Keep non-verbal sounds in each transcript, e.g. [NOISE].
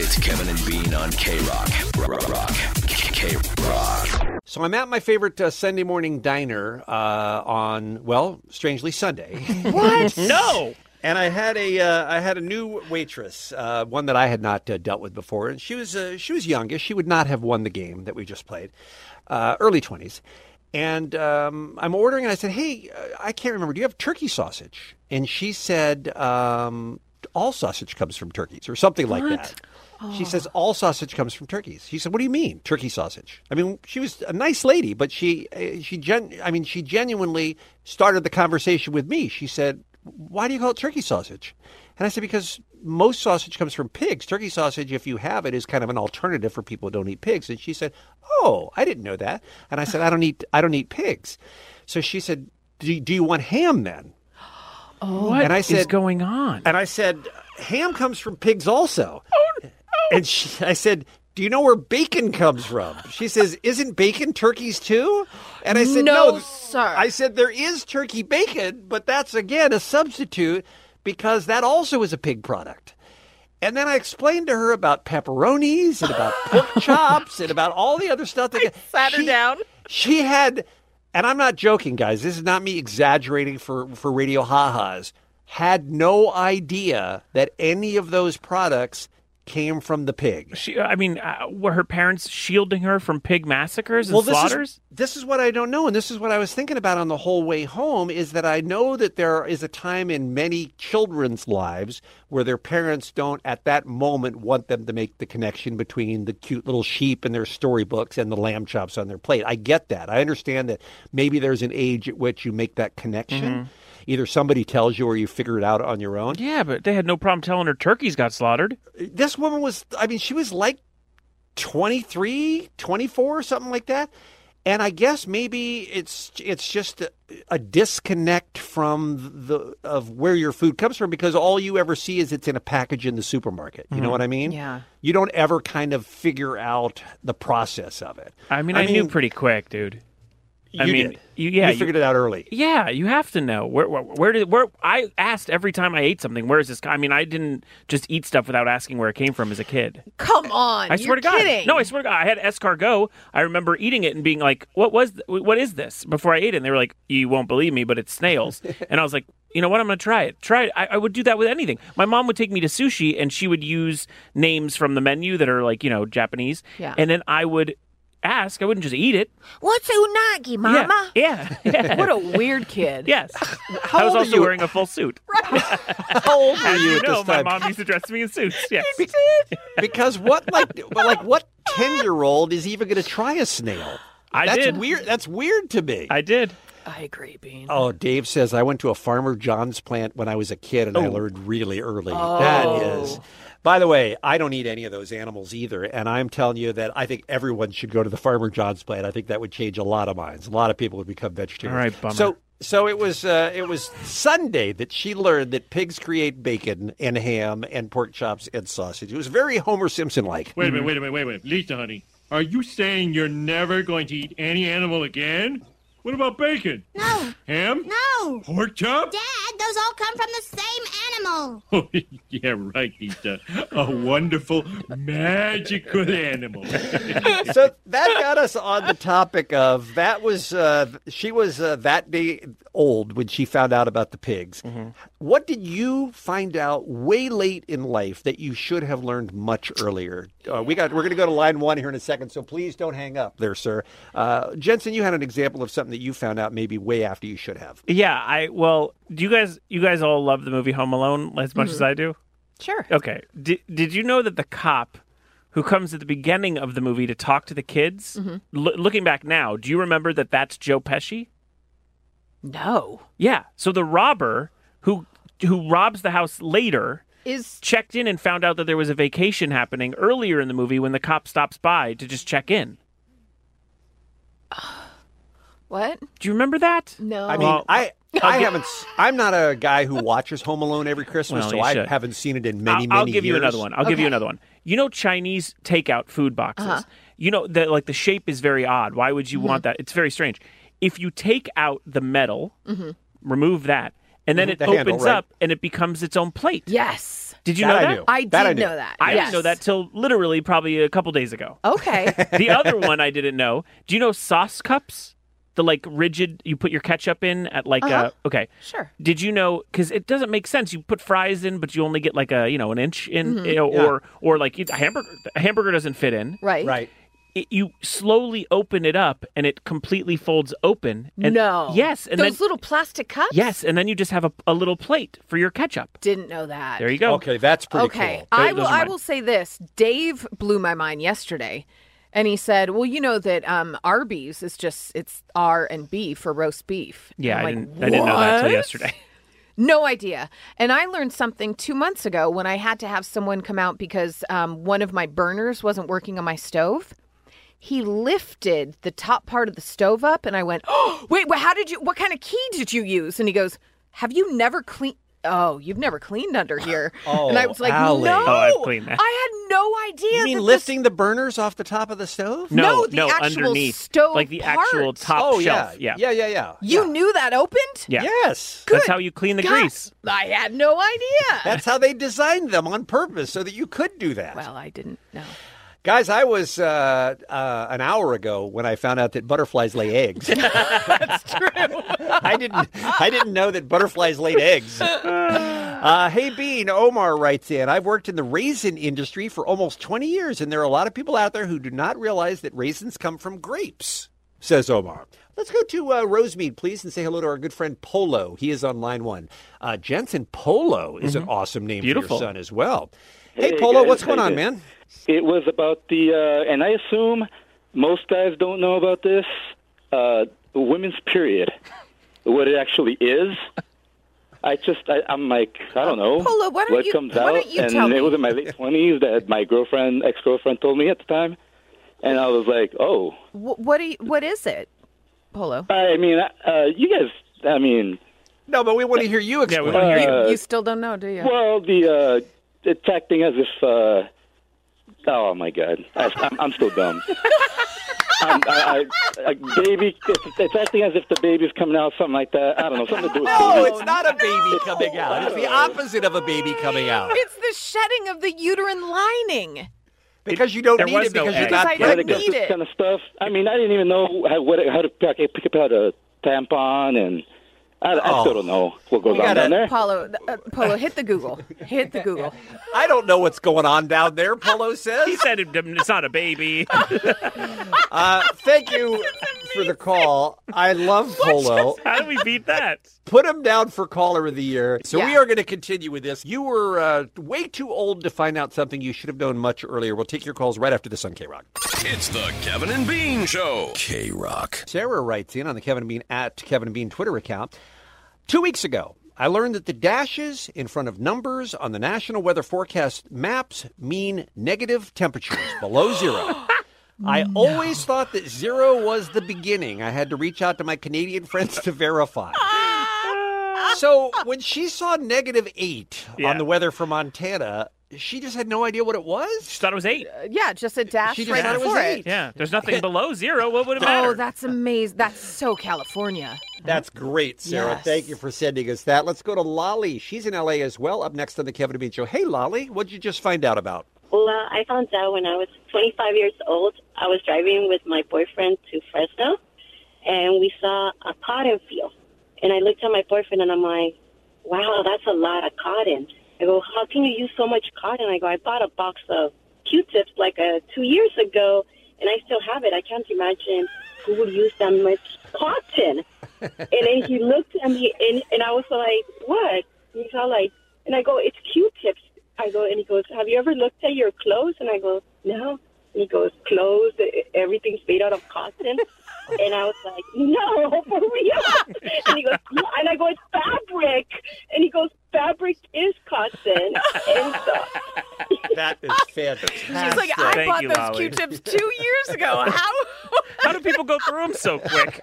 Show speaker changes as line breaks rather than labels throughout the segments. It's Kevin and Bean on K Rock. Rock. K Rock.
So I'm at my favorite uh, Sunday morning diner uh, on, well, strangely Sunday.
What?
no. And I had a uh, I had a new waitress, uh, one that I had not uh, dealt with before, and she was uh, she was youngish. She would not have won the game that we just played, uh, early twenties. And um, I'm ordering, and I said, "Hey, uh, I can't remember. Do you have turkey sausage?" And she said, um, "All sausage comes from turkeys, or something like that." She says all sausage comes from turkeys. She said, "What do you mean, turkey sausage?" I mean, she was a nice lady, but she uh, she gen- I mean, she genuinely started the conversation with me. She said, "Why do you call it turkey sausage?" And I said, "Because most sausage comes from pigs. Turkey sausage, if you have it, is kind of an alternative for people who don't eat pigs." And she said, "Oh, I didn't know that." And I said, "I don't eat I don't eat pigs." So she said, "Do, do you want ham then?"
What
And I
is
said-
going on? Oh,
And I said, ham comes from pigs also. And she, I said, do you know where bacon comes from? She says, isn't bacon turkeys too? And I said,
No,
no,
sir.
I said, there is turkey bacon, but that's again a substitute because that also is a pig product. And then I explained to her about pepperonis and about
[LAUGHS]
pork chops and about all the other stuff that
sat her
She-
down.
She had, and I'm not joking, guys. This is not me exaggerating for for radio ha-has. Had no idea that any of those products came from the pig.
She, I mean, uh, were her parents shielding her from pig massacres and
this
slaughters?
is, this is what I don't know, and this is what I was thinking about on the whole way home is that I know that there is a time in many children's lives where their parents don't, at that moment, want them to make the connection between the cute little sheep in their storybooks and the lamb chops on their plate. I get that. I understand that maybe there's an age at which you make that connection. Either somebody tells you or you figure it out on your own.
Mm-hmm. Yeah, but they had no problem telling her turkeys got slaughtered.
this woman was i mean she was like 23 24 something like that and i guess maybe it's it's just a, a disconnect from the of where your food comes from because all you ever see is it's in a package in the supermarket you know what i mean
Yeah.
you don't ever kind of figure out the process of it
I mean, I, knew pretty quick, dude. I
you
mean,
did.
you- yeah,
you
you-
figured it out early
Yeah, you have to know where where, where did where I asked every time I ate something. Where is this? co- I mean, I didn't just eat stuff without asking where it came from as a kid.
Come on.
I swear
you're
to God,
kidding.
no, I swear to God, I had escargot. I remember eating it and being like, "What was? th- what is this?" Before I ate it, and they were like, "You won't believe me, but
[LAUGHS]
it's snails." and I was like, "You know what? I'm going to try it. Try it. I, I would do that with anything." My mom would take me to sushi, and she would use names from the menu that are like you know Japanese,
Yeah.
and then I would ask. I wouldn't just eat it.
What's unagi,
Yeah.
mama?
Yeah. yeah.
[LAUGHS] What
[LAUGHS]
a weird kid.
[LAUGHS]
Yes. I was
old are
also
you?
wearing a
[LAUGHS]
full suit.
how
[LAUGHS]
old were
As
you
you
at
know,
this
my
time
mom used to dress me
[LAUGHS]
in suits. Yes. [LAUGHS]
because what like well, like what 10 year old is even going to try a snail
I
that's
did.
weird that's weird to me
I did.
I agree, Bean.
Oh, Dave says I went to a Farmer John's plant when I was a kid, and
Oh.
I learned really early.
Oh.
That is. By the way, I don't eat any of those animals either, and I'm telling you that I think everyone should go to the Farmer John's plant. I think that would change a lot of minds. A lot of people would become vegetarians.
All right, bummer.
So, so it was uh, it was Sunday that she learned that pigs create bacon and ham and pork chops and sausage. It was very Homer Simpson like.
Wait a minute, wait a minute, wait a minute. Lisa, honey, are you saying you're never going to eat any animal again? What about bacon?
No,
Ham?
no.
Pork chop?
Dad, those all come from the
[LAUGHS]
same animal.
Oh, yeah, right, Lisa. A wonderful, magical
[LAUGHS]
animal.
so that got us on the topic of that was uh, she was uh, that day old when she found out about the pigs. What did you find out way late in life that you should have learned much earlier? Uh, we got we're going to go to line one here in a second, so please don't hang up there, sir. Uh, Jensen, you had an example of something that you found out maybe way after you should have.
Yeah, I well, do you guys you guys all love the movie Home Alone as much as I do?
Mm-hmm. Sure.
Okay. Did did you know that the cop who comes at the beginning of the movie to talk to the kids?
Mm-hmm.
loo- looking back now, do you remember that that's Joe Pesci?
No.
Yeah. So the robber who who robs the house later
is
checked in and found out that there was a vacation happening earlier in the movie when the cop stops by to just check in.
what?
Do you remember that?
No.
I mean,
Well,
I I haven't. s- I'm not a guy who watches Home Alone every Christmas,
Well,
so
you
I
should.
haven't seen it in many,
I'll, I'll
many
give you
years.
another one. I'll give you
Okay.
another one. You know Chinese takeout food boxes.
Uh-huh.
You know that like the shape is very odd. Why would
Mm-hmm.
you want that? It's very strange. If you take out the metal,
Mm-hmm.
remove that, and then
Mhm,
it
the
opens
handle, right.
up and it becomes its own plate.
yes.
Did you
That
know
I
that?
knew.
I did
That I knew.
know that.
I
yes.
didn't know that till literally probably a couple days ago.
Okay.
[LAUGHS] The other one I didn't know. Do you know sauce cups? The like rigid you put your ketchup in at like
Uh-huh.
a okay.
sure.
Did you know? Because it doesn't make sense. You put fries in, but you only get like a you know an inch in,
Mm-hmm.
you know,
Yeah.
or or like a hamburger. A hamburger doesn't fit in.
Right.
Right.
It, you slowly open it up, and it completely folds open. And,
no.
Yes, and
those
then
little plastic cups.
yes, and then you just have a, a little plate for your ketchup.
Didn't know that.
There you go.
Okay, that's pretty
okay.
cool.
I
Those
will.
are
I
mine.
will say this. Dave blew my mind yesterday, and he said, "Well, you know that um, Arby's is just it's R and B for roast beef." And
Yeah,
I'm
I
like,
didn't I didn't know that until
"What?"
yesterday.
No idea. And I learned something two months ago when I had to have someone come out because um, one of my burners wasn't working on my stove. He lifted the top part of the stove up, and I went, "Oh, wait! wha- How did you? What kind of key did you use?" And he goes, "Have you never cleaned?" Oh, you've never cleaned under
[LAUGHS]
here.
Oh,
and I was like,
Allie.
no,
Oh, I've cleaned that.
I had no idea.
You mean
that
lifting the burners off the top of the stove?
No,
No, the
no,
actual
underneath,
stove
like the actual
part.
top
Oh
shelf.
yeah.
Yeah,
Yeah. Yeah. Yeah.
This, you knew that opened?
Yeah.
Yes.
That's how you clean the
God,
grease.
I had no idea.
[LAUGHS] That's how they designed them on purpose so that you could do that.
well, I didn't know.
Guys, I was uh, uh, an hour ago when I found out that butterflies lay eggs. That's true. I didn't. [LAUGHS] I didn't know that butterflies laid eggs. Uh, hey, Bean, Omar writes in. I've worked in the raisin industry for almost twenty years, and there are a lot of people out there who do not realize that raisins come from grapes. Says Omar. Let's go to uh, Rosemead, please, and say hello to our good friend Polo. He is on line one. Uh, Jensen Polo is an awesome name
Beautiful.
for your son as well. Hey,
Hey,
Polo,
guys,
what's
how
going
you
on,
doing?
man?
It was about the, uh, and I assume most guys don't know about this, uh, women's period, what it actually is. I just, I, I'm like, I don't know.
Paula, why don't
what
you-
comes
why
out,
don't you
and
tell
it
me?
was in my late 20s that my girlfriend, ex-girlfriend told me at the time, and I was like, oh.
Wh- what? Do you, what is it, Polo?
I mean, uh, you guys, I mean, uh,
No, but we want to hear you
Yeah,
explain.
we want to hear you.
you still don't know, do you?
well, the, uh, it's acting as if, uh, oh my God, I, I'm, I'm still dumb. I'm, I, I, a baby, it's, it's acting as if the baby's coming out, something like that. I don't know, something to do with
No,
babies.
it's not a baby coming out. It's the opposite of a baby coming out.
It's the shedding of the uterine lining.
Because you don't
There
need
was
it
no
because
egg.
you got
Because I
Yeah,
don't
they got
pregnant.
need-
this
it.
kind of stuff. I mean, I didn't even know how, what, how to pick, pick up a tampon, and I, I
Oh.
still don't know what goes on
gotta-
down
[LAUGHS]
there.
Polo, uh, Polo, hit the Google. Hit the Google.
I don't know what's going on down there, Polo
[LAUGHS] He
says.
said it- um, it's not a baby.
[LAUGHS] Uh, thank you for the call. I love Polo.
How do we beat that?
Put him down for caller of the year. So we
Yeah.
are going to continue with this. You were uh, way too old to find out something you should have known much earlier. We'll take your calls right after this on K Rock.
It's the Kevin and Bean Show. K Rock.
Sarah writes in on the Kevin and Bean at Kevin and Bean Twitter account. Two weeks ago, I learned that the dashes in front of numbers on the National Weather Forecast maps mean negative
[LAUGHS]
temperatures below zero. I always thought that zero was the beginning. I had to reach out to my Canadian friends to
[LAUGHS]
verify. so when she saw negative eight
Yeah.
on the weather for Montana, she just had no idea what it
She
was.
thought it was eight.
Uh, yeah, just a dash
She just
right
thought it was
before
eight.
it.
Yeah, there's
[LAUGHS]
nothing below zero. What would it matter?
Oh, that's amazing. That's so California.
That's great, Sarah.
Yes.
Thank you for sending us that. Let's go to Lolly. She's in LA as well. Up next on the Kevin and Bean Show. Hey, Lolly, what'd you just find out about?
Well, I found out when I was 25 years old. I was driving with my boyfriend to Fresno, and we saw a cotton field. And I looked at my boyfriend, and I'm like, "Wow, that's a lot of cotton." I go, "How can you use so much cotton?" I go, "I bought a box of Q-tips like uh, two years ago, and I still have it. I can't imagine who would use that much cotton." and then he looked at me, and, and I was like, "What?" And he's all like, and I go, "It's Q-tips." I go, and he goes, "Have you ever looked at your clothes?" And I go, "No."
He goes, clothes, e- everything's made out of cotton. And I was like,
[LAUGHS]
no, for real. And he goes, yeah. and I go, it's fabric. And he goes, fabric is cotton. And so
That is
[LAUGHS]
fantastic.
She's like, I
Thank
bought
you,
those
Lolly. [LAUGHS]
Q-tips two years ago. How?
How do people go
[LAUGHS]
through them so quick?
[LAUGHS]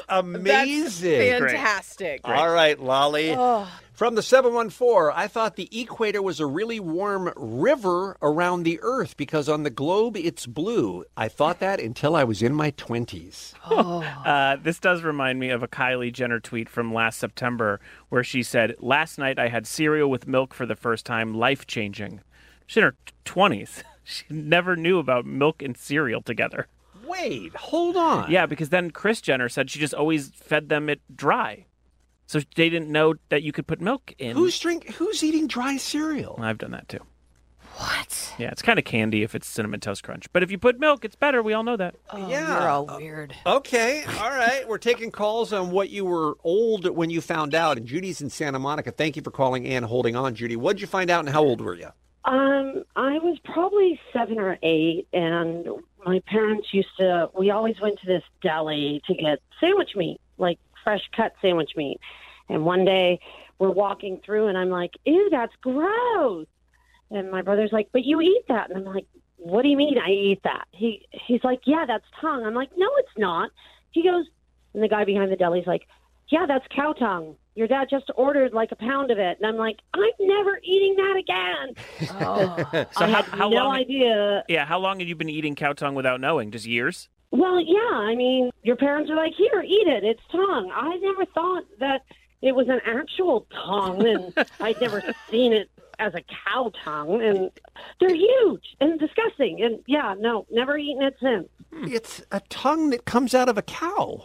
That's
amazing.
fantastic.
All right, Lolly.
Oh.
From the 714, I thought the equator was a really warm river around the earth because on the globe it's blue. I thought that until I was in my 20s.
Oh.
[LAUGHS] Uh, this does remind me of a Kylie Jenner tweet from last September where she said, Last night I had cereal with milk for the first time, life changing. She's in her t- 20s. [LAUGHS] She never knew about milk and cereal together.
Wait, hold on.
Yeah, because then Chris Jenner said she just always fed them it dry. So they didn't know that you could put milk in.
Who's drink who's eating dry cereal?
I've done that too.
What?
Yeah, it's kind of candy if it's cinnamon toast crunch. But if you put milk, it's better. We all know that.
Oh,
Yeah.
You're all weird.
Okay, all right. We're taking calls on what you were old when you found out. And Judy's in Santa Monica. Thank you for calling and holding on, Judy. What'd you find out and how old were you?
Um, I was probably seven or eight, and my parents used to. We always went to this deli to get sandwich meat, like fresh cut sandwich meat. And one day, we're walking through, and I'm like, "Ew, that's gross!" And my brother's like, "But you eat that," and I'm like, "What do you mean I eat that?" He he's like, "Yeah, that's tongue." I'm like, "No, it's not." He goes, and the guy behind the deli's like, "Yeah, that's cow tongue." Your dad just ordered like a pound of it, and I'm like, "I'm never eating that again."
Oh.
So
I
how,
had
how
no
long?
idea.
Yeah, how long had you been eating cow tongue without knowing? Just years?
Well, yeah, I mean, your parents are like, "Here, eat it. It's tongue." I never thought that it was an actual tongue,
[LAUGHS]
and I'd never seen it as a cow tongue. And they're huge and disgusting. And yeah, no, never eaten it since.
It's a tongue that comes out of a cow.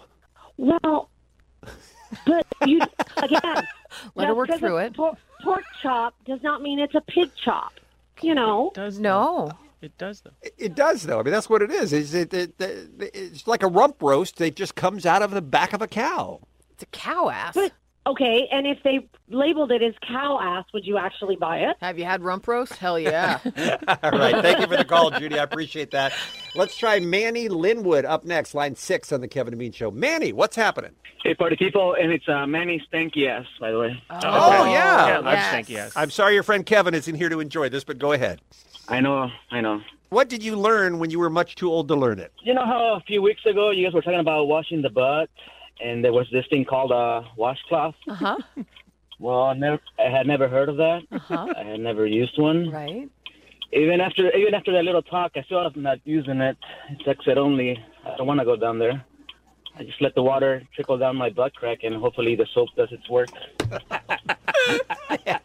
Well, but you again.
[LAUGHS] Let her
just
work
'cause
through
it's
it.
por- Pork chop does not mean it's a pig chop. You know,
does
No.
It does though.
It- It does though. I mean, that's what it is. Is it, it, it- It's like a rump roast that just comes out of the back of a cow.
It's a cow ass.
But- okay. And if they labeled it as cow ass, would you actually buy it?
Have you had rump roast? Hell yeah.
[LAUGHS] All right. Thank you for the call, Judy. I appreciate that. Let's try Manny Linwood up next, line six on the Kevin and Bean Show. Manny, what's happening?
Hey, party people, and it's uh, Manny Stanky Ass, by the way.
Oh, yeah.
Yeah, large
Yes.
thank yes.
I'm sorry your friend Kevin isn't here to enjoy this, but go ahead.
I know, I know.
What did you learn when you were much too old to learn it?
You know how a few weeks ago you guys were talking about washing the butt, and there was this thing called a washcloth?
[LAUGHS] Uh-huh.
Well, I, never, I had never heard of that.
Uh-huh.
I had never used one.
Right.
Even after even after that little talk, I still am not using it. It's exit only. I don't want to go down there. I just let the water trickle down my butt crack, and hopefully the soap does its
[LAUGHS]
work.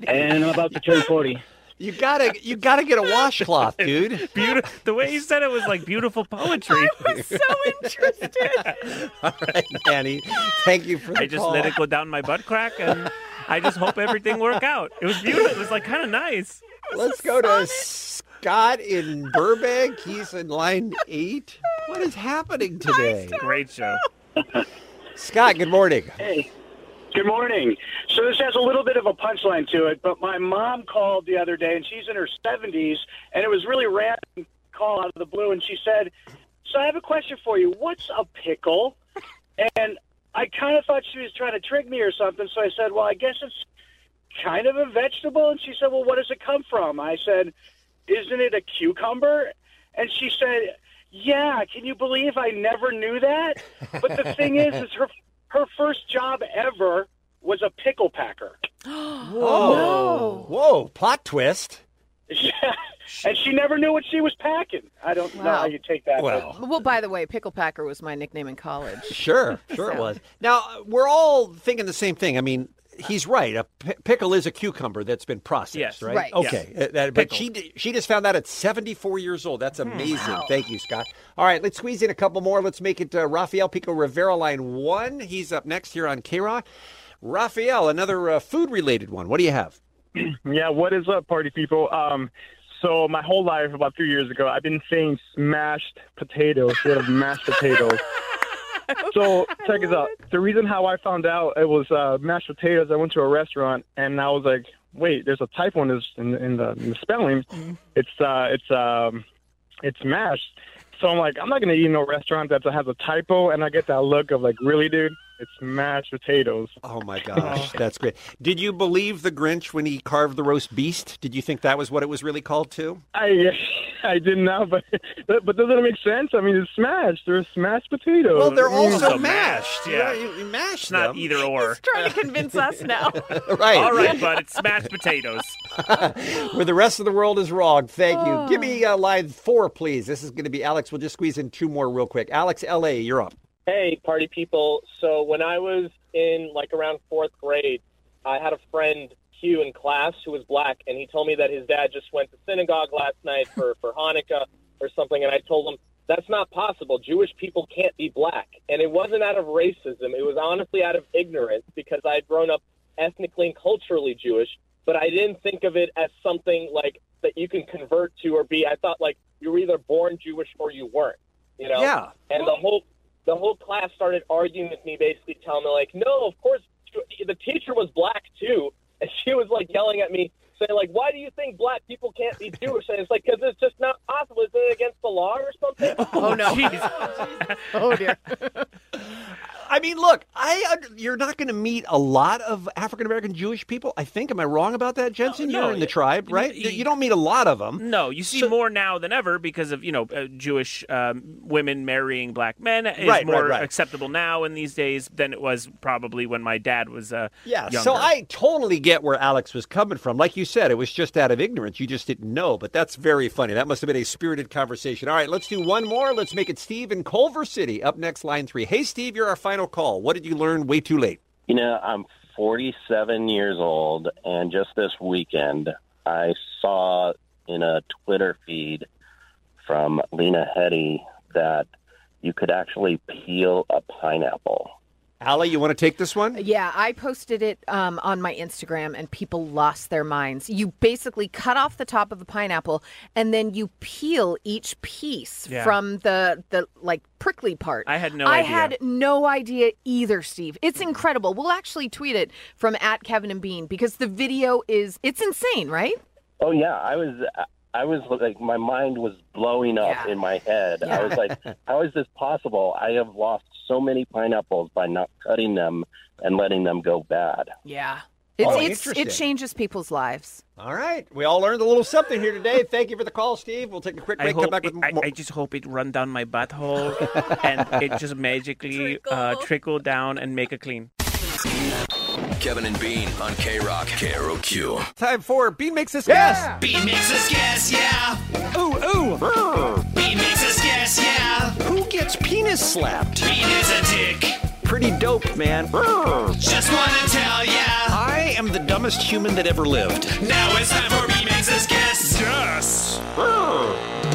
and I'm about to turn 40.
You gotta, you gotta
[LAUGHS]
get a washcloth, dude.
Beautiful. The way you said it was like
[LAUGHS]
beautiful [LAUGHS] poetry. [LAUGHS]
So interested.
All right, Manny. Thank you for the
I just
call.
let it go down my butt crack, and I just hope everything work out. It was beautiful. It was like kind of nice.
Let's go to Scott in Burbank. He's in line eight. What is happening today? [LAUGHS]
Great show.
Scott, good morning.
Hey, good morning. So this has a little bit of a punchline to it, but my mom called the other day, and she's in her 70s, and it was really random call out of the blue, and she said, "So I have a question for you. What's a pickle?" And I kind of thought she was trying to trick me or something, so I said, "Well, I guess it's kind of a vegetable." And she said, "Well, what does it come from?" I said, "Isn't it a cucumber?" And she said, "Yeah, can you believe I never knew that?" But the thing is is her her first job ever was a pickle packer. [LAUGHS]
Whoa. Oh, Whoa, plot twist.
and she never knew what she was packing. I don't know
Wow.
how you take that. but-
Well,
Well, by the way, pickle packer was my nickname in college. [LAUGHS]
sure, sure it was. Now, we're all thinking the same thing. I mean, he's right. A p- pickle is a cucumber that's been processed,
Yes.
right?
Right.
Okay. Uh, that- but she d- she just found that at 74 years old. That's amazing. Thank you, Scott. All right, let's squeeze in a couple more. Let's make it uh, Rafael Pico Rivera line 1. He's up next here on K-Rock. Rafael, another uh, food related one. What do you have?
[CLEARS THROAT] Yeah, what is up, party people? Um, so my whole life, about three years ago, I've been saying smashed potatoes instead of mashed potatoes. So check this out. The reason how I found out it was uh, mashed potatoes, I went to a restaurant and I was like, "Wait, there's a typo in, this, in, in, the, in the spelling. It's uh, it's um, it's mashed. So I'm like, I'm not gonna eat in no restaurant that has a typo, and I get that look of like, really, dude, it's mashed potatoes.
Oh my gosh, that's great. Did you believe the Grinch when he carved the roast beast? Did you think that was what it was really called too?
I I didn't know, but but doesn't it make sense? I mean, it's smashed. They're smashed potatoes.
Well, they're also
Mm.
mashed.
Yeah.
you, you mash
It's not
them.
either or.
Trying to convince us now.
Right.
All [LAUGHS] right, bud. It's smashed potatoes.
Where the rest of the world is wrong. Thank you.
Oh.
Give me uh, line four, please. This is going to be Alex. We'll just squeeze in two more real quick. Alex, LA, you're up.
Hey, party people. So when I was in like around fourth grade, I had a friend, Hugh, in class who was black, and he told me that his dad just went to synagogue last night for, for Hanukkah or something. And I told him, that's not possible. Jewish people can't be black. And it wasn't out of racism, it was honestly out of ignorance because I had grown up ethnically and culturally Jewish, but I didn't think of it as something like that you can convert to or be. I thought like you were either born Jewish or you weren't, you know?
Yeah.
And the whole the whole class started arguing with me, basically telling me like, no, of course, the teacher was black too, and she was like yelling at me, saying like, why do you think black people can't be Jewish? And it's like, because it's just not possible. Is it against the law or something?
Oh
[LAUGHS]
no. oh dear.
[LAUGHS] I mean, look, I uh, you're not going to meet a lot of African American Jewish people. I think. Am I wrong about that, Jensen?
no,
you're in the
y-
tribe,
y-
right? You, you don't meet a lot of them.
No, you see more now than ever because of you know uh, Jewish um, women marrying black men is
Right, right,
more
right.
acceptable now in these days than it was probably when my dad was uh,
Yeah,
younger.
so I totally get where Alex was coming from. Like you said, it was just out of ignorance. You just didn't know, but that's very funny. That must have been a spirited conversation. All right, let's do one more. Let's make it Steve in Culver City. Up next, line three. Hey, Steve, you're our final call. What did you learn way too late?
You know, I'm 47 years old, and just this weekend, I saw in a Twitter feed from Lena Headey that you could actually peel a pineapple.
Allie, you want to take this one?
Yeah, I posted it um, on my Instagram and people lost their minds. You basically cut off the top of the pineapple and then you peel each piece
Yeah.
from the the like prickly part.
I had no
I
idea.
had no idea either, Steve. It's incredible. We'll actually tweet it from at Kevin and Bean because the video is it's insane, right?
Oh yeah, I was I was like my mind was blowing up in my head. I was like,
[LAUGHS]
how is this possible? I have lost so many pineapples by not cutting them and letting them go bad.
Yeah. It's,
Oh,
it's
interesting.
it changes people's lives.
All right, we all learned a little something here today. Thank you for the call, Steve. We'll take a quick
I
break.
hope
Come back
it-
with
I,
more.
I just hope it run down
[LAUGHS]
my butthole and it just magically trickle. Uh, trickle down and make a clean.
Kevin and Bean on K Rock. KROQ.
Time for Bean makes this guess.
Bean makes us guess, yeah.
Ooh, ooh.
Bean makes us guess, yeah.
Who gets penis slapped?
Bean is a dick.
Pretty dope, man.
Just wanna tell ya.
I am the dumbest human that ever lived.
Now it's time for Bean makes us guess. Yes.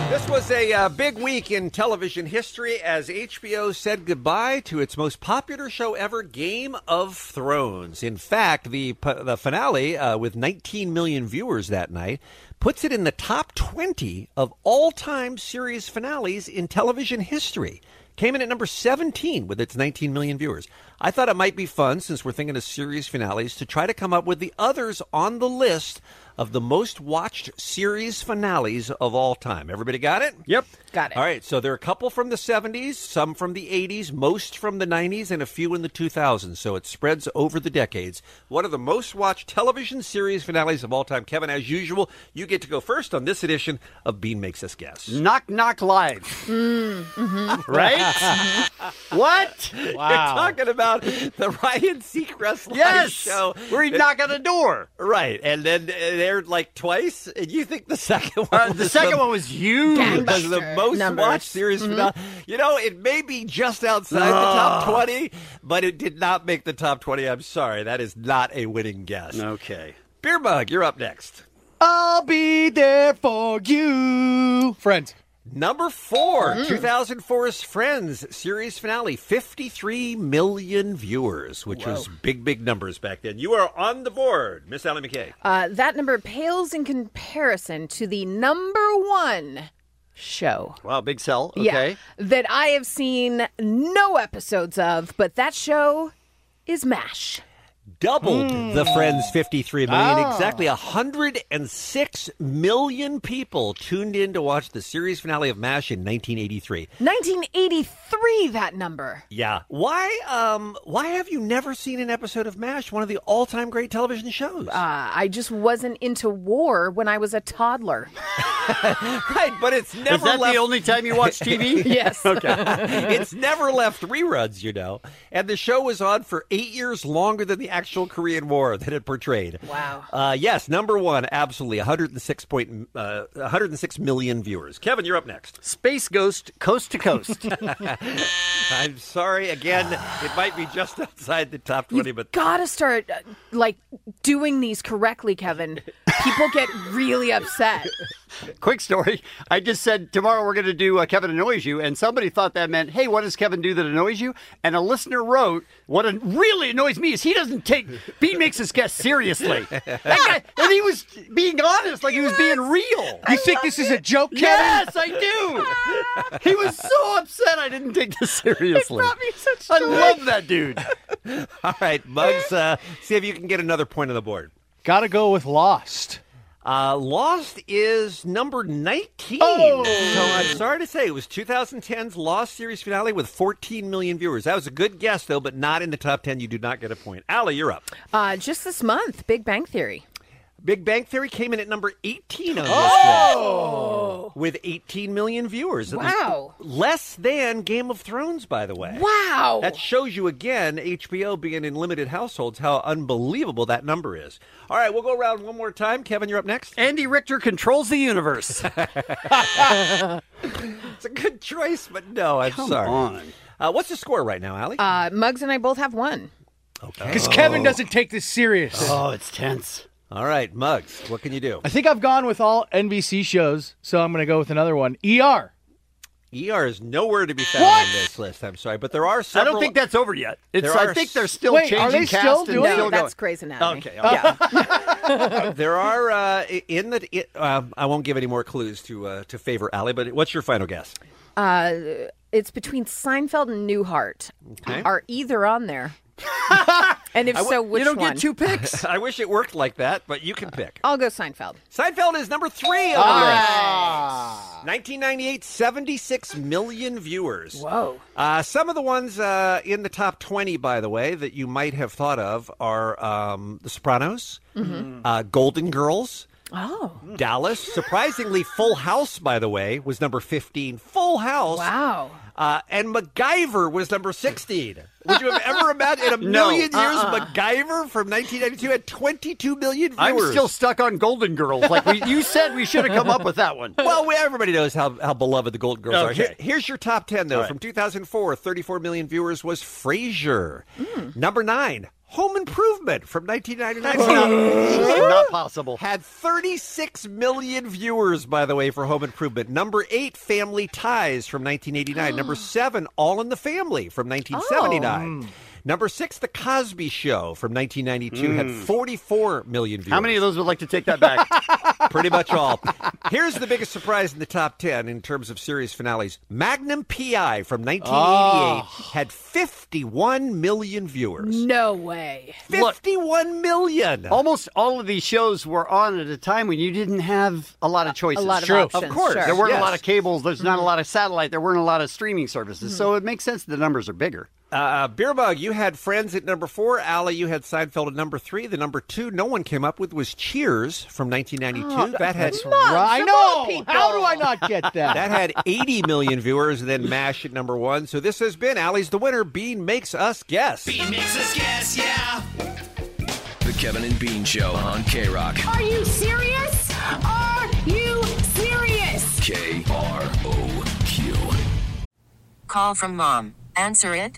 This was a uh, big week in television history as HBO said goodbye to its most popular show ever, Game of Thrones. In fact, the p- the finale uh, with 19 million viewers that night puts it in the top 20 of all-time series finales in television history. Came in at number 17 with its 19 million viewers. I thought it might be fun, since we're thinking of series finales, to try to come up with the others on the list of the most watched series finales of all time. Everybody got it? Yep.
Got
it. All right, so there are a couple from the 70s, some from the 80s, most from the 90s, and a few in the 2000s. So it spreads over the decades. One of the most watched television series finales of all time. Kevin, as usual, you get to go first on this edition of Bean Makes Us Guess.
Knock knock live. Right?
Mm-hmm.
what?
[LAUGHS] You're talking about the [LAUGHS] Ryan Seacrest live
Yes!
show.
Where he'd knock on the door.
Right, and then it aired like twice. And you think the [LAUGHS] second one?
Uh, the second one was huge.
Because the
Gangbuster
most
numbers.
watched series
Mhm.
finale. You know, it may be just outside the top
Ugh.
twenty, but it did not make the top twenty. I'm sorry, that is not a winning guess. Okay, beer mug, you're up next.
I'll be there for you. Friends.
Number four, 2004's Friends series finale, 53 million viewers, which was big, big numbers back then. You are on the board, Miss Allie McKay.
Uh, that number pales in comparison to the number one show
Wow, big sell.
Yeah, that I have seen no episodes of, but that show is MASH.
doubled Hmm. the Friends 53 million.
Ah.
Exactly 106 million people tuned in to watch the series finale of MASH in 1983.
1983, that number.
Yeah. Why um why have you never seen an episode of MASH, one of the all-time great television shows?
Uh, I just wasn't into war when I was a toddler.
right, but it's never
that the
left-
only time you watch
[LAUGHS]
TV? Yes.
okay. it's never left reruns, you know. And the show was on for 8 years longer than the actual Korean War that it portrayed.
Wow.
Uh, yes, number 1, absolutely 106 point, uh, 106 million viewers. Kevin, you're up next.
Space Ghost Coast to Coast.
[LAUGHS] I'm sorry again, it might be just outside the top 20, but
Gotta start uh, like doing these correctly, Kevin. People get really upset.
Quick story. I just said tomorrow we're going to do uh, Kevin Annoys You, and somebody thought that meant, hey, what does Kevin do that annoys you? And a listener wrote, what an- really annoys me is he doesn't take Bean makes his guest seriously. That guy, and he was being honest, like he was being real.
You think this is a joke, Kevin?
Yes, I do. he was so upset I didn't take this seriously. I love that dude.
[LAUGHS] All right, Muggs, uh, see if you can get another point on the board.
Gotta go with Lost.
Uh, Lost is number 19.
Oh!
So I'm sorry to say it was 2010's Lost series finale with 14 million viewers. That was a good guess, though, but not in the top 10. You do not get a point. Allie, you're up.
Uh, just this month, Big Bang Theory.
Big Bang Theory came in at number 18 on this list with 18 million viewers.
Oh! Wow.
Less than Game of Thrones, by the way.
Wow.
That shows you again, HBO being in limited households, how unbelievable that number is. All right, we'll go around one more time. Kevin, you're up next.
Andy Richter controls the universe.
[LAUGHS]
[LAUGHS]
It's a good choice, but no, I'm
Come
sorry.
on.
Uh, what's the score right now, Allie?
Uh, Muggs and I both have one.
Because Kevin doesn't take this serious.
Oh, it's tense.
All right, Muggs, what can you do?
I think I've gone with all NBC shows, so I'm going to go with another one. ER.
ER is nowhere to be found
What?
on this list. I'm sorry, but there are several.
think that's over yet. It's- I think they're still
Wait, are they still doing
it?
No, that's Grey's Anatomy.
Okay,
Yeah.
[LAUGHS] there are uh, in the. It, um, I won't give any more clues to uh, to favor Allie. But what's your final guess?
Uh, it's between Seinfeld and Newhart.
Okay.
Are either on
[LAUGHS]
there? and if
I w-
so, which one?
picks. [LAUGHS] I wish it worked like that, but you can pick.
I'll go Seinfeld.
Seinfeld is number three on the list. 1998, 76 million viewers.
Whoa.
Uh, some of the ones uh, in the top 20, by the way, that you might have thought of are um, The Sopranos,
Mm-hmm.
uh, Golden Girls,
Oh.
Dallas.
[LAUGHS]
Surprisingly, Full House, by the way, was number 15. Full House.
Wow.
Uh, and MacGyver was number 16.
[LAUGHS]
Would you have ever imagined in a
No,
million years
uh-uh.
MacGyver from 1992 had 22 million viewers?
I'm still stuck on Golden Girls. Like we, you said, we should have come up with that one.
Well, we, everybody knows how, how beloved the Golden Girls are.
Okay.
Here- here's your top 10, though.
All right.
From 2004, 34 million viewers was Frasier.
Hmm.
Number nine, Home Improvement from 1999.
It's not possible.
Had 36 million viewers, by the way, for Home Improvement. Number eight, Family Ties from
[GASPS]
1989. Number seven, All in the Family from 1979.
Oh.
Number six, The Cosby Show from 1992
Hmm.
had 44 million viewers
How many of those would like to take that back?
[LAUGHS] pretty much all. Here's the biggest surprise in the top 10 in terms of series finales Magnum PI from 1988
Ah.
had 51 million
Mm.
viewers.
No way.
Look.
Fifty-one million.
Almost all of these shows were on at a time when you didn't have a lot of choices.
A lot of
True.
options.
Of course.
sure. Mm-hmm.
There weren't
Yes.
a lot of cables. There's not a lot of satellite. There weren't a lot of streaming services. So it makes sense the numbers are bigger.
Uh, Beer Mug, you had Friends at number four. Allie, you had Seinfeld at number three. The number two no one came up with was Cheers from
Ah,
1992. that had
Right. I
of all
know.
people.
How do I not get that?
that had 80 million viewers, and then MASH at number one. So this has been Allie's the winner. Bean makes us guess.
Bean makes us guess, yeah.
The Kevin and Bean Show on K Rock.
Are you serious?
Oh.
Are you serious?
K R O Q.
Call from mom. Answer it.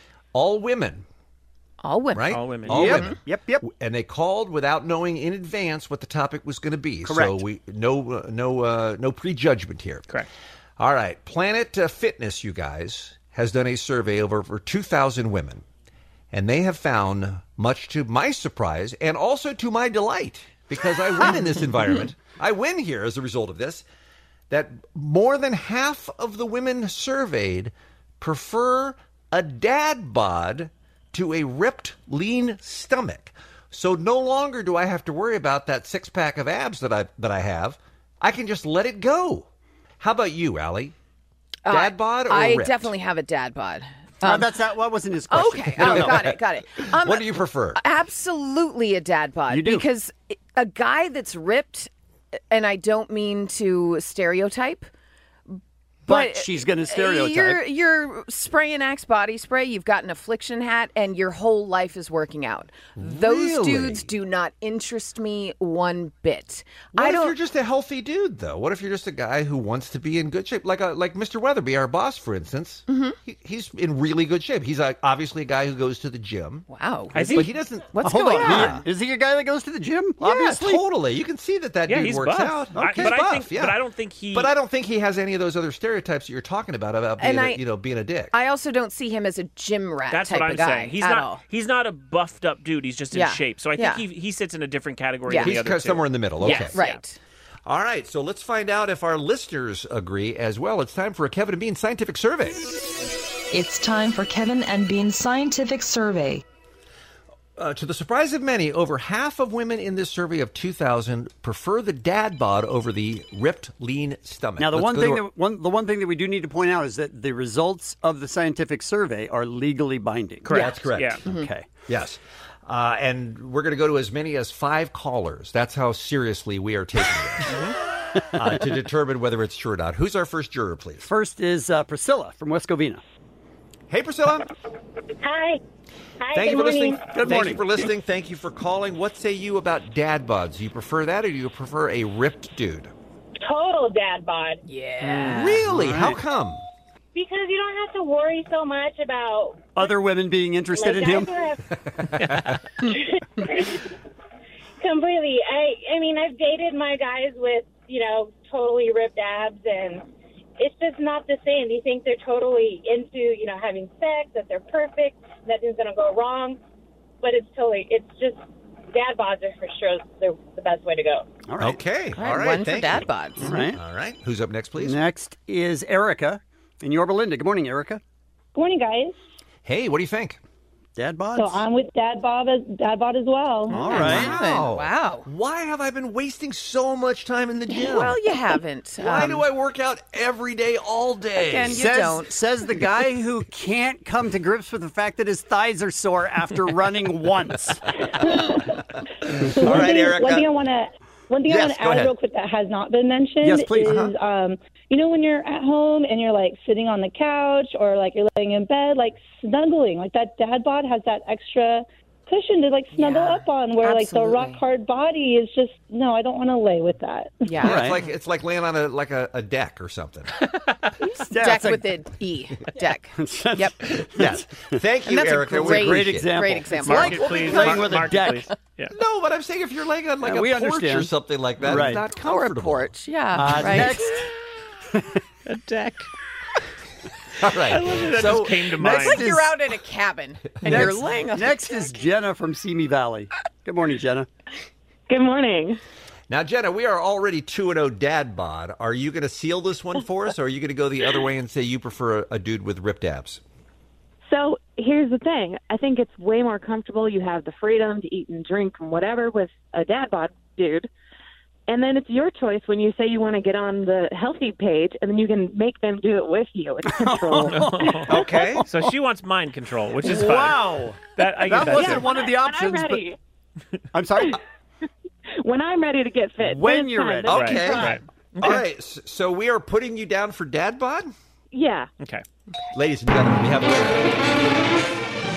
All women.
All women.
Right?
All women.
All
Yep.
women.
Yep, yep.
And they called without knowing in advance what the topic was going to be. So
Correct.
we no uh, no uh, no prejudgment here. Correct. All right. Planet uh, Fitness, you guys, has done a survey of over 2,000 women, and they have found, much to my surprise and also to my delight, because I win
[LAUGHS]
in this environment. I win here as a result of this. That more than half of the women surveyed prefer a dad bod to a ripped, lean stomach. So no longer do I have to worry about that six pack of abs that I that I have. I can just let it go. How about you, Allie?
Uh,
Dad bod or
I
ripped?
definitely have a dad bod.
Oh,
Uh, that's not what wasn't his question.
Okay. Oh, got it.
[LAUGHS]
Got it. Um,
what do you prefer?
Absolutely a dad bod.
You do.
Because a guy that's ripped, and I don't mean to stereotype.
But she's gonna stereotype.
You're, you're spraying Axe body spray. You've got an affliction hat, and your whole life is working out. Those
Really?
dudes do not interest me one bit.
What
I
if
don't.
you're just a healthy dude, though? What if you're just a guy who wants to be in good shape, like a, like Mr. Weatherby, our boss, for instance?
Mm-hmm.
He, he's in really good shape. He's uh obviously a guy who goes to the gym.
Wow,
I think- But he doesn't- What's
Hold
going
on.
on?
He- Is he a guy that goes to the gym?
Yeah,
Obviously.
totally. You can see that that
Yeah,
dude
he's
works
buff.
out.
I-
Okay,
but I
buff,
think-
yeah.
but I
don't think he-
But I don't think he has any of those other stereotypes that you're talking about about being,
And
a,
I-
you know, being a dick.
I also don't see him as a gym rat
That's
type
what I'm
of guy
saying. He's
at
not.
all.
He's not a buffed up dude. He's just in
Yeah.
shape. So I
Yeah.
think he he sits in a different category.
Yeah.
Than the
He's
other
kind of
two.
somewhere in the middle. Okay.
Yes.
Right.
All right, so let's find out if our listeners agree as well. It's time for a Kevin and Bean scientific survey.
It's time for Kevin and Bean's scientific survey.
Uh, to the surprise of many, over half of women in this survey of 2,000 prefer the dad bod over the ripped, lean stomach.
Now the
Let's
one
go to
thing
our-
that one the one thing that we do need to point out is that the results of the scientific survey are legally binding.
Correct. That's correct. Yeah.
Mm-hmm.
Mm-hmm.
Mhm.
Okay.
Yes. Uh, and we're going to go to as many as five callers. That's how seriously we are taking it uh, to determine whether it's true or not. Who's our first juror, please?
First is uh, Priscilla from West Covina.
Hey, Priscilla.
Hi. Hi.
Thank
good
you for
morning.
listening. Thank you for listening. Thank you for calling. What say you about dad bods? Do you prefer that or do you prefer a ripped dude?
Total dad bod. Yeah.
Really? How come?
Because you don't have to worry so much about
Other women being interested
like,
in
[LAUGHS]
him. [LAUGHS]
guys are- [LAUGHS] completely. I I mean, I've dated my guys with you know totally ripped abs, and it's just not the same. You think they're totally into you know having sex, that they're perfect, nothing's gonna go wrong, but it's totally it's just dad bods are for sure the, the best way to go.
All right.
Okay.
All right, one for
thank
dad
you.
bods.
All right.
All right. Who's up next, please?
Next is Erica in Yorba Linda. Good morning, Erica.
Good morning, guys.
Hey, what do you think?
Dad bods.
So uh, I'm with Dad Bob as Dad Bod as well.
All right.
Wow. Why have I been wasting so much time in the gym?
Well, you haven't.
[LAUGHS] Why
Um,
do I work out every day, all day?
Again, you
says,
don't.
Says the guy who can't come to grips with the fact that his thighs are sore
[LAUGHS]
after running once.
All
one
right,
thing,
Erica.
One thing I [LAUGHS] want to one thing
Yes, go
I want to add
ahead.
real quick that has not been mentioned
Yes, please.
is
Uh-huh.
um, you know when you're at home and you're like sitting on the couch or like you're laying in bed like snuggling like that dad bod has that extra cushion to like snuggle up on where like the rock hard body is just no I don't want to lay with that.
Yeah.
Yeah, It's like it's like laying on a like a, a deck or
[LAUGHS]
something.
deck
[LAUGHS]
with an E. Deck. yep.
yes. Thank
And
you,
that's a
Erica. We
great-
appreciate it.
example. great example. Mark it,
Well,
please.
because-
Laying with a Mark it, deck. please.
No, but I'm saying if you're laying on like
Yeah,
a
we
porch or
understand.
something like that,
Right.
it's not
Or a
comfortable.
porch. Yeah.
Uh,
right.
Next.
a deck.
All right.
I love that that
so
just came
to
It's
next
like
is-
you're out in a cabin and
next,
you're laying on
next is Jenna from Simi Valley. Good morning, Jenna.
Good morning.
Now, Jenna, we are already two and zero dad bod. Are you going to seal this one for us, or are you going to go the other way and say you prefer a, a dude with ripped abs?
So here's the thing. I think it's way more comfortable. You have the freedom to eat and drink and whatever with a dad bod dude. And then it's your choice when you say you want to get on the healthy page, and then you can make them do it with you.
[LAUGHS]
It's control.
okay. So she wants mind control, which is fine.
Wow.
That I get
That wasn't
too.
one of the
When I'm
options. but-
ready.
I'm sorry.
[LAUGHS] when I'm ready to get fit.
When
this
you're
time,
ready.
this
Okay.
time.
Right. All right. s- So we are putting you down for dad bod.
Yeah.
Okay.
Ladies and gentlemen, we have a winner.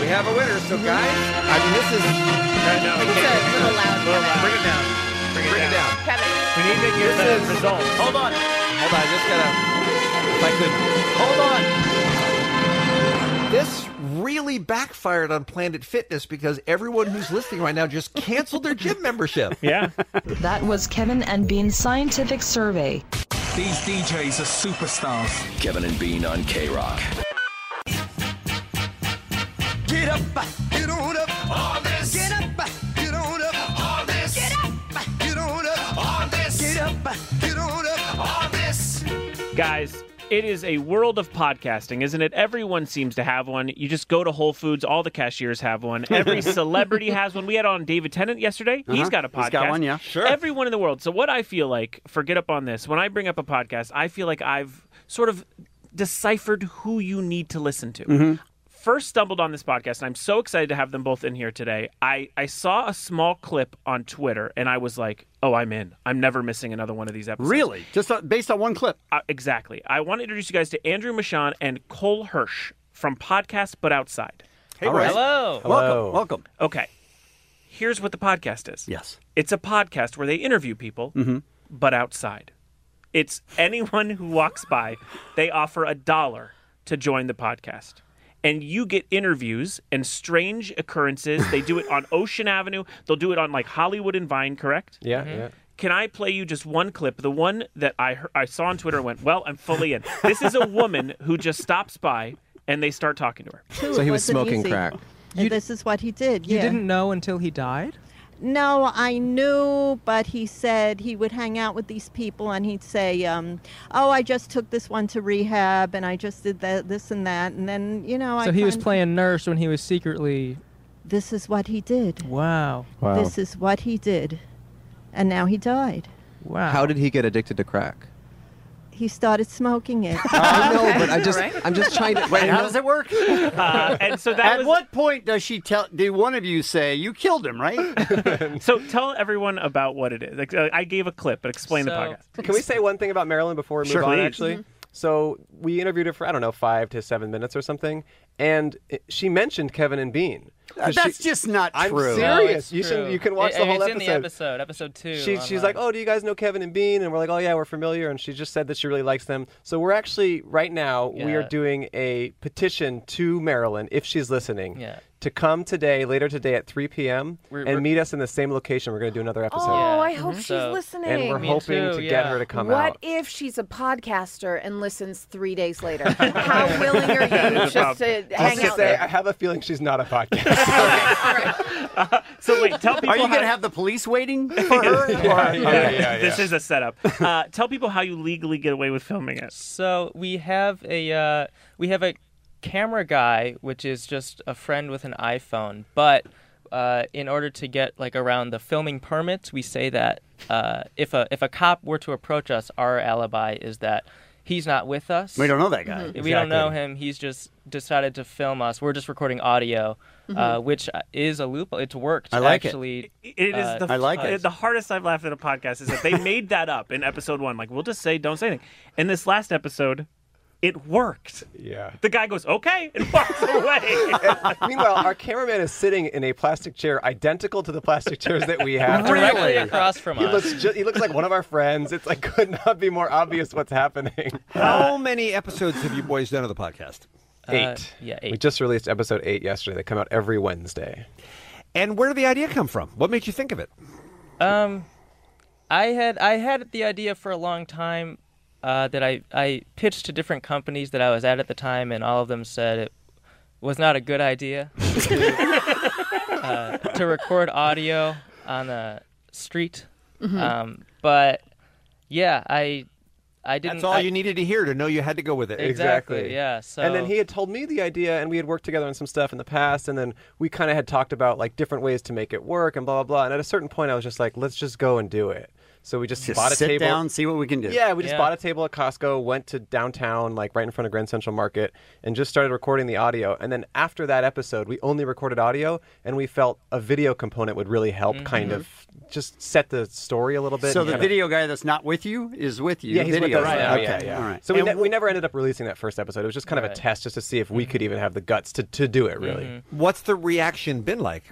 We have a winner. So guys, I mean this is. Bring it down. Bring it down.
We need to get the results.
Hold on.
Hold on. Just gotta. If I could.
Hold on.
this really backfired on Planet Fitness because everyone who's listening right now just canceled their gym membership.
[LAUGHS] Yeah.
That was Kevin and Bean's scientific survey.
These DJs are superstars. Kevin and Bean on K Rock.
Get up, get on up, all this. Get up, get on up, all this. Get up, get on up, all this. Get up, get on up, all this.
Guys, it is a world of podcasting, isn't it? Everyone seems to have one. You just go to Whole Foods, all the cashiers have one.
[LAUGHS]
Every celebrity has one. We had on David Tennant yesterday.
Uh-huh.
He's got a podcast.
He's got one, yeah.
Sure. Everyone in the world. So what I feel like, forget up on this. When I bring up a podcast, I feel like I've sort of deciphered who you need to listen to.
Mm-hmm.
Mm-hmm.
first stumbled on this podcast, and I'm so excited to have them both in here today. I, I saw a small clip on Twitter, and I was like, oh, I'm in. I'm never missing another one of these episodes.
Really? Just uh, based on one clip?
Uh, exactly. I want to introduce you guys to Andrew Michon and Cole Hirsch from Podcast But Outside.
Hey, All right. guys. Hello. Hello. Welcome, welcome.
Okay. Here's what the podcast is
Yes.
it's a podcast where they interview people,
Mhm.
but outside. It's anyone who walks by, they offer a dollar to join the podcast. And you get interviews and strange occurrences. They do it
[LAUGHS]
on Ocean Avenue. They'll do it on like Hollywood and Vine, correct? Mm-hmm.
Yeah,
Mm-hmm.
Mhm. yeah.
Can I play you just one clip? The one that I heard, I saw on Twitter and went, "Well, I'm fully in." This is a woman who just stops by and they start talking to her.
too. It wasn't easy. And this is what he did.
You
yeah.
didn't know until he died?
No, I knew, but he said he would hang out with these people and he'd say, um, "Oh, I just took this one to rehab, and I just did that, this and that." And then you know, Oh, I
so he was
find-
playing nurse when he was secretly.
This is what he did.
Wow.
This is what he did, and now he died.
Wow.
How did he get addicted to crack?
He started smoking it.
[LAUGHS] I know, but I just I'm just trying to
Wait, how does
[LAUGHS]
it work? Uh,
and so that
At what point does she tell? Did one of you say you killed him? Right?
so tell everyone about what it is. Like, uh, I gave a clip, but explain
Oh.
[LAUGHS]
the podcast.
podcast.
Can we say one thing about Marilyn before we move
Sure.
on?
Please.
Actually,
Mm-hmm.
Mhm.
so we interviewed her for I don't know five to seven minutes or something, and it- she mentioned Kevin and Bean. 'Cause
That's
she-
just not
I'm
true.
serious. you should you can watch
It-
the whole
it's
episode.
in the episode, episode two.
She, she's like, oh, do you guys know Kevin and Bean? And we're like, oh yeah, we're familiar. And she just said that she really likes them. So we're actually right now we are
Yeah.
doing a petition to Marilyn, if she's listening,
Yeah.
to come today, later today at 3 p.m.
We're-
and
we're-
meet us in the same location. We're going to do another episode.
Oh, I hope she's listening.
And we're hoping to get her to come
what
out.
if she's a podcaster and listens three days later? How willing
[LAUGHS]
are you just to hang out
say,
there?
I have a feeling she's not
[LAUGHS]
a podcast. [LAUGHS]
so wait, tell people.
Are you
how-
going to have the police waiting for [LAUGHS] her?
Yeah,
Or-
yeah, yeah. This is a setup. Uh, tell people how you legally get away with filming it.
So we have a uh, we have a camera guy, which is just a friend with an iPhone. But uh, in order to get like around the filming permits, we say that uh, if a if a cop were to approach us, our alibi is that he's not with us. Mm-hmm.
We don't know that guy. Mhm.
We don't know
Exactly.
him. He's just decided to film us. We're just recording audio, uh,
Mhm.
which is a loophole. It's worked.
I like it.
actually.
It is
uh,
the The hardest I've laughed at a podcast is
[LAUGHS]
that they made that up in episode one. Like, we'll just say, don't say anything. In this last episode, it worked.
Yeah.
The guy goes, okay, and walks [LAUGHS] away.
Meanwhile,
[LAUGHS]
our cameraman is sitting in a plastic chair identical to the plastic chairs that we have
Directly across from
he
us.
Looks ju- he looks like one of our friends. It's like [LAUGHS] could not be more obvious what's happening.
Uh,
How many episodes have you boys done of the podcast?
Eight.
yeah,
We just released episode eight yesterday. They come out every Wednesday.
And where did the idea come from? What made you think of it?
Um, I had I had the idea for a long time uh, that I I pitched to different companies that I was at at the time, and all of them said it was not a good idea [LAUGHS] to, uh, to record audio on a street.
Mhm.
Um, but yeah, I I didn't.
all
I-
you
needed to hear to know you had to go with it.
Exactly, yeah,
And then
so-
he had told me the idea, and we had worked together on some stuff in the past, and then we kind of had talked about like different ways to make it work and blah blah blah. And at a certain point, I was just like, let's just go and do it. So we just,
Just
bought a
sit
table,
down, see what we can do.
Yeah, we just
Yeah.
bought a table at Costco, went to downtown, like right in front of Grand Central Market, and just started recording the audio. And then after that episode, we only recorded audio, and we felt a video component would really help,
Mm-hmm.
kind
Mhm.
of just set the story a little bit.
So
and
the
kinda-
video guy that's not with you is with you.
yeah, he's
Video.
with us now.
Okay,
Yeah, yeah.
all right.
So we, ne- we never ended up releasing that first episode. It was just kind of a
Right.
test just to see if we
Mm-hmm.
could even have the guts to, to do it, really.
Mhm.
What's the reaction been like?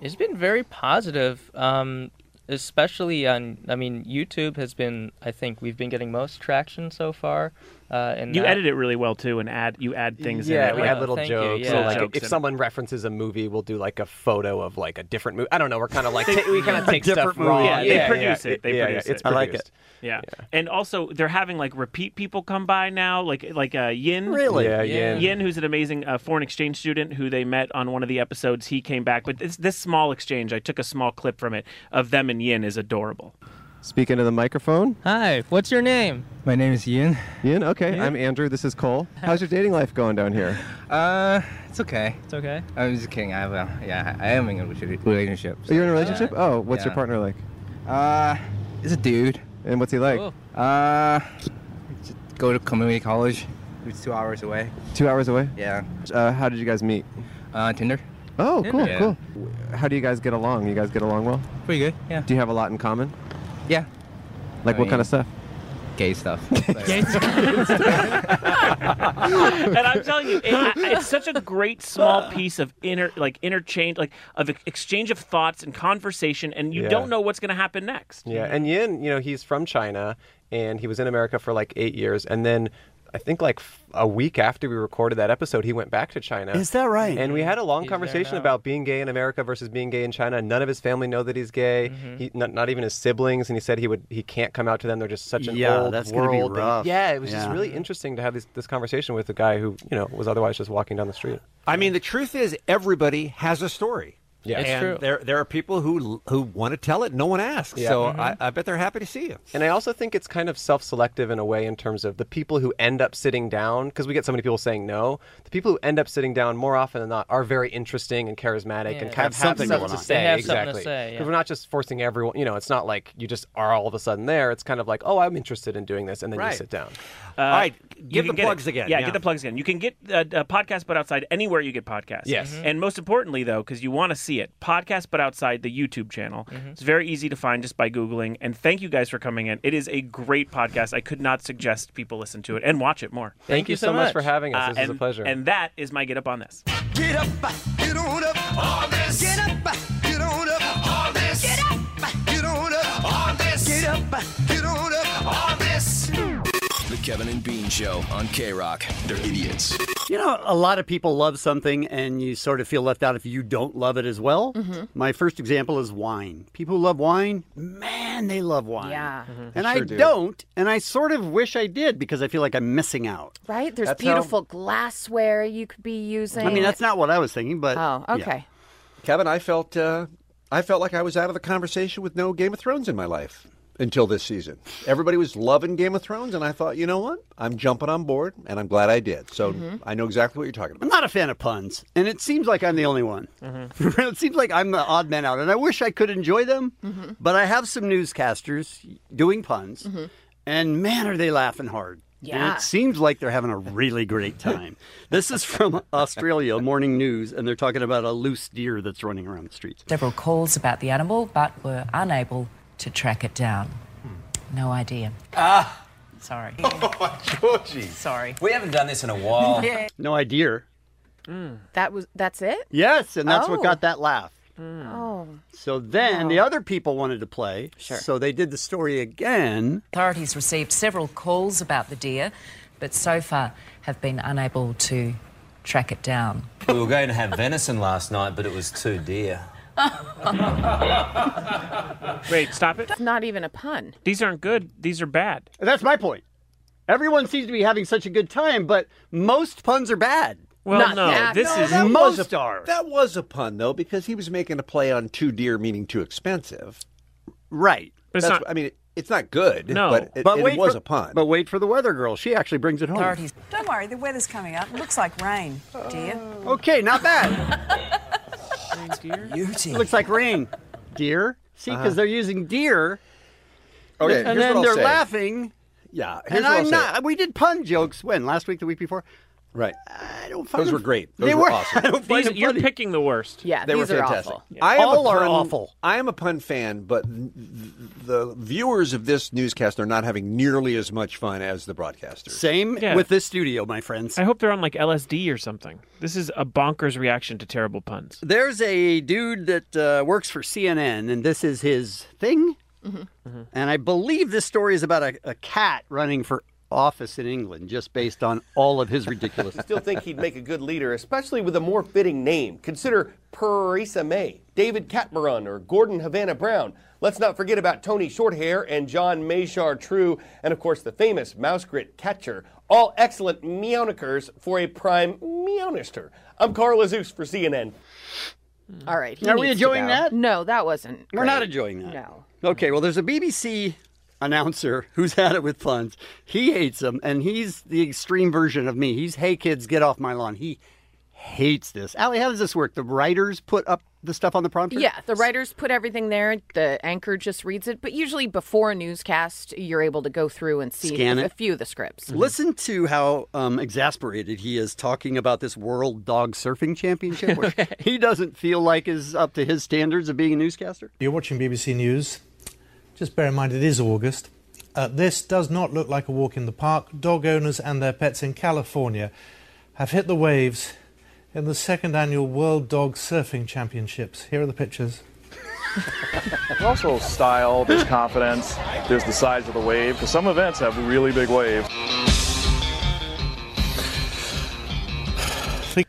It's been very positive. Um, especially on. I mean, YouTube has been. I think we've been getting most traction so far. Uh, and
You
that-
edit it really well too, and add you add things.
Yeah,
in it,
we
like-
add little
Thank you,
jokes,
yeah.
little
Little
like,
jokes
if
in it.
someone
references a movie, we'll do like a photo of like a different movie. I don't know. We're kind of like ta- we kind [LAUGHS]
[LAUGHS]
of take stuff raw.
Yeah, they produce it. They
yeah,
produce
yeah,
it.
It's produced.
Yeah. and also they're having like repeat people come by now, like like uh, Yin.
Really? Yeah, Yin.
Yin, who's an amazing uh, foreign exchange student who they met on one of the episodes. He came back, but this this small exchange, I took a small clip from it of them and Yin is adorable.
Speaking to the microphone.
Hi, what's your name?
My name is Ian. Ian, okay.
Ian?
I'm Andrew. This is Cole. How's your dating life going down here?
Uh, it's okay.
It's okay.
I'm just kidding. I have a yeah. I am in a rela-
Mm-hmm. [LAUGHS]
relationship.
Are you in a relationship? Oh, what's your
Yeah.
partner like?
Uh, it's a dude.
And what's he like?
Uh, I just go to community college. It's two hours away.
Two hours away.
Yeah.
Uh, how did you guys meet?
Uh, Tinder.
Oh, cool,
Yeah.
cool. How do you guys get along? You guys get along well?
Pretty good. Yeah.
Do you have a lot in common?
Yeah.
Like what
I mean-
kind of stuff? [LAUGHS]
Gay stuff.
[LAUGHS] and I'm telling you, it, I- it's such a great small piece of inner, like interchange, like of ex- exchange of thoughts and conversation, and you
Yeah.
don't know what's going to happen next.
Yeah,
Mm-hmm.
and Yin, you know, he's from China and he was in America for like eight years, and then I think like f- a week after we recorded that episode, he went back to China.
Is that right?
And we had a long
He's there
conversation
now.
about being gay in America versus being gay in China. None of his family know that he's gay.
Mm-hmm.
He, not, not even his siblings, and he said he would he can't come out to them. They're just such an
Yeah,
old
that's gonna be
world. thing.
rough.
Yeah, it was just
Yeah.
really interesting to have this, this conversation with a guy who you know was otherwise just walking down the street.
I mean, the truth is, everybody has a story.
Yeah. It's
and
true.
There, there are people who who want to tell it. No one asks.
Yeah.
So
Mm-hmm.
Mm-hmm.
Mhm.
I, I bet they're happy to see you.
And I also think it's kind of self selective in a way in terms of the people who end up sitting down, because we get so many people saying no. The people who end up sitting down more often than not are very interesting and charismatic
Yeah.
and kind
Have
of have
something
something
going
to
on.
say.
They have something to
exactly.
say, yeah.
'Cause we're not just forcing everyone, you know, it's not like you just are all of a sudden there. It's kind of like, oh, I'm interested in doing this. And then
Right.
you sit down.
Uh, you
give
can
the
get it.
plugs again,
Yeah,
yeah.
get the plugs again. You can get uh, uh, podcast, but outside anywhere you get podcasts.
Yes. Mhm.
and most importantly though, because you want to see it, podcast, but outside the YouTube channel. It's very easy to find just by googling. And thank you guys for coming in. It is a great podcast. I could not suggest people listen to it and watch it more. Uh,
Thank you you so so much much. for having us. This was a
and-
pleasure.
And that is my get up on this.
Get up, get on up, all this. Get up, get on up, all this. Get up, get on up, all this. Get up, get on up, all this.
The Kevin and Bean Show on K Rock. They're idiots.
You know, a lot of people love something and you sort of feel left out if you don't love it as well.
Mhm.
My first example is wine. People who love wine, man, they love wine.
Yeah.
And
They
I mm-hmm.
sure do.
don't, and I sort of wish I did because I feel like I'm missing out.
Right? There's
That's how-
beautiful glassware you could be using.
I mean, that's not what I was thinking, but
Oh, okay.
Kevin, I felt uh, I felt like I was out of the conversation with no Game of Thrones in my life until this season. Everybody was loving Game of Thrones, and I thought, you know what? I'm jumping on board, and I'm glad I did. So
Mhm.
I know exactly what you're talking about.
I'm not a fan of puns, and it seems like I'm the only one. [LAUGHS] it seems like I'm the odd man out, and I wish I could enjoy them,
Mhm.
but I have some newscasters doing puns, and man, are they laughing hard. And
Yeah.
it seems like they're having a really great time. this is from Australia Morning News, and they're talking about a loose deer that's running around the streets.
Several calls about the animal, but were unable to track it down. No idea.
Ah, [LAUGHS]
Sorry.
Oh,
Georgie. Sorry. We haven't done this in a while.
Yeah.
[LAUGHS] No idea.
That was that's it?
Yes, and that's
Oh.
what got that laugh.
Oh.
So then the other people wanted to play,
Sure.
so they did the story again.
Authorities received several calls about the deer, but so far have been unable to track it down.
We were going to have venison last night, but it was too dear.
Wait, stop it.
That's not even a pun.
These aren't good. These are bad.
That's my point. Everyone seems to be having such a good time, but most puns are bad.
Well, Not no, that. this
No,
is-
that
most
was a,
are.
That was a pun though, because he was making a play on too dear, meaning too expensive.
Right.
But it's not, I mean, it's not good. but it, it
wait
was
for-
a pun.
But wait for the weather girl. She actually brings it home.
Don't worry, the weather's coming up. It looks like rain, dear.
Oh.
Okay, not bad.
Beauty.
It looks like rain. Deer. See, because
Uh-huh.
they're using deer.
Okay,
and
here's
then
what I'll
they're
say.
laughing.
Yeah, here's
And
what I'll
I'm
say.
not. We did pun jokes when last week, the week before.
Right.
I don't
Those were great. Those
they
were,
were
awesome.
[LAUGHS] I don't find
These-
them
you're
funny.
picking the worst.
Yeah,
they were fantastic. I am
All
a
are
pun,
awful.
I am a pun fan, but th- the viewers of this newscast are not having nearly as much fun as the broadcasters.
Same
Yeah.
with this studio, my friends.
I hope they're on like LSD or something. This is a bonkers reaction to terrible puns.
There's a dude that uh, works for CNN, and this is his thing.
Mm-hmm.
And I believe this story is about a, a cat running for office in England, just based on all of his ridiculous.
[LAUGHS] Still think he'd make a good leader, especially with a more fitting name. Consider Parisa May, David Catmaron, or Gordon Havana Brown. Let's not forget about Tony Shorthair and John Mayshar True, and of course the famous Mouse Grit Catcher. All excellent meownikers for a prime meownister. I'm Carl Azus for CNN.
All right. he
Are we
needs to
enjoying
go.
that?
No, that wasn't.
We're
great.
not
enjoying that.
No.
[LAUGHS] Okay, well, there's a BBC announcer who's had it with puns. He hates them, and he's the extreme version of me. He's, hey, kids, get off my lawn. He hates this. Allie, how does this work? The writers put up the stuff on the prompter?
Yeah, the writers put everything there. The anchor just reads it, but usually before a newscast, you're able to go through and see
Scan
a,
it.
a few of the scripts.
Listen to how um, exasperated he is talking about this World Dog Surfing Championship, which he doesn't feel like is up to his standards of being a newscaster. [LAUGHS]
You're watching BBC News. Just bear in mind it is August. Uh, this does not look like a walk in the park. Dog owners and their pets in California have hit the waves in the second annual World Dog Surfing Championships. Here are the pictures.
There's also style, there's confidence, there's the size of the wave, because some events have really big waves.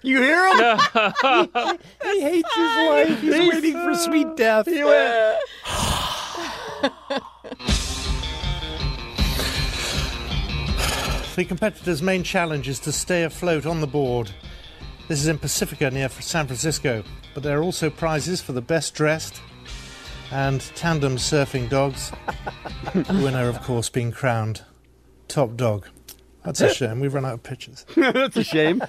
You hear
[LAUGHS]
him? he, he hates his life. He's waiting for sweet
[LAUGHS]
death. He
uh,
went,
The competitors' main challenge is to stay afloat on the board. This is in Pacifica near San Francisco, but there are also prizes for the best dressed and tandem surfing [LAUGHS] dogs. the winner, of course, being crowned top dog. That's a shame. We've run out of pictures.
That's a shame.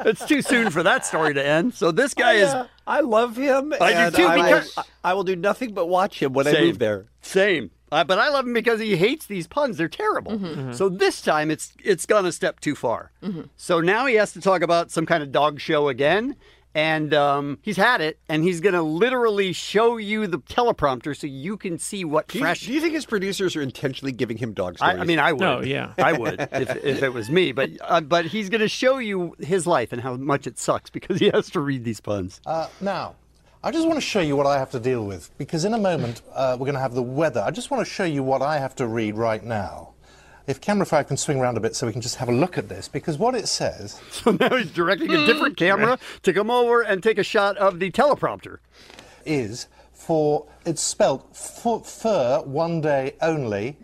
It's too soon for that story to end. So this guy
I,
is.
uh, I love him.
I do
and
too,
will-
because-
I will do nothing but watch him when I
Same.
move there.
Same. Uh, but I love him because he hates these puns. They're terrible. So this time it's it's gone a step too far. So now he has to talk about some kind of dog show again. And um, he's had it, and he's going to literally show you the teleprompter so you can see what
Do you,
fresh.
do you think his producers are intentionally giving him dog
I,
stories?
I mean, I would.
No, yeah.
[LAUGHS] I would if, if it was me. But uh, but he's going to show you his life and how much it sucks because he has to read these puns.
Uh, now, I just want to show you what I have to deal with because in a moment uh, we're going to have the weather. I just want to show you what I have to read right now. If camera five can swing around a bit so we can just have a look at this because what it says.
So now [LAUGHS] he's directing a different
Hmm.
camera to come over and take a shot of the teleprompter.
Is for it's spelt fu- fur one day only.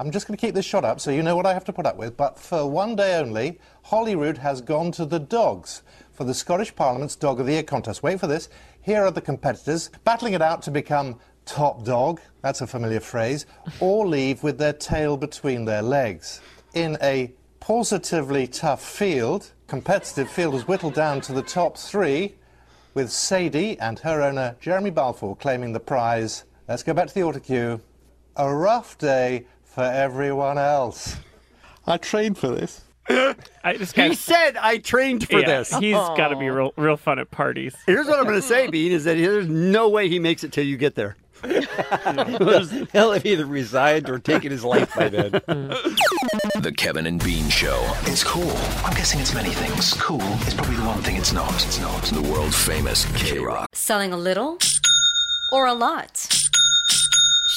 I'm just going to keep this shot up so you know what I have to put up with. But for one day only, Holyrood has gone to the dogs for the Scottish Parliament's Dog of the Year contest. Wait for this. Here are the competitors battling it out to become top dog. That's a familiar phrase. Or leave with their tail between their legs. In a positively tough field, competitive field was whittled down to the top three with Sadie and her owner Jeremy Balfour claiming the prize. Let's go back to the auto cue. A rough day for everyone else. I trained for this.
I, this
He said I trained for this.
He's got to be real, real fun at parties.
Here's what I'm going to say, Bean, is that there's no way he makes it till you get there.
He'll have either resigned or taken his life by then.
[LAUGHS] The Kevin and Bean Show. It's cool. I'm guessing it's many things. Cool is probably the one thing it's not. It's not. The world famous K Rock.
Selling a little or a lot?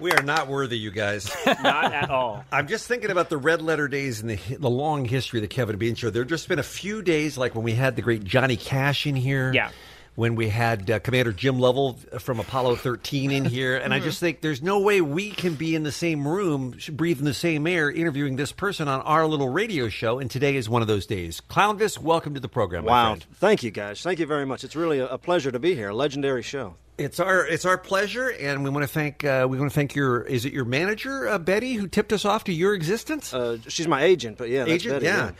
We are not worthy, you [LAUGHS] guys.
Not at all.
[LAUGHS] I'm just thinking about the red letter days and the, the long history of the Kevin and Bean Show. There have just been a few days, like when we had the great Johnny Cash in here. Yeah. When we had uh, Commander Jim Lovell from Apollo 13 in here. And I
Mm-hmm.
just think there's no way we can be in the same room, sh- breathing the same air, interviewing this person on our little radio show. And today is one of those days. Clownvis, welcome to the program. my
Wow.
friend.
Thank you, guys. Thank you very much. It's really a, a pleasure to be here. Legendary show.
It's our it's our pleasure, and we want to thank uh, we want to thank your is it your manager uh, Betty who tipped us off to your existence?
Uh, she's my agent, but yeah, that's
agent,
Betty,
yeah.
yeah.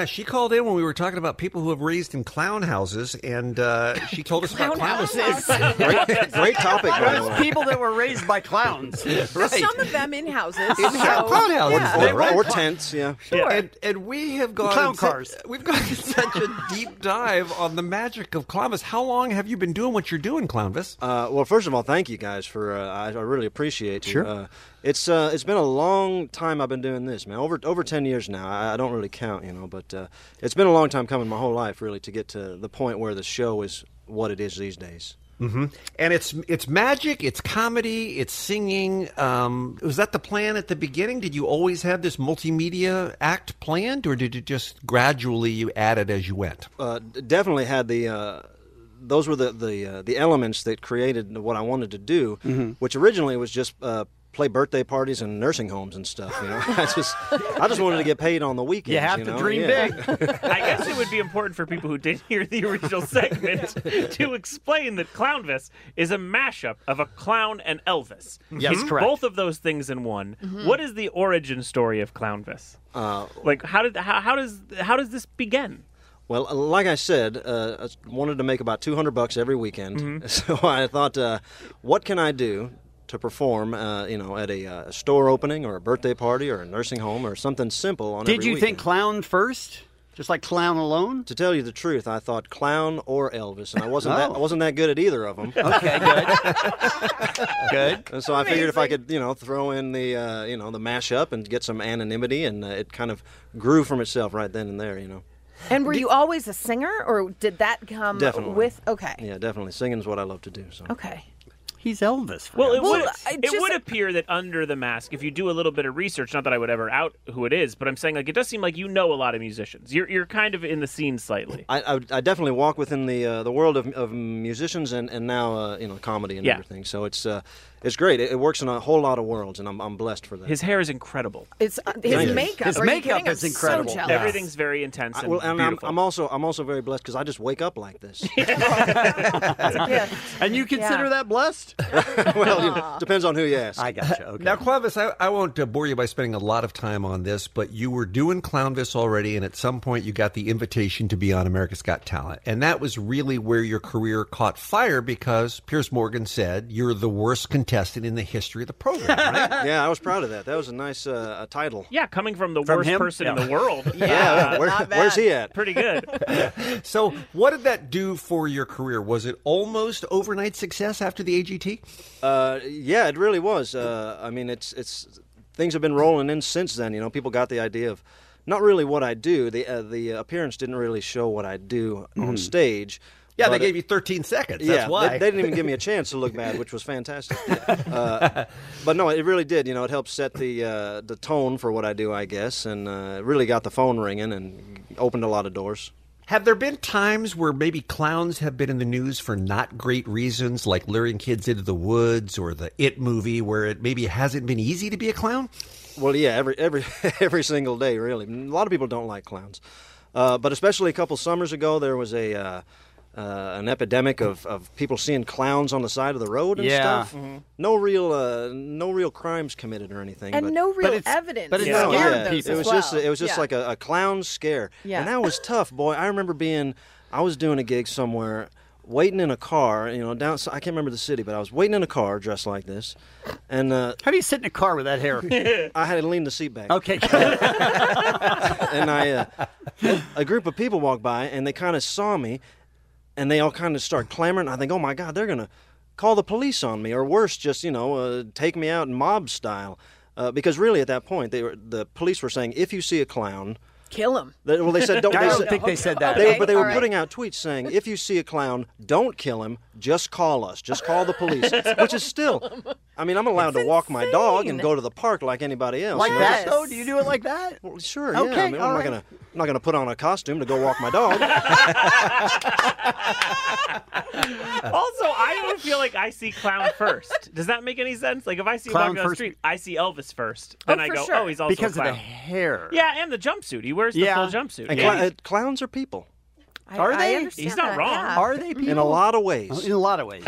yeah, She called in when we were talking about people who have raised in clown houses, and uh, she told us about clown houses.
[LAUGHS] Great-
[LAUGHS]
great topic, by the way.
People that were raised by clowns.
Some of them in houses.
In
so-
clown houses,
Yeah.
though,
Or,
right?
or tents, Oh, yeah.
And, and we have gone
Clown
such-
cars.
we've gone such a deep dive on the magic of Clownvis. How long have you been doing what you're doing, Clownvis?
Uh, well, first of all, thank you guys for. Uh, I, I really appreciate you.
Sure.
Uh, it's uh, it's been a long time I've been doing this, man. Over over ten years now. I, I don't really count, you know, but uh, it's been a long time coming, my whole life, really, to get to the point where the show is what it is these days.
Mm-hmm. And it's it's magic, it's comedy, it's singing. Um, was that the plan at the beginning? Did you always have this multimedia act planned, or did it just gradually you add it as you went?
uh, d- definitely had the uh, those were the the uh, the elements that created what I wanted to do,
Mhm.
which originally was just uh, play birthday parties in nursing homes and stuff. You know, [LAUGHS] I just I just wanted to get paid on the weekends. You
have to
know?
dream
Yeah.
[LAUGHS] I guess it would be important for people who didn't hear the original segment to explain that Clownvis is a mashup of a clown and Elvis.
Yes,
He's
correct.
Both of those things in one.
Mm-hmm.
Mhm.
What is the origin story of Clownvis?
Uh,
Like how did how, how does how does this begin?
Well, uh, like I said, uh, I s- wanted to make about 200 bucks every weekend.
Mhm.
[LAUGHS] So I thought, uh, what can I do to perform, uh, you know, at a, uh, store opening or a birthday party or a nursing home or something simple on
Did
every
you
weekend.
think clown first? Just like clown
[LAUGHS]
alone?
To tell you the truth, I thought clown or Elvis, and I wasn't that
Oh.
I wasn't that good at either of them.
[LAUGHS] Okay, good.
[LAUGHS] good. And so I figured if I could, you know, throw in the uh, you know the mashup and get some anonymity, and uh, it kind of grew from itself right then and there, you know.
And were you always a singer, or did that come
Definitely.
with? Okay.
Yeah, definitely. Singing's what I love to do. So.
Okay.
He's Elvis.
Well, it
Well,
would
I
it
just-
would appear that under the mask, if you do a little bit of research, not that I would ever out who it is, but I'm saying like it does seem like you know a lot of musicians. You're you're kind of in the scene slightly.
I, I, I definitely walk within the uh, the world of, of musicians and and now uh, you know comedy and
Yeah.
everything. So it's uh, it's great. It, it works in a whole lot of worlds, and I'm, I'm blessed for that.
His hair is incredible.
It's uh, his
Thank you.
makeup.
His
Are you
makeup
kidding? I'm
is incredible.
So jealous.
Yeah.
Everything's very intense
I,
and
well, and I'm,
beautiful.
I'm also I'm also very blessed because I just wake up like
[LAUGHS]
this.
And you consider
Yeah.
[LAUGHS]
that blessed?
well, you know, depends on who you ask.
I
[LAUGHS]
gotcha. Okay.
Now, Clovis, I, I won't uh, bore you by spending a lot of time on this, but you were doing Clownvis already, and at some point you got the invitation to be on America's Got Talent. And that was really where your career caught fire because Piers Morgan said you're the worst contestant in the history of the program.
[LAUGHS] yeah, I was proud of that. That was a nice uh, a title.
Yeah, coming from the
From
worst
him?
person
Yeah.
in the world.
[LAUGHS]
Uh,
Yeah, Yeah, where- not bad. where's he at?
Pretty good.
[LAUGHS] so, what did that do for your career? Was it almost overnight success after the AGT?
[LAUGHS] Uh, yeah, it really was. Uh, I mean, it's it's things have been rolling in since then. You know, people got the idea of not really what I do. The uh, the appearance didn't really show what I do on
Mm.
stage.
Yeah, they
but-
gave you 13 seconds.
yeah,
That's
they-
why.
They, didn't even give me a chance to look bad, which was fantastic. Uh, but no, it really did. You know, it helped set the uh, the tone for what I do, I guess, and uh, it really got the phone ringing and opened a lot of doors.
[LAUGHS] Have there been times where maybe clowns have been in the news for not great reasons, like luring kids into the woods or the It movie, where it maybe hasn't been easy to be
[LAUGHS]
a clown?
Well, yeah, every every [LAUGHS] every single day, really. A lot of people don't like clowns, uh, but especially a couple summers ago, there was a uh, uh, an epidemic of, of people seeing clowns on the side of the road and
Yeah.
stuff.
Mhm.
No real uh, no real crimes committed or anything.
And
but-
no real But it's- evidence but it's
Yeah.
scared
Yeah.
those
It
as
was just
well.
it was just
Yeah.
like a, a clown scare.
Yeah.
And that was tough, boy. I remember being I was doing a gig somewhere. Waiting in a car, you know, down. I can't remember the city, but I was waiting in a car dressed like this, and uh,
how do you sit in a car with that
[LAUGHS]
hair?
I had to lean the seat back.
Okay.
[LAUGHS] and I, uh, a group of people walked by and they kind of saw me, and they all kind of start clamoring. I think, oh my God, they're gonna call the police on me, or worse, just you know, uh, take me out in mob style. Uh, because really, at that point, they were the police were saying, if you see a clown,
Kill him.
they, well, they said don't.
[LAUGHS] I
they
don't
said-
think they said that.
They were-
Okay,
but they were
all right.
putting out tweets saying, "If you see a clown, don't kill him. Just call us. Just call the police." Which is still, I mean, I'm allowed to walk my dog and
insane.
go to the park like anybody else.
like
you know?
that? though? do you do it like that?
Well, sure.
Okay.
yeah, I mean, I'm
all
not
right.
gonna, I'm not gonna put on a costume to go walk my
[LAUGHS]
dog.
also, I don't feel like I see clown first. Does that make any sense? Like if I see
Clown
him walking down the
first.
street, I see Elvis first. Then I
for
go,
sure.
oh, he's also
Because
a
of the
clown.
hair.
Yeah, and the jumpsuit. He wears the
Yeah.
full jumpsuit.
And
Yeah.
cl- uh, clowns are people.
Are they?
He's not wrong.
Are they people? Oh,
In a lot of ways.
In a lot of ways.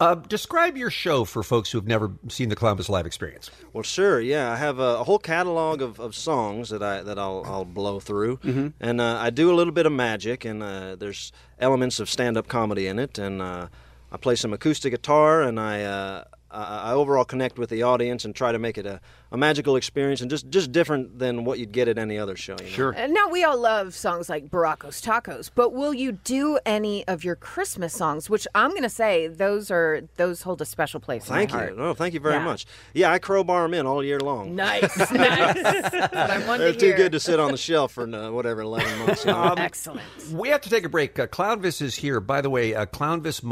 Uh, describe your show for folks who have never seen the Columbus Live experience.
Well, sure. Yeah, I have a, a whole catalog of, of songs that I that I'll I'll blow through, and uh, I do a little bit of magic, and uh, there's elements of stand up comedy in it, and uh, I play some acoustic guitar, and I. Uh, I I overall connect with the audience and try to make it a, a magical experience and just, just different than what you'd get at any other show. You know? Sure.
And now we all love songs like Baracos Tacos, but will you do any of your Christmas songs? Which I'm going to say those are those hold a special place.
Thank
in my
you.
Heart.
No, thank you very
[LAUGHS] Yeah.
much. Yeah, I crowbar them in all year long.
Nice, [LAUGHS] nice. That's what I wanted
They're
to
too
hear.
good to sit on the shelf for uh, whatever eleven [LAUGHS] months. you
[LAUGHS]
know?
Excellent.
um, We have to take a break. Uh, Clownvis is here. By the way, uh,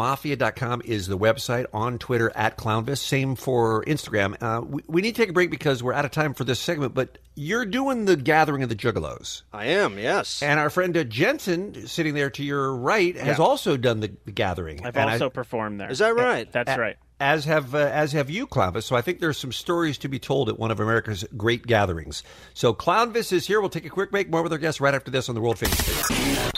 clownvismafia.com is the website on Twitter at clownvis. Same for Instagram. Uh, we, we need to take a break because we're out of time for this segment, but you're doing the gathering of the juggalos.
I am, yes.
And our friend uh, Jensen, sitting there to your right, has
Yeah.
also done the, the gathering.
I've
And I-
also performed there.
Is that right?
That's
A-
right.
As have uh, as have you, Clownvis. So I think there's some stories to be told at one of America's great gatherings. So Clownvis is here. We'll take a quick break. More with our guests right after this on the World Famous. Stage.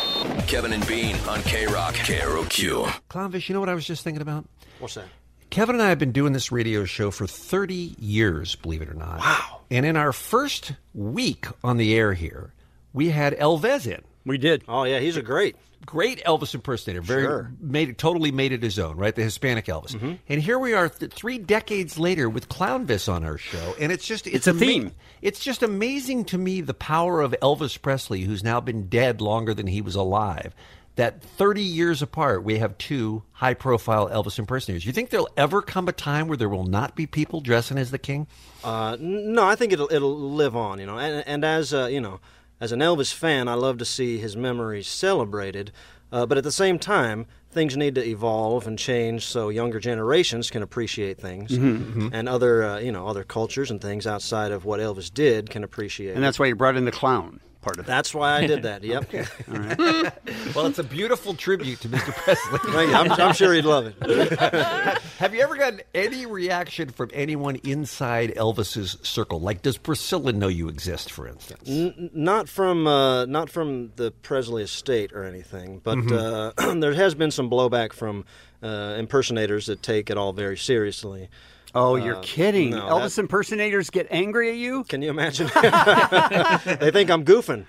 Kevin and Bean on K Rock. KROQ.
Clownfish, you know what I was just thinking about?
What's that?
Kevin and I have been doing this radio show for 30 years, believe it or not. Wow. And in our first week on the air here, we had Elvez in.
We did.
Oh yeah, he's a great,
great Elvis impersonator. Very
Sure. Mm-hmm.
made it totally made it his own, right? The Hispanic Elvis. And here we are, th- three decades later, with Clownvis on our show, and it's just
It's a
ama-
theme.
It's just amazing to me the power of Elvis Presley, who's now been dead longer than he was alive. That 30 years apart, we have two high profile Elvis impersonators. You think there'll ever come a time where there will not be people dressing as the king?
Uh, n- no, I think it'll it'll live on, you know. And and as uh, you know, as an Elvis fan, I love to see his memory celebrated. Uh, but at the same time, things need to evolve and change so younger generations can appreciate things,
Mhm, mhm.
and other uh, you know other cultures and things outside of what Elvis did can appreciate.
and that's why you brought in the clown part of it.
That's why
[LAUGHS]
I did
[LAUGHS]
that. Yep. [LAUGHS]
well, it's a beautiful tribute to Mr. Presley.
Thank you. I'm- I'm sure he'd love
it. [LAUGHS] Have you ever gotten any reaction from anyone inside Elvis's circle? Like, does Priscilla know you exist, for instance?
N- not from uh, not from the Presley estate or anything, but uh, [CLEARS THROAT] there has been some blowback from uh, impersonators that take it all very seriously.
Oh, you're
Uh,
kidding.
no,
Elvis impersonators get angry at you?
Can you
[LAUGHS]
imagine? that- [LAUGHS] they think I'm goofing.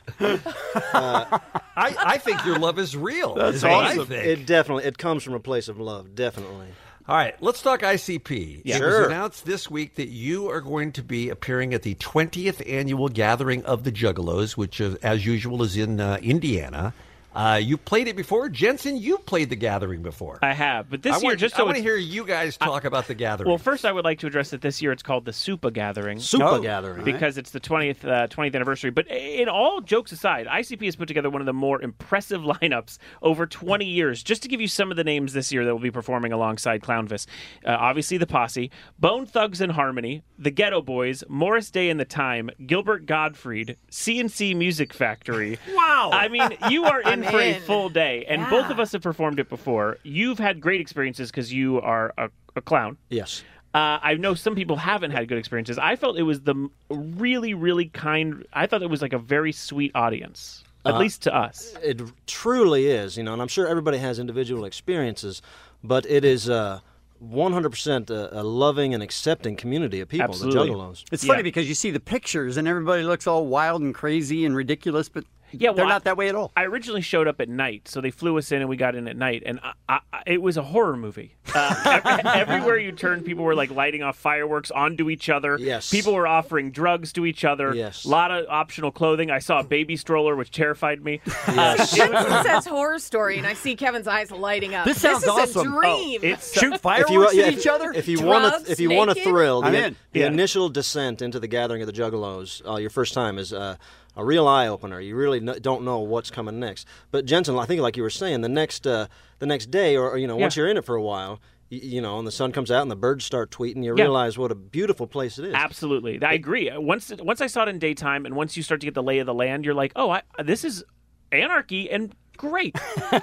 [LAUGHS] I, I think your love is real.
That's
is what I
awesome.
think.
Uh, It definitely it comes from a place of love, definitely.
All right, let's talk ICP.
Yeah.
It was
Sure.
announced this week that you are going to be appearing at the 20th annual gathering of the Juggalos, which, uh, as usual, is in uh, Indiana. Uh, you played it before, Jensen. You played the gathering before.
I have, Uh, but
I
this year,
want-
just
I
so
want to
it's-
hear you guys talk about the gathering.
Well, first, I would like to address that this year it's called the Supa Gathering.
Supa Oh. Gathering.
Because it's the 20th, uh, 20th anniversary. But in all jokes aside, ICP has put together one of the more impressive [LAUGHS] lineups over 20 years. Just to give you some of the names this year that will be performing alongside Clownvis uh, obviously, The Posse, Bone Thugs and Harmony, The Ghetto Boys, Morris Day and the Time, Gilbert Gottfried, CNC Music Factory.
Wow.
I mean, you are
I'm
in for a
in.
full day, and
Yeah.
both of us have performed it before. You've had great experiences because you are a, a clown.
Yes.
Uh, I know some people haven't had good experiences. I felt it was the m- really, really kind. I thought it was like a very sweet audience. At least to us.
Uh, It truly is, you know, and I'm sure everybody has individual experiences, but it is uh, 100% a, a loving and accepting community of people, the Juggalos.
It's funny because you see the pictures and everybody looks all wild and crazy and ridiculous, but
Yeah,
they're
well,
not that way at all.
I originally showed up at night, so they flew us in and we got in at night, and I, I, I- it was a horror movie. Uh, [LAUGHS] every- everywhere you turned, people were like lighting off fireworks onto each other. Yes, people were offering drugs to each other.
Yes.
a lot of optional clothing. I saw a baby stroller, which terrified me. Uh,
[LAUGHS] Yes.
Kevin says horror story, and I see Kevin's eyes lighting up.
This sounds
is
awesome.
Oh,
a dream.
uh,
If you- yeah, if- If you want,
Drugs,
a, if you want a
naked?
thrill,
I'm
the,
in.
the
Yeah.
initial descent into the gathering of the Juggalos, uh, your first time, is uh, a real eye opener. You really kn- don't know what's coming next. But Jensen, I think, like you were saying, the next uh, the next day, or, or, you know, once
Yeah.
you're in it for a while, y- you know, and the sun comes out and the birds start tweeting, you
Yeah.
realize what a beautiful place it is.
Absolutely, I agree. Once once I saw it in daytime, and once you start to get the lay of the land, you're like, oh, I, this is anarchy and
[LAUGHS]
great.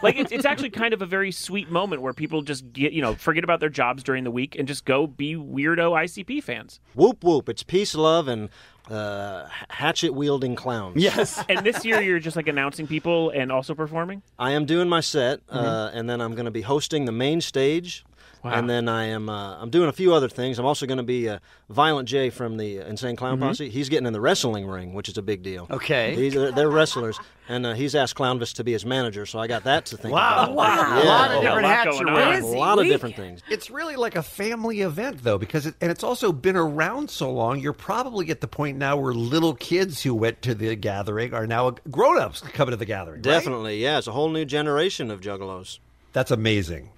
like it's, it's actually kind of a very sweet moment where people just get you know forget about their jobs during the week and just go be weirdo ICP fans.
Whoop whoop! It's peace, love, and uh, hatchet wielding clowns.
and this year you're just like announcing people and also performing.
I am doing my set, uh, and then I'm going to be hosting the main stage.
Wow.
And then I am uh, I'm doing a few other things. I'm also going to be uh, Violent J from the Insane Clown
Mhm.
Posse. He's getting in the wrestling ring, which is a big deal.
Mm-hmm. Okay.
He's, uh, they're, they're wrestlers, and uh, he's asked Clownvis to be his manager, so I got that to think
Wow,
about.
wow. A lot of different hats
A
you're
lot,
wearing.
a
Busy
lot of
week.
different things.
It's really like a family event, though, because it, and it's also been around so long. You're probably at the point now where little kids who went to the gathering are now grown ups coming to the gathering. right?
Definitely, yeah. It's a whole new generation of juggalos.
That's amazing.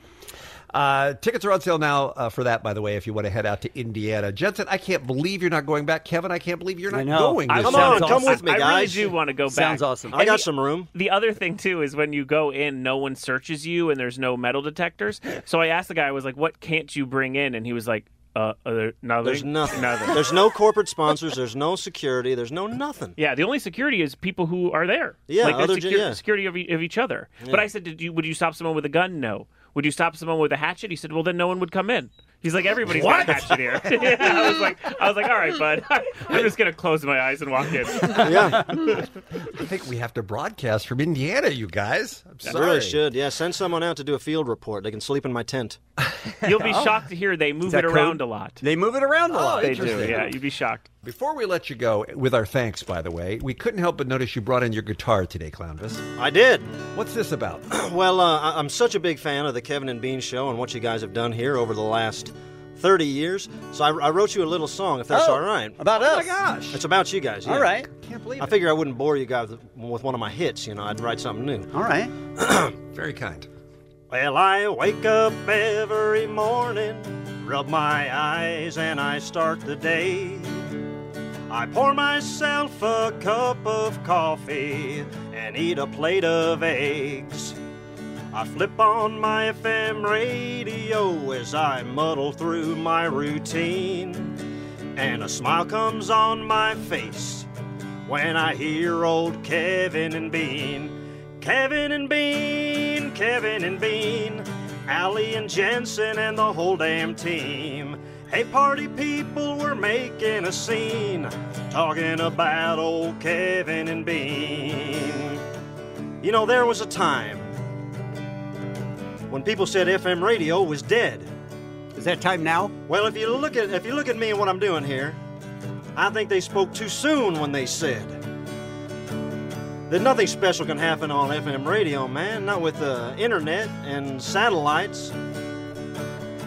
Uh, tickets are on sale now uh, for that, by the way, if you want to head out to Indiana. Jensen, I can't believe you're not going back. Kevin, I can't believe you're not going.
I-
this
Come
year.
on, come with me, guys. I really do want to go back. And the-
room.
The other thing too is when you go in, no one searches you, and there's no metal detectors. So I asked the guy, I was like, "What can't you bring in?" And he was like, "Uh, uh there- nothing.
There's nothing. There's no corporate sponsors. There's no security. There's no nothing.
Yeah, the only security is people who are there.
Yeah,
like there's
other gen-
secu-
yeah.
security of, e- of each other.
Yeah.
But I said, Did you, "Would you stop someone with a gun?" No. Would you stop someone with a hatchet? He said, "Well, then no one would come in." He's like, "Everybody's got a hatchet here." [LAUGHS] Yeah, I was like, "I was like, all right, bud, [LAUGHS] I'm just gonna close my eyes and walk in."
I think we have to broadcast from Indiana, you guys. I'm
You
sorry.
really should. Yeah, send someone out to do a field report. They can sleep in my tent.
[LAUGHS] You'll be
Oh.
shocked to hear they move it
Oh. that
around
code?
a lot. Oh,
They move it around a lot.
They do. Yeah, you'd be shocked.
Before we let you go, with our thanks, by the way, we couldn't help but notice you brought in your guitar today, Clownvis.
I did.
What's this about?
[CLEARS THROAT] well, uh, I- I'm such a big fan of the Kevin and Bean show and what you guys have done here over the last 30 years. So I, I wrote you a little song, if that's
Oh,
all right.
About
oh my gosh.
It's about you guys.
All
yeah.
right. Can't believe
I
it.
figure I wouldn't bore you guys with one of my hits. You know, I'd write something new. [CLEARS THROAT]
All right.
Very kind.
Well, I wake up every morning, rub my eyes, and I start the day. I pour myself a cup of coffee and eat a plate of eggs. I flip on my FM radio as I muddle through my routine, and a smile comes on my face when I hear old Kevin and Bean. Kevin and Bean, Kevin and Bean, Allie and Jensen and the whole damn team. Hey, party people, we're making a scene, talking about old Kevin and Bean. You know, there was a time when people said FM radio was dead.
Is that time now?
Well, if you look at if you look at me and what I'm doing here, I think they spoke too soon when they said that nothing special can happen on FM radio, man. Not with the internet and satellites.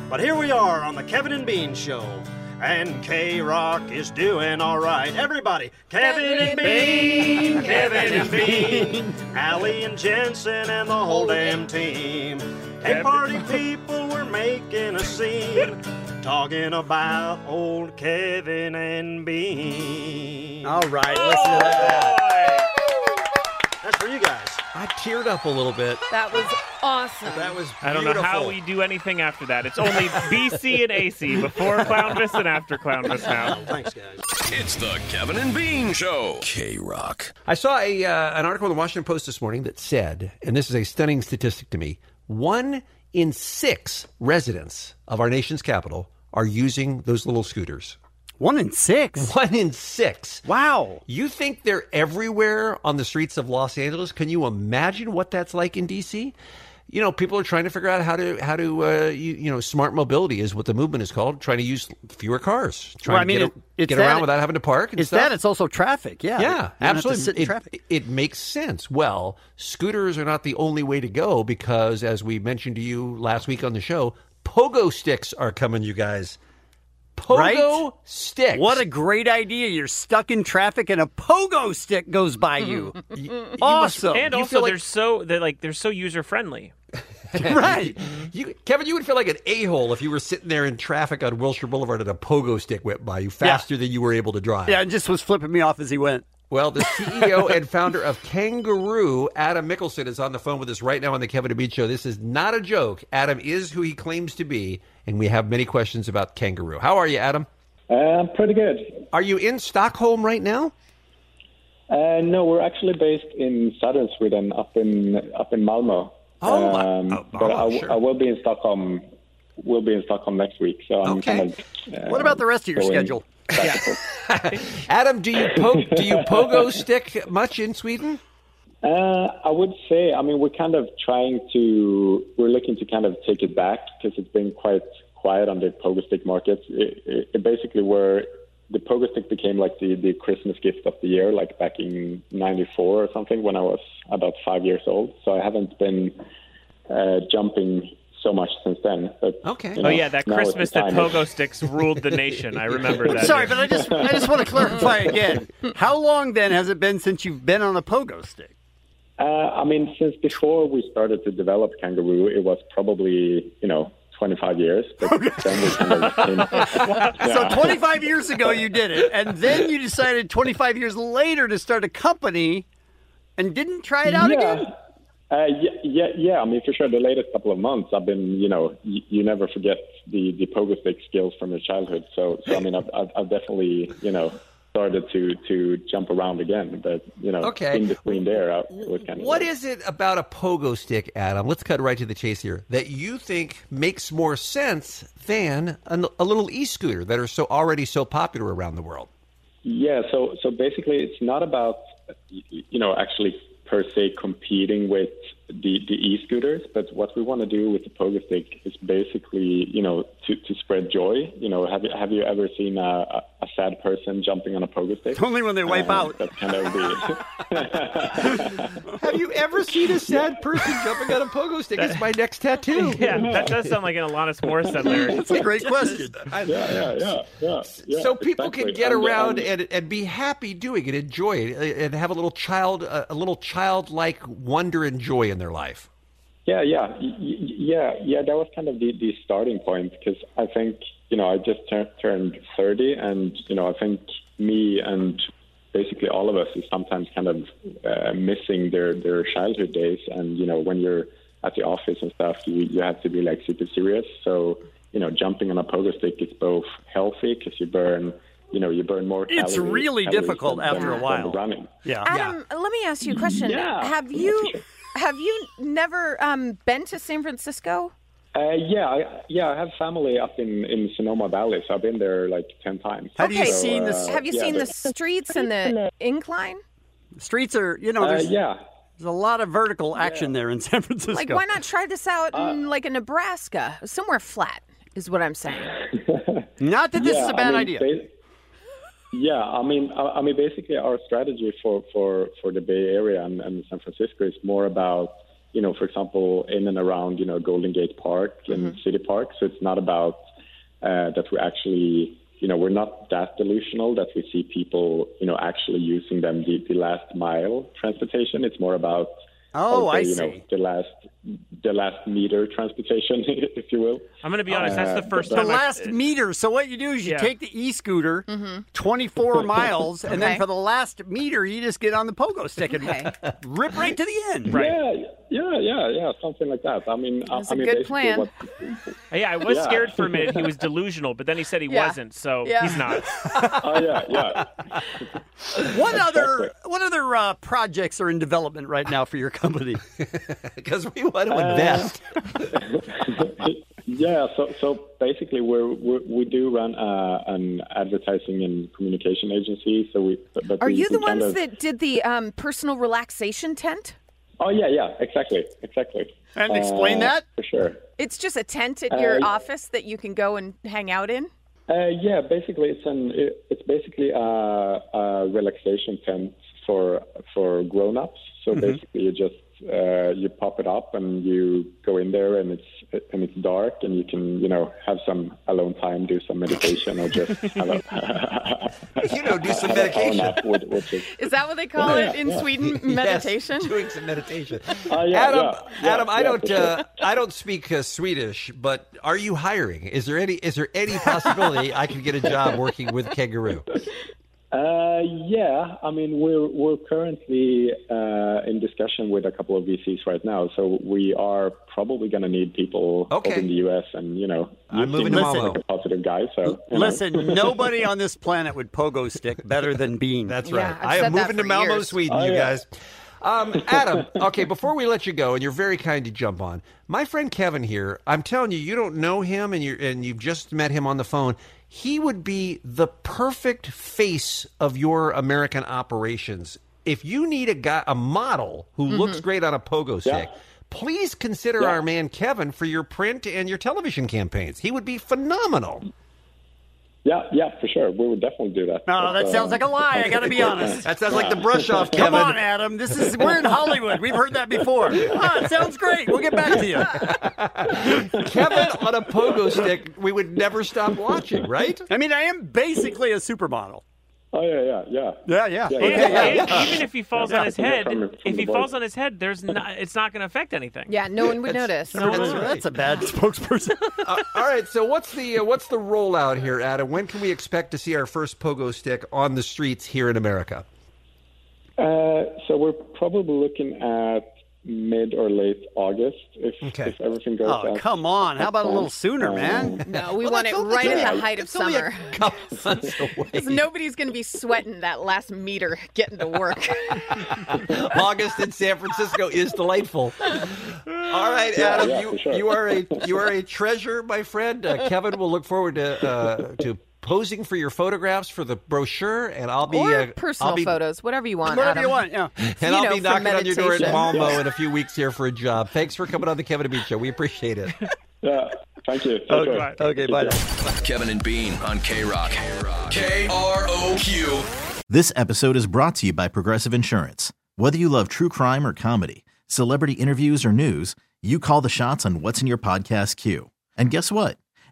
But here we are on the Kevin and Bean Show. And K Rock is doing all right. Everybody, Kevin and Bean, Kevin and Bean, Allie and Jensen and the whole damn team. Hey, party people, we're making a scene talking about old Kevin and Bean.
All right, listen to that.
That's for you guys.
I teared up a little bit.
That was awesome.
That was
I don't know how
Beautiful.
we do anything after that. It's only BC and
[LAUGHS]
AC before Clownvis and after Clownvis
Oh,
now.
Thanks, guys.
It's the Kevin and Bean Show. K Rock.
I saw a uh, an article in the Washington Post this morning that said, and this is a stunning statistic to me: one in six residents of our nation's capital are using those little scooters.
One in six.
[LAUGHS] One in six.
Wow.
You think they're everywhere on the streets of Los Angeles? Can you imagine what that's like in DC? You know, people are trying to figure out how to how to uh, you, you know smart mobility is what the movement is called. Trying to use fewer cars, trying
Well, I mean,
to
it-
get, a-
it's
get
that-
around without having to park. And
it's
stuff.
that. It's also traffic. Yeah. You don't
Yeah,
have to
absolutely.
sit in
it,
traffic.
it makes sense. Well, scooters are not the only way to go because, as we mentioned to you last week on the show, pogo sticks are coming, you guys. Pogo
Right?
sticks.
What a great idea! You're stuck in traffic and a pogo stick goes
[LAUGHS]
by you. awesome.
And
You
also,
feel like-
they're so they're like they're so user friendly.
right. You, Kevin, you would feel like an a hole if you were sitting there in traffic on Wilshire Boulevard and a pogo stick went by you faster than you were able to drive.
yeah, it just was flipping me off as he went.
Well, the
[LAUGHS]
CEO and founder of Kangaroo, Adam Mickelson, is on the phone with us right now on the Kevin and Bean Show. This is not a joke. Adam is who he claims to be, and we have many questions about Kangaroo. How are you, Adam?
Uh, pretty good.
Are you in Stockholm right now?
Uh, no, we're actually based in southern Sweden, up in up in Malmo.
Oh,
um, but I, w- I will be in Stockholm. Will be in Stockholm next week. So I'm
Okay.
kind of. Uh,
What about the rest of your
going-
schedule?
Adam, do you po- do you pogo stick much in Sweden?
Uh, I would say. I mean, we're kind of trying to. We're looking to kind of take it back because it's been quite quiet on the pogo stick market. It, it, it basically were the pogo stick became like the the Christmas gift of the year, like back in '94 or something when I was about five years old. So I haven't been uh, jumping so much since then. But okay.
oh yeah, that Christmas that pogo sticks ruled the nation. I
[LAUGHS]
remember that.
Sorry, but I just I just want to clarify again. How long then has it been since you've been on a pogo stick?
[LAUGHS] Uh, I mean, since before we started to develop Kangaroo, it was probably you know 25
[LAUGHS]
years. But then we kind of came,
So 25 years ago you did it, and then you decided 25 years later to start a company, and didn't try it out
Yeah.
again.
Uh, yeah, yeah, yeah. I mean, for sure. The latest couple of months, I've been, you know, you, you never forget the the pogo stick skills from your childhood. So, so I mean, I've, I've, I've definitely, you know, started to to jump around again. But you know,
Okay.
in between there, I was kind of
What is it about a pogo stick, Adam? Let's cut right to the chase here. That you think makes more sense than a, a little e-scooter that are so already so popular around the world?
Yeah, so so basically, it's not about y- y- you know actually per se competing with the the e-scooters, but what we want to do with the pogo stick is basically you know to, to spread joy. You know, have you have you ever seen a, a, a sad person jumping on a pogo stick? Uh-huh.
Only when they wipe out.
That's kind of the
Have you ever seen a sad person jumping on a pogo stick? It's my next tattoo.
[LAUGHS] yeah, that does sound like an Alanis Morissette lyric.
That's a great question.
[LAUGHS] yeah yeah yeah yeah. yeah,
so people
exactly.
can get
And-
around
and-
and, and be happy doing it, enjoy it, and have a little child, a little childlike wonder and joy in their life.
Yeah, yeah, Y- y- yeah, yeah. That was kind of the, the starting point because I think you know I just tur- turned thirty, and you know I think me and basically all of us is sometimes kind of uh, missing their their childhood days, and you know when you're at the office and stuff, you you have to be like super serious. So you know jumping on a pogo stick is both healthy because you burn you know you burn more.
It's
calories-
really
calories
difficult
than- than-
after a
than
while.
running.
Yeah.
Adam, Um, let me ask you a question.
Yeah.
Have you have you never um, been to San Francisco?
Uh, yeah, I, yeah, I have family up in, in Sonoma Valley, so I've been there like ten times.
Okay,
So, uh,
Have you
yeah,
seen
but-
the streets and the incline?
Streets are, you know,
Uh,
there's,
yeah.
there's a lot of vertical action there in San Francisco.
Like, why not try this out
Uh,
in like a Nebraska, somewhere flat? Is what I'm
[LAUGHS]
saying.
Not that this
Yeah,
is a
I
bad
mean,
idea.
ba- yeah, I mean, I, I mean, basically, our strategy for, for, for the Bay Area and, and San Francisco is more about, you know, for example, in and around, you know, Golden Gate Park and City Park. So it's not about uh, that we actually, you know, we're not that delusional that we see people, you know, actually using them the, the last mile transportation. It's more about,
Oh,
I would
I
say, you know,
see.
the last the last meter transportation, [LAUGHS] if you will.
I'm going to be
Oh,
honest, that's the first
the
time I-
last meter. So what you do is you
Yeah.
take the e-scooter,
Mm-hmm. [LAUGHS]
24 miles, and then
Okay.
for the last meter, you just get on the pogo stick and [LAUGHS] rip right to the end.
Yeah, yeah, yeah, yeah, something like that. I mean, I-
That's
I
a
mean,
good
basically
plan.
What,
Yeah, I was
Yeah.
scared for a minute
[LAUGHS]
he was delusional, but then he said he
Yeah.
wasn't, so
Yeah.
[LAUGHS]
he's not.
oh yeah, yeah.
What other what other uh, projects are in development
[LAUGHS]
right now for your company?
[LAUGHS]
Because we want
Uh,
to invest.
Yeah, so so basically, we're, we we do run uh, an advertising and communication agency. So we. But, but
Are
we,
you
we
the
kind
ones
of-
that did the um, personal relaxation tent?
Oh yeah, yeah, exactly, exactly. Uh,
And explain that?
for sure.
It's just a tent at
Uh,
your
yeah.
office that you can go and hang out in.
Uh, yeah, basically, it's an it, it's basically a, a relaxation tent for for grown ups. So
Mhm.
basically, you just uh, you pop it up and you go in there, and it's and it's dark, and you can you know have some alone time, do some meditation, or just have a [LAUGHS] you know do some medication, which, which is
Is that what they call
[LAUGHS] Yeah,
it in
yeah.
Sweden?
Yes.
Meditation.
doing some
[LAUGHS]
meditation.
Uh, yeah,
Adam,
yeah,
Adam, I
yeah,
don't,
for
uh,
sure.
I don't speak uh, Swedish, but are you hiring? Is there any, is there any possibility I could get a job working with Kangaroo?
Uh, yeah, I mean we're we're currently uh, in discussion with a couple of VCs right now, so we are probably going to need people both in the US and you know you
I'm moving
seem
to
like
Malmo.
a positive guy. So you know.
[LAUGHS] Listen, nobody on this planet would pogo stick better than Bean. Oh, That's
right. Yeah, I've I am said that moving to for Malmo, years. Sweden, you guys. Um, Adam,
[LAUGHS]
okay, before we let you go, and you're very kind to jump on, my friend Kevin here, I'm telling you, you don't know him and you're and you've just met him on the phone. He would be the perfect face of your American operations. If you need a guy a model who
Mm-hmm.
looks great on a pogo stick, please consider our man Kevin for your print and your television campaigns. He would be phenomenal.
yeah, yeah, for [LAUGHS] sure, we would definitely do that.
No, Oh, that
But,
sounds
uh,
like a lie. I
[LAUGHS]
got
[LAUGHS]
to be honest.
That sounds like the brush off,
Come
Kevin.
on, Adam. This is we're in Hollywood. We've heard that
[LAUGHS]
before. Ah, it sounds great. We'll get back to you.
[LAUGHS] Kevin on a pogo stick. We would never stop watching, right?
I mean, I am basically a supermodel.
Oh yeah, yeah,
yeah, yeah, yeah,
And-
yeah, yeah,
and
yeah.
Even if he falls
Yeah.
on his head,
From the- from
if
the
he
voice.
falls on his head, there's not, it's not going to affect anything.
Yeah, no one would notice.
No one
That's,
would.
that's a
[LAUGHS]
bad spokesperson.
Uh, all right. So what's the uh, what's the rollout here, Adam? When can we expect to see our first pogo stick on the streets here in America? [LAUGHS]
Uh, so we're probably looking at mid or late August if, if everything goes.
Oh,
as-
come on. How about a
as
little
planned. Um,
sooner, [LAUGHS] man?
No, we want it right at the height of summer. [LAUGHS]
Because
nobody's going to be sweating that last meter getting to work.
[LAUGHS] August in San Francisco is delightful. All right,
Yeah,
Adam,
yeah,
you
for sure.
you are a you are a treasure, my friend.
[LAUGHS]
Uh, Kevin will look forward to uh, to posing for your photographs for the brochure, and I'll be
or
uh,
personal
I'll be,
photos, whatever you want.
Whatever you
Adam.
want, yeah.
[LAUGHS]
You
And I'll
know,
be
for
knocking on your door at
meditation.
Malmo
[LAUGHS]
in a few weeks here for a job. Thanks for coming on the Kevin and Bean Show. We appreciate it.
Yeah, thank you.
Okay, okay, bye. now.
Kevin and Bean on K Rock. K R O Q.
This episode is brought to you by Progressive Insurance. Whether you love true crime or comedy, celebrity interviews or news, you call the shots on what's in your podcast queue. And guess what?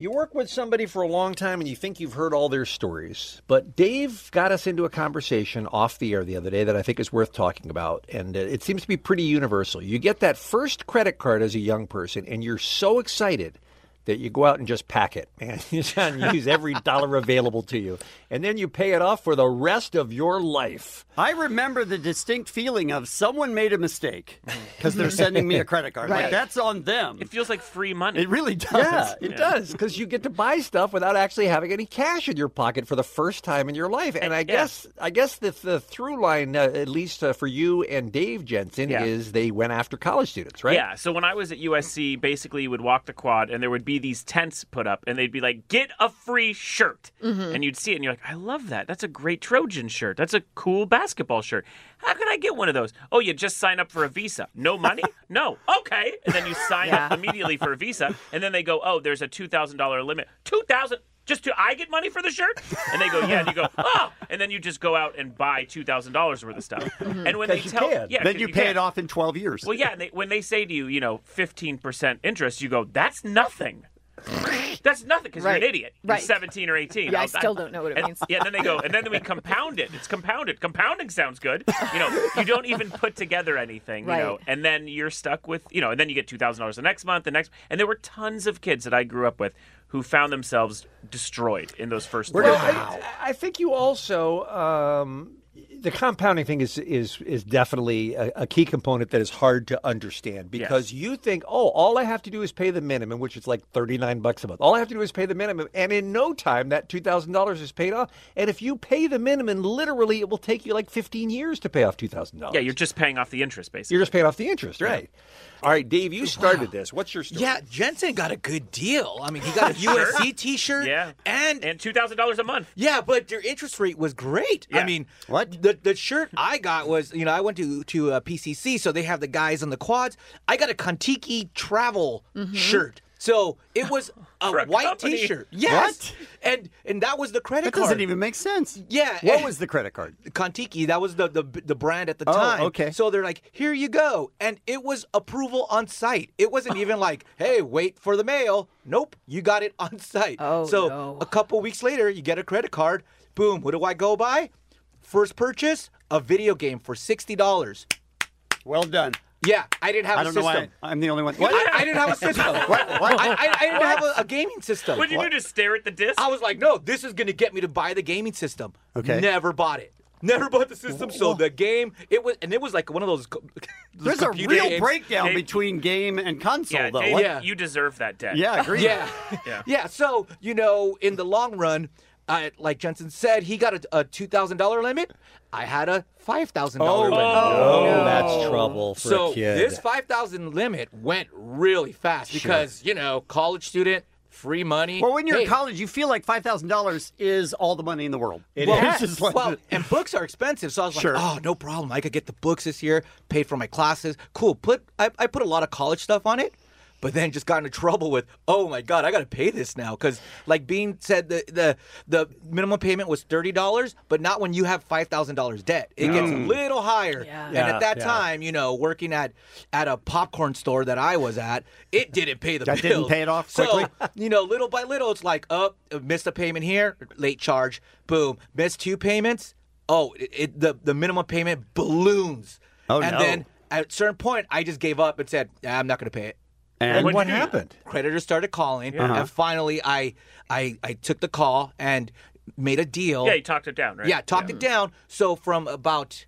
You work with somebody for a long time and you think you've heard all their stories, but Dave got us into a conversation off the air the other day that I think is worth talking about. And uh, it seems to be pretty universal. You get that first credit card as a young person and you're so excited that you go out and just pack it and [LAUGHS] you use every dollar available to you. And then you pay it off for the rest of your life.
I remember the distinct feeling of someone made a mistake because they're sending me a credit card. Like
Right.
that's on them. It
feels like free money.
It really does.
Yeah, it does because you get to buy stuff without actually having any cash in your pocket for the first time in your life. And I guess I guess the, the through line, uh, at least uh, for you and Dave Jensen,
Yeah.
is they went after college students, right?
Yeah. So when I was at USC, basically you would walk the quad, and there would be these tents put up, and they'd be like, "Get a free shirt,"
Mhm.
and you'd see it, and you're like, "I love that. That's a great Trojan shirt. That's a cool basketball shirt. How can I get one of those? Oh, you just sign up for a visa. No money? no. Okay. And then you sign up immediately for a visa, and then they go, "Oh, there's a two thousand dollar limit. Two thousand. Just do I get money for the shirt? And they go, yeah. And you go, oh. And then you just go out and buy two thousand dollars worth of stuff. And when they
you
tell,
can.
yeah,
then
'cause
you, pay
can.
it off in twelve years.
Well, yeah, and they, when they say to you, you know, fifteen percent interest, you go, "That's nothing." That's nothing because
Right.
you're an idiot.
Right.
You're seventeen or eighteen.
Yeah, I
I'll-
still don't know what it
and-
means.
Yeah, and then they go, and then we compound it. It's compounded. Compounding sounds good. You know, you don't even put together anything. You know,
Right.
and then you're stuck with you know, and then you get two thousand dollars the next month, the next, and there were tons of kids that I grew up with who found themselves destroyed in those first
We're
three
gonna-
rounds.
I, I think you also um, the compounding thing is is is definitely a, a key component that is hard to understand because you think, oh, all I have to do is pay the minimum, which is like thirty nine bucks a month. All I have to do is pay the minimum, and in no time that two thousand dollars is paid off. And if you pay the minimum, literally, it will take you like fifteen years to pay off two thousand dollars.
Yeah, you're just paying off the interest, basically.
You're just paying off the interest, right? All right, Dave, you started this. What's your story?
Yeah, Jensen got a good deal. I mean, he [LAUGHS] got a USC T-shirt. Yeah, and
and two thousand dollars a month.
Yeah, but your interest rate was great. I mean, what the the shirt I got was you know I went to to uh, PCC, so they have the guys on the quads. I got a Contiki travel shirt. So it
[LAUGHS]
was a, white
company.
T-shirt. Yes, and and that was the credit
That
card.
doesn't even make sense.
Yeah.
What
and-
was the credit card?
Contiki, that was the, the the brand at the
Oh,
time.
okay.
So they're like, here you go. And it was approval on site. It wasn't even like, hey, wait for the mail. Nope, you got it on site. Oh, so a couple weeks later, you get a credit card. Boom, what do I go buy? First purchase, a video game for $60.
Well done.
Yeah, I didn't have
I
a
don't know
system.
why I'm the only one.
I, I didn't have a system.
What? What?
I, I, I didn't have a, a gaming system.
What'd you do, What?
just stare at the disc?
I was like, no, this is going to get me to buy the gaming system.
Okay.
Never bought it. Never bought the system. So the game, it was, and it was like one of those. co- [LAUGHS] those
There's a
computer
real
games.
breakdown
Game-
between game and console,
Yeah,
though.
Dave,
What?
you deserve that debt.
Yeah,
[LAUGHS]
agreed.
Yeah. Yeah. So, you know, in the long run, uh, like Jensen said, he got a, a $2,000 limit. I had a $5,000 limit.
Oh, no. That's trouble for a
so
kid.
this 5000 limit went really fast
Sure.
because, you know, college student, free money.
Well, when you're
Hey,
in college, you feel like five thousand dollars is all the money in the world. It is.
well, [LAUGHS] well, and books are expensive, so I was
Sure.
like, "Oh, no problem. I could get the books this year, paid for my classes. Cool. Put I, I put a lot of college stuff on it, but then just got into trouble with, oh my god, I got to pay this now because, like Bean said, the the the minimum payment was thirty dollars, but not when you have five thousand dollars debt. It gets a
Mm.
little higher. And
Yeah,
at that
yeah.
time, you know, working at at a popcorn store that I was at, it didn't pay the
That
bill.
didn't pay it off
So,
quickly?
you know, little by little, it's like, oh, missed a payment here, late charge, boom, missed two payments. Oh, it, it, the the minimum payment balloons.
Oh,
and
no.
then at a certain point, I just gave up and said, "Ah, I'm not going to pay it.
And And what'd what you do? happened?
Creditors started calling,
Yeah. Uh-huh.
and finally, I, I I took the call and made a deal.
Yeah, you talked it down, right?
Yeah, talked it down. So from about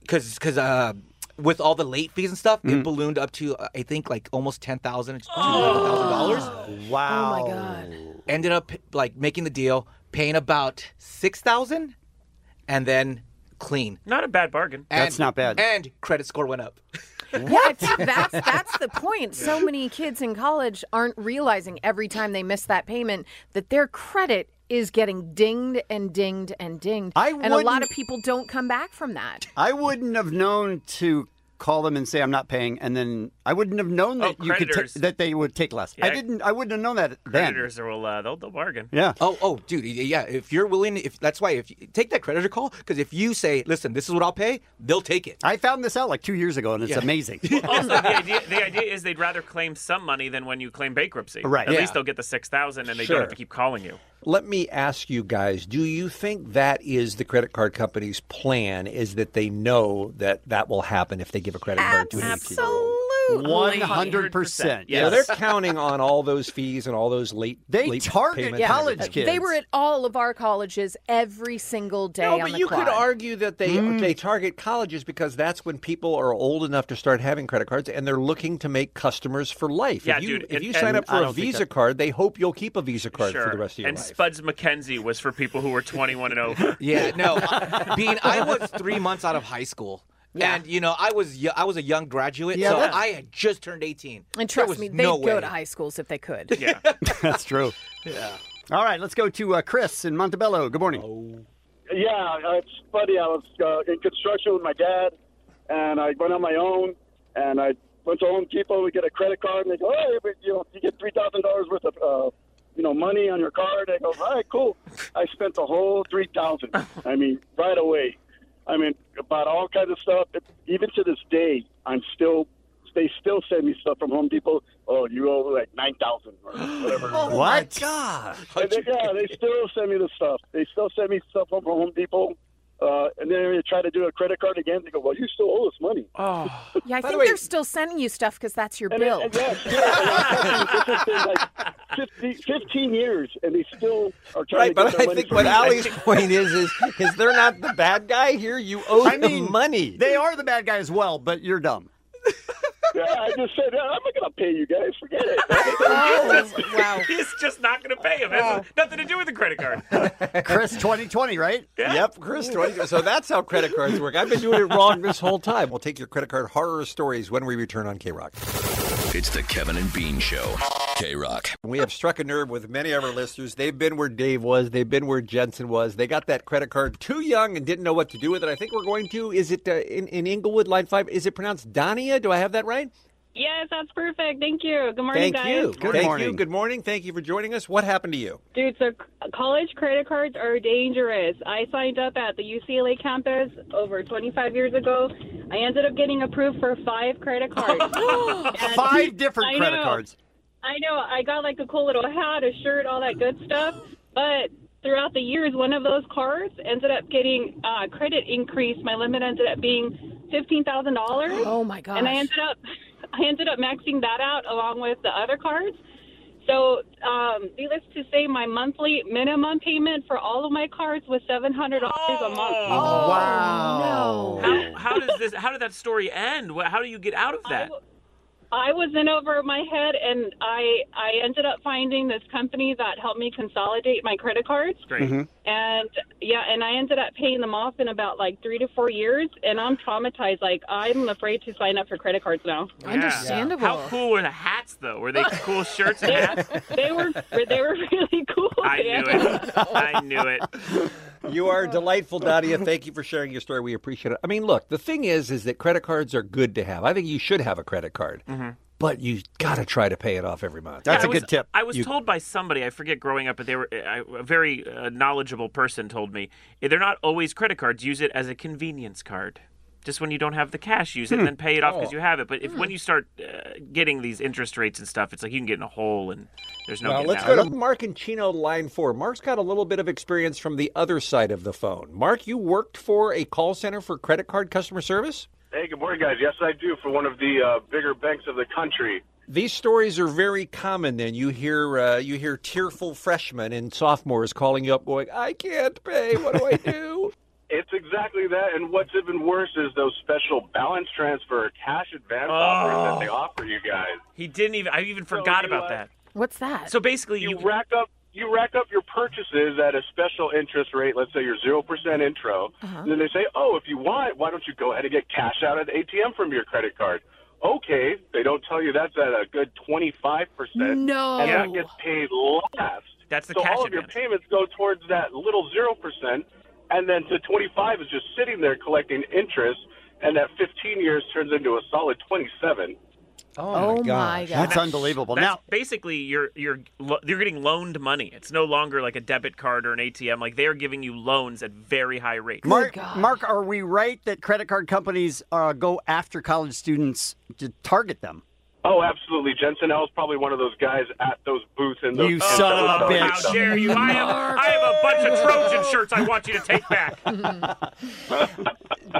because because uh. With all the late fees and stuff,
Mm-hmm.
it ballooned up to uh, I think like almost ten thousand, two hundred thousand dollars.
Wow.
Oh my god. Ended up like making the deal, paying about six thousand, and then clean.
Not a bad bargain.
And- And credit score went up. [LAUGHS]
What? that's
[LAUGHS]
that's the point. So many kids in college aren't realizing every time they miss that payment that their credit is getting dinged and dinged and dinged.
I
and a lot
wouldn't-
of people don't come back from that.
I wouldn't have known to call them and say I'm not paying, and then I wouldn't have known that
Oh,
you could ta-
creditors.
that they would take less. I
Yeah.
didn't. I wouldn't have known that then.
Creditors will uh, they'll, they'll bargain.
Yeah.
Oh, oh, dude, yeah. If you're willing, if that's why, if you, take that creditor call, because if you say, "Listen, this is what I'll pay," they'll take it.
I found this out like two years ago, and it's
Yeah. [LAUGHS]
amazing.
also, the idea, the idea is they'd rather claim some money than when you claim bankruptcy.
Right.
At
Yeah.
least they'll get the six thousand, and they
Sure.
don't have to keep calling you.
Let me ask you guys, do you think that is the credit card company's plan is that they know that that will happen if they give a credit card to an 18
Absolutely. 100%.
Yeah,
[LAUGHS]
they're counting on all those fees and all those late
They
late
target
payments and
Yeah.
everything.
They were at all of our colleges every single day
No,
on
but
the
you
quad. Mm-hmm.
could argue that they
Hmm.
they target colleges because that's when people are old enough to start having credit cards and they're looking to make customers for life.
Yeah,
if you,
dude,
if
and-
you sign
and
up
I
for a
don't think
Visa
that-
card, they hope you'll keep a Visa card for the rest of your
and
life.
Spuds McKenzie was for people who were twenty-one and over.
[LAUGHS] Yeah,
[LAUGHS]
no. Bean, I was three months out of high school, and you know, I was yo- I was a young graduate,
Yeah,
so
that's-
I had just turned eighteen.
And
There
trust
was
me, they'd
no
go
way.
to high schools if they could.
[LAUGHS]
Yeah.
[LAUGHS] That's true.
Yeah.
All right, let's go to uh, Chris in Montebello. Good morning. Oh.
Yeah, uh, it's funny. I was uh, in construction with my dad, and I went on my own, and I went to Home Depot to get a credit card, and they go, "Hey, but, you know, you get three thousand dollars worth of, uh, you know, money on your card." I go, "All right, cool." I spent the whole three thousand. I mean, right away. I mean, about all kinds of stuff. It, even to this day, I'm still. They still send me stuff from Home Depot. Oh, you owe like nine thousand or whatever.
Oh, my What? God.
[LAUGHS]
[LAUGHS]
And they, yeah, they still send me the stuff. They still send me stuff from Home Depot Uh, and then they try to do a credit card again. They go, well, you still owe us money.
Oh.
Yeah, I
By the
think
way-
they're still sending you stuff because that's your
And,
bill.
and yeah,
[LAUGHS]
still, and I'm telling you, this has been
[LAUGHS]
like 50, 15 years, and they still are trying
Right,
to get
but
their
I
money
think
from
what
me.
Ali's point is is is they're not the bad guy here. You owe
I
them
mean,
money.
They are the bad guy as well, but you're dumb.
Yeah, I just said, I'm not going to pay you guys. Forget it.
Oh,
[LAUGHS]
He's just not going to pay him. That's [LAUGHS] nothing to do with the
[LAUGHS]
credit card.
Chris 2020, right?
Yeah.
Yep, Chris 2020. So that's how credit cards work. I've been doing it wrong
[LAUGHS]
this whole time. We'll take your credit card horror stories when we return on K Rock.
It's the Kevin and Bean Show. K Rock.
We have struck a nerve with many of our listeners. They've been where Dave was, they've been where Jensen was. They got that credit card too young and didn't know what to do with it. I think we're going to, is it uh, in, in Inglewood, line five? Is it pronounced Donia? Do I have that right?
Yes, that's perfect. Thank you. Good morning,
Thank
guys.
you. Thank you. Good morning. Thank you for joining us. What happened to you?
Dude, so c- college credit cards are dangerous. I signed up at the UCLA campus over 25 years ago. I ended up getting approved for five credit cards.
[LAUGHS]
[LAUGHS] And-
Five different
I
credit
know.
cards.
Oh
I know. I got like a cool little hat, a shirt, all that good stuff. But throughout the years, one of those cards ended up getting uh, credit increase. My limit ended up being fifteen thousand dollars.
Oh my gosh.
And I ended up, [LAUGHS] I ended up maxing that out along with the other cards. So, um, needless to say, my monthly minimum payment for all of my cards was seven hundred dollars a month.
Oh.
wow. How, how does this? How did that story end? What, how do you get out of that?
I was in over my head, and I I ended up finding this company that helped me consolidate my credit cards.
Great.
Mm-hmm.
And yeah, and I ended up paying them off in about like three to four years, and I'm traumatized. Like I'm afraid to sign up for credit cards now.
Yeah. How cool were the hats though? Were they cool shirts and hats?
They
[LAUGHS]
were they were really [LAUGHS] cool.
I knew it. I knew it.
You are delightful, Dadia. Thank you for sharing your story. We appreciate it. I mean, look, the thing is, is that credit cards are good to have. I think you should have a credit card, but you got to try to pay it off every month.
Yeah, I was, I was told by somebody, I forget growing up, but they were I- a very uh, knowledgeable person told me they're not always credit cards. Use it as a convenience card. Just when you don't have the cash, use it
Hmm.
and then pay it off because
Oh.
you have it. But if when
Hmm.
you start uh, getting these interest rates and stuff, it's like you can get in a hole and there's no.
well,
getting
let's
out.
go to Mark and Chino, line four. Mark's got a little bit of experience from the other side of the phone. Mark, you worked for a call center for credit card customer service.
Hey, good morning, guys. Yes, I do for one of the uh, bigger banks of the country.
These stories are very common. Then you hear uh, you hear tearful freshmen and sophomores calling you up, going, "I can't pay. What do I do?"
[LAUGHS] It's exactly that, and what's even worse is those special balance transfer or cash advance
Ah.
offers that they offer you guys.
Oh. He didn't even. I even forgot
you,
about
uh,
that.
What's that?
So basically,
you, rack up you rack up your purchases at a special interest rate. Let's say your zero percent intro,
Uh-huh.
and then they say, "Oh, if you want, why don't you go ahead and get cash out at the ATM from your credit card?" Okay, they don't tell you that's at a good twenty five percent.
No.
and that gets paid last.
That's the
so
cash
all of your payments go towards that little zero percent, and then the twenty five is just sitting there collecting interest, and that fifteen years turns into a solid twenty seven.
Oh,
my gosh. gosh.
That's unbelievable.
That's
now,
basically you're you're lo- you're getting loaned money. It's no longer like a debit card or an ATM. Like they're giving you loans at very high rates.
Mark, Mark, are we right that credit card companies uh, go after college students to target them?
Oh, absolutely, Jensen. I was probably one of those guys at those booths and those.
You
and
son of a
those-
bitch.
How dare you? I have I have a bunch of Trojan shirts I want you to take back.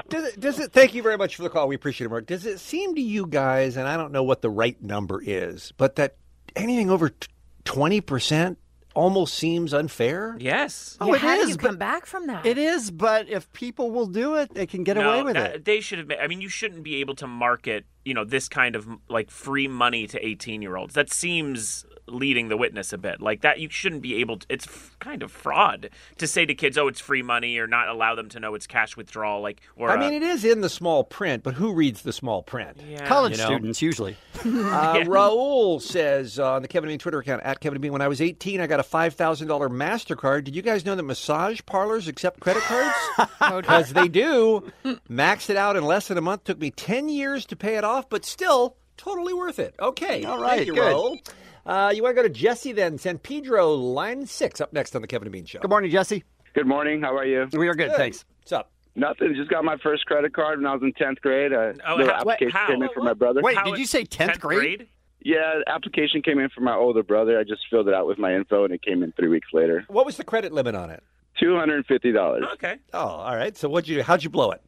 does it, does it thank you very much for the call we appreciate it mark does it seem to you guys and i don't know what the right number is but that anything over t- 20% almost seems unfair Oh,
yes
Yeah, how do you come back from that?
It is, but if people will do it, they can [LAUGHS] get
No,
away with
that-
it.
They should have. ma- I mean, you shouldn't be able to market you know this kind of like free money to eighteen year olds. That seems leading the witness a bit like that you shouldn't be able to it's f- kind of fraud to say to kids oh it's free money or not allow them to know it's cash withdrawal like or
i
uh, [LAUGHS]
mean it is in the small print but who reads the small print
Yeah.
College
You know?
students usually. [LAUGHS]
Uh, Raul says uh, on the Kevin Bean Twitter account at Kevin Bean. When I was 18, I got a $5,000 Mastercard. Did you guys know that massage parlors accept credit
[LAUGHS]
cards? Because they do. Maxed it out in less than a month. Took me 10 years to pay it off, but still totally worth it. Okay,
All right,
Thank you,
good.
Raul. Uh, you want to go to Jesse then? San Pedro, line six, up next on the Kevin and Bean Show.
Good morning, Jesse.
Good morning. How are you?
We are good. Thanks.
What's up?
Nothing. Just got my first credit card when I was in tenth grade. A
Oh,
little
how- wait,
application
how?
came in for my brother.
Wait, did you say 10th, grade?
Yeah, the application came in for my older brother. I just filled it out with my info, and it came in three weeks later.
What was the credit limit on it?
Two hundred and fifty dollars.
Okay. Oh, all right. So what'd you? How'd you blow it?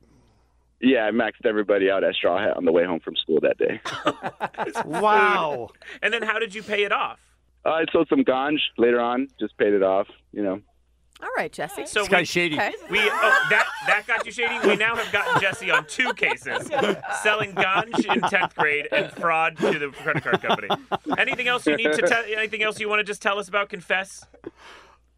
Yeah, I maxed everybody out at Straw Hat on the way home from school
[LAUGHS]
that day.
wow. and then how did you pay it off?
Uh, I sold some ganj later on. Just paid it off. You know.
All right, Jesse.
So we-
[LAUGHS]
We oh, that that got you shady. We now have gotten Jesse on two cases: selling ganj in tenth grade and fraud to the credit card company. Anything else you need to tell? Anything else you want to just tell us about? Confess.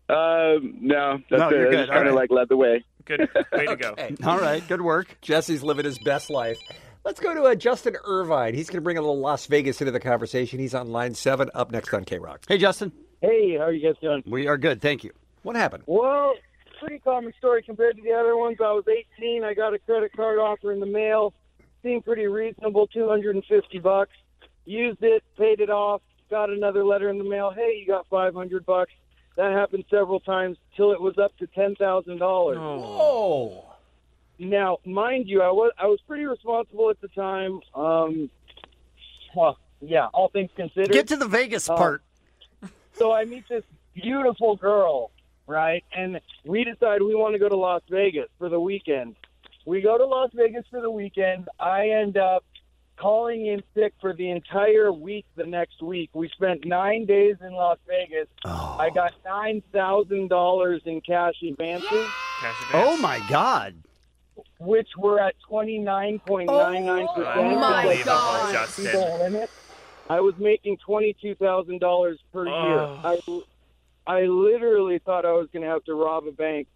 Um, no, that's
No,
it.
you're good.
I just
All
Kind
right.
of like led the way.
Good way to go.
[LAUGHS] All right, good work. Jesse's living his best life. Let's go to uh, Justin Irvine. He's going to bring a little Las Vegas into the conversation. He's on line seven, up next on K Rock. Hey, Justin.
Hey, how are you guys doing?
We are good, thank you. What happened?
Well, pretty common story compared to the other ones. I was 18. I got a credit card offer in the mail. Seemed pretty reasonable, 250 bucks. Used it, paid it off. Got another letter in the mail. Hey, you got 500 bucks. That happened several times till it was up to ten thousand dollars.
Whoa!
Now, mind you, I was I was pretty responsible at the time. Um, well, yeah, all things considered. Um,
Get to the Vegas part.
so I meet this beautiful girl, right? And we decide we want to go to Las Vegas for the weekend. We go to Las Vegas for the weekend. I end up calling in sick for the entire week the next week. We spent nine days in Las Vegas. I got $9,000 in cash advances,
Oh my God!
which were at 29.99%.
Oh, my
Like,
God. Justin.
the limit. I was making $22,000 per
Oh.
year. I, I literally thought I was going to have to rob a bank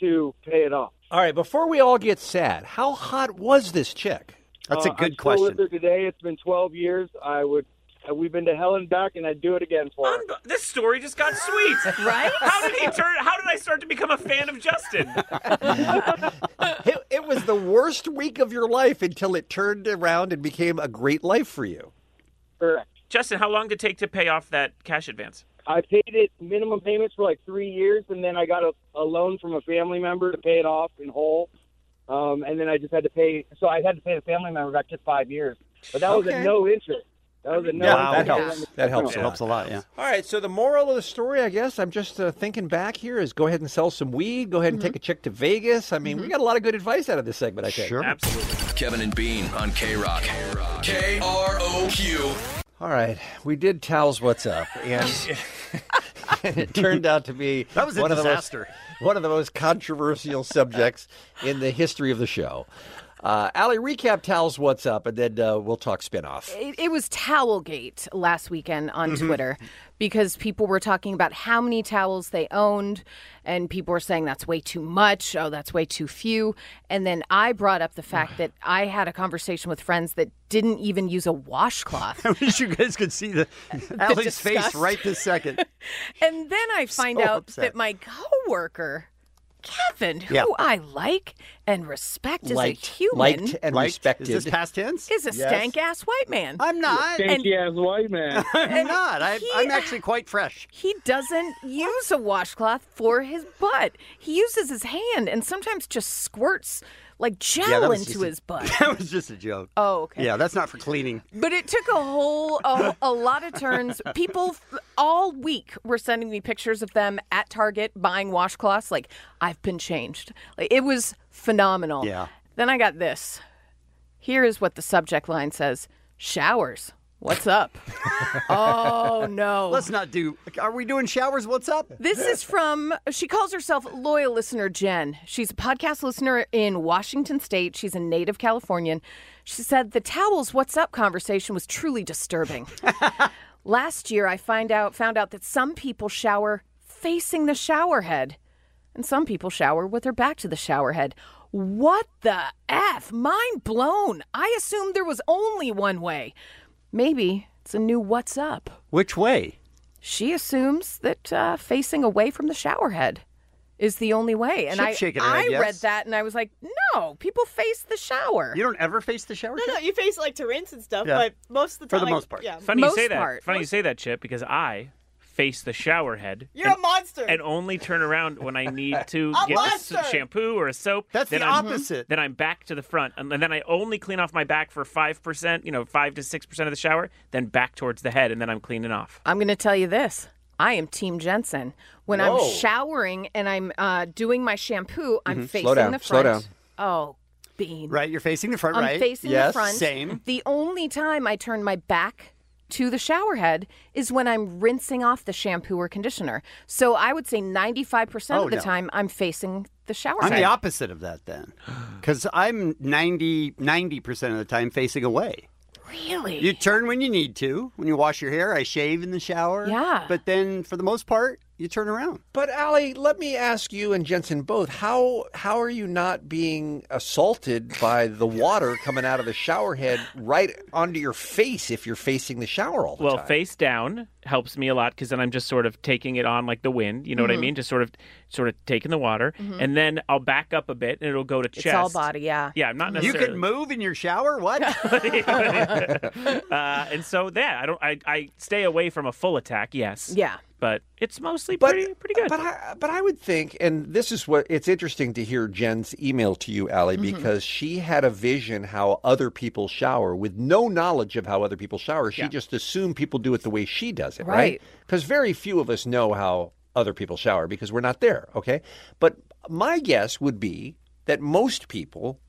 to pay it off.
All right, before we all get sad, how hot was this chick?
Uh, I'm still With her today, it's been 12 years. I would, uh, we've been to hell and back, and I'd do it again for her.
This story just got sweet,
Right?
How did he turn? How did I start to become a fan of Justin?
[LAUGHS]
It, it was the worst week of your life until it turned around and became a great life for you.
Correct.
Justin, how long did it take to pay off that cash advance?
I paid it minimum payments for like three years, and then I got a, a loan from a family member to pay it off in whole. Um, and then I just had to pay. So I had to pay the family member back to five years, but that was
Okay.
at no interest. That was at no.
that
interest.
helps. That helps.
Yeah.
Helps a lot. Yeah.
All right, so the moral of the story, I guess, I'm just uh, thinking back here is go ahead and sell some weed, go ahead and take a chick to Vegas. I mean, we got a lot of good advice out of this segment, I think.
Mm-hmm. Sure.
Absolutely.
Kevin and Bean on K Rock. K R O Q.
All right, we did Towels What's Up,
[LAUGHS]
and, [LAUGHS] and it turned out to be
That was a
one
disaster.
Of the most, one of the most controversial subjects in the history of the show. Uh, Allie, recap Towels What's Up, and then uh, we'll talk spinoff.
It, it was Towelgate last weekend on
Mhm.
Twitter because people were talking about how many towels they owned, and people were saying that's way too much. Oh, that's way too few. And then I brought up the fact [SIGHS] that I had a conversation with friends that didn't even use a washcloth.
[LAUGHS] I wish you guys could see
[LAUGHS]
the Allie's face
disgust.
right
[LAUGHS]
this second.
[LAUGHS] And then I find
so
out
upset.
that my coworker, Kevin, who
Yeah.
I like and respect as a
Liked.
human,
Liked and Liked. Is respected. this past tense?
Is a
Yes.
stank ass white man.
I'm not.
And
ass white man.
I'm not. I,
he-
I'm actually quite fresh.
he doesn't use a washcloth for his butt. He uses his hand and sometimes just squirts like gel
that was
into
just a-
his butt.
[LAUGHS] That was just a joke.
Oh, okay.
Yeah, that's not for cleaning.
But it took a whole, a, a lot of turns. People f- all week were sending me pictures of them at Target buying washcloths. Like, I've been changed. Like, it was phenomenal.
Yeah.
Then I got this. Here is what the subject line says Showers. What's
[LAUGHS]
up? oh, no.
Let's not do. Are we doing showers? What's up?
This is from, she calls herself loyal listener Jen. She's a podcast listener in Washington State. She's a native Californian. She said the towels what's up conversation was truly disturbing. Last year I find out found out that some people shower facing the shower head and some people shower with their back to the shower head. What the F? Mind blown. I assumed there was only one way. Maybe it's a new what's up.
Which way?
She assumes that uh, facing away from the shower head is the only way. And
She's
I,
shaking her
I
head yes.
read that and I was like, no, people face the shower.
You don't ever face the shower?
No, no, you face like to rinse and stuff,
Yeah.
but most of the time, like, yeah.
Funny you say that. Funny you say that, Chip, because I face the shower head.
You're
and,
a monster.
And only turn around when
[LAUGHS]
I need to
A
get s-
monster.
shampoo or a soap.
That's
then
the
I'm-
opposite.
Then I'm back to the front, and then I only clean off my back for five percent, you know, five to six percent of the shower. Then back towards the head, and then I'm cleaning off.
I'm going to tell you this. I am Team Jensen. When
Whoa.
I'm showering and I'm uh, doing my shampoo, I'm
Mhm.
facing
Slow down,
the
slow
front. Oh, bean.
Right, you're facing the front,
I'm
right?
facing
yes,
the front.
Same.
The only time I turn my back to the shower head is when I'm rinsing off the shampoo or conditioner. So I would say 95%
Oh,
of the
no.
time I'm facing the shower
I'm
head.
the opposite of that then, because I'm 90 percent of the time facing away.
Really?
You turn when you need to. When you wash your hair, I shave in the shower. Yeah. But then, for the most part, you turn around.
But Allie, let me ask you and Jensen both: how how are you not being assaulted by the water coming out of the shower head right onto your face if you're facing the shower all the
well
time?
face down helps me a lot because then i'm just sort of taking it on like the wind you know
Mm-hmm.
what i
Mhm.
mean just sort of sort of taking the water
Mhm.
and then i'll back up a bit and it'll go to
it's
chest
all body, yeah.
yeah i'm not
You
necessarily
can move in your
[LAUGHS]
shower. What? [LAUGHS]
uh, and so that i don't I, I stay away from a full attack yes
Yeah.
but it's mostly
But-
pretty pretty good
but I, but I would think, and this is what it's interesting to hear Jen's email to you, Allie,
Mhm.
because she had a vision how other people shower with no knowledge of how other people shower. She just assumed people do it the way she does it, right?
Right.
Because very few of us know how other people shower because we're not there, okay? But my guess would be that most people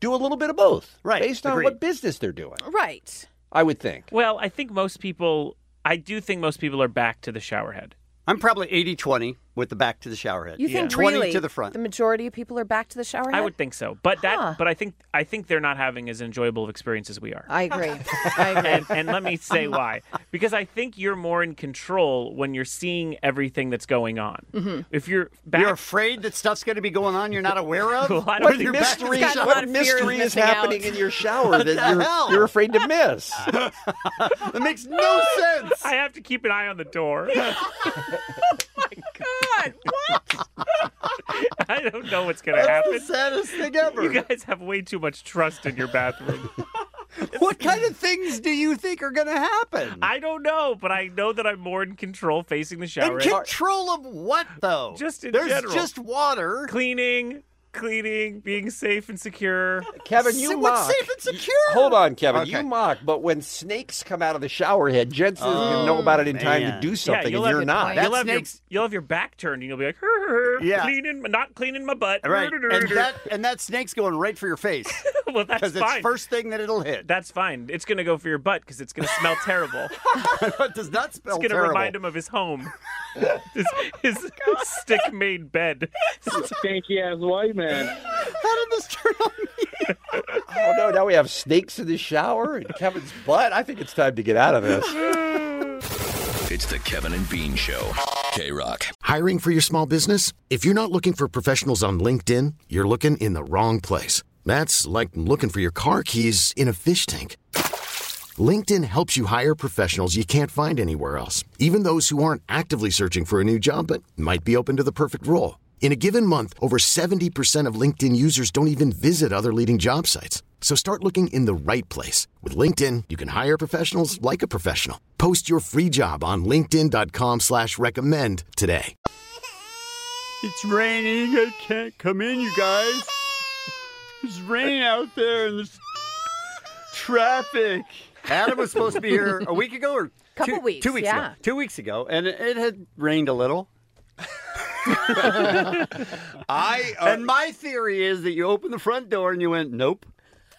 do a little bit of both, right? Based on
Agreed.
what business they're doing,
Right.
I would think.
well i think most people i do think most people are back to the shower head
I'm probably 80 20 with the back to the shower head.
You think
20
really
Uh, to the front.
the majority of people are back to the shower head?
I would think so, but that, but I think I think they're not having as enjoyable of experience as we are. [LAUGHS]
I agree.
[LAUGHS]
I agree.
and, and let me say why. Because I think you're more in control when you're seeing everything that's going on.
Mm-hmm.
Mhm.
If you're back,
You're afraid that stuff's going to be going on you're not aware of?
[LAUGHS] Well, I don't
With
think-
your back to the
Mystery,
shower?
what mystery is happening in
[LAUGHS]
your
[LAUGHS]
shower
What the
that
hell?
[LAUGHS]
you're, you're afraid to miss?
That makes no sense.
I have to keep an eye on
[LAUGHS]
the door. [LAUGHS]
God, what?
I don't know what's going to
That's
happen.
the saddest thing ever.
You guys have way too much trust in
[LAUGHS]
your bathroom.
[LAUGHS]
what kind of things do you think are going to happen?
I don't know, but I know that I'm more in control facing the shower.
In control of what, though?
Just in
There's
general.
just water.
Cleaning, cleaning, being safe and secure.
Kevin, you mock.
secure?
Hold on, Kevin. You
Okay.
mock, but when snakes come out of the shower head, Jensen's gonna know
Oh,
about it in time to
man.
do something,
you'll
and
have
you're
your-
not.
You'll have, your, you'll have your back turned, and you'll be like, "Hur, hur, hur,
Yeah.
cleaning, not cleaning my butt.
Right. And that, and that snake's going right for your face.
well, [LAUGHS] that's
Because it's
fine.
first thing that it'll hit.
That's fine. It's going to go for your butt because it's going to smell terrible.
[LAUGHS] it does not smell
It's going to
terrible. Oh,
remind him of
[LAUGHS]
his home, his, his stick-made bed.
Stinky ass white
[LAUGHS]
man.
How did this turn on
[LAUGHS] Oh no! Now we have snakes in the shower and Kevin's butt. I think it's time to get out of this.
It's the Kevin and Bean Show. K Rock.
Hiring for your small business? If you're not looking for professionals on LinkedIn, you're looking in the wrong place. That's like looking for your car keys in a fish tank. LinkedIn helps you hire professionals you can't find anywhere else, even those who aren't actively searching for a new job but might be open to the perfect role. In a given month, over 70% of LinkedIn users don't even visit other leading job sites. So start looking in the right place. With LinkedIn, you can hire professionals like a professional. Post your free job on linkedin.com/recommend slash recommend today.
It's raining. I can't come in, you guys. There's rain out there and there's traffic. Adam was supposed to be here a week ago or
[LAUGHS] Couple
two,
weeks,
Two weeks
yeah.
ago. Two weeks ago, and it, it had rained
[LAUGHS]
a little. [LAUGHS] I and my theory is that you opened the front door and you went, "Nope."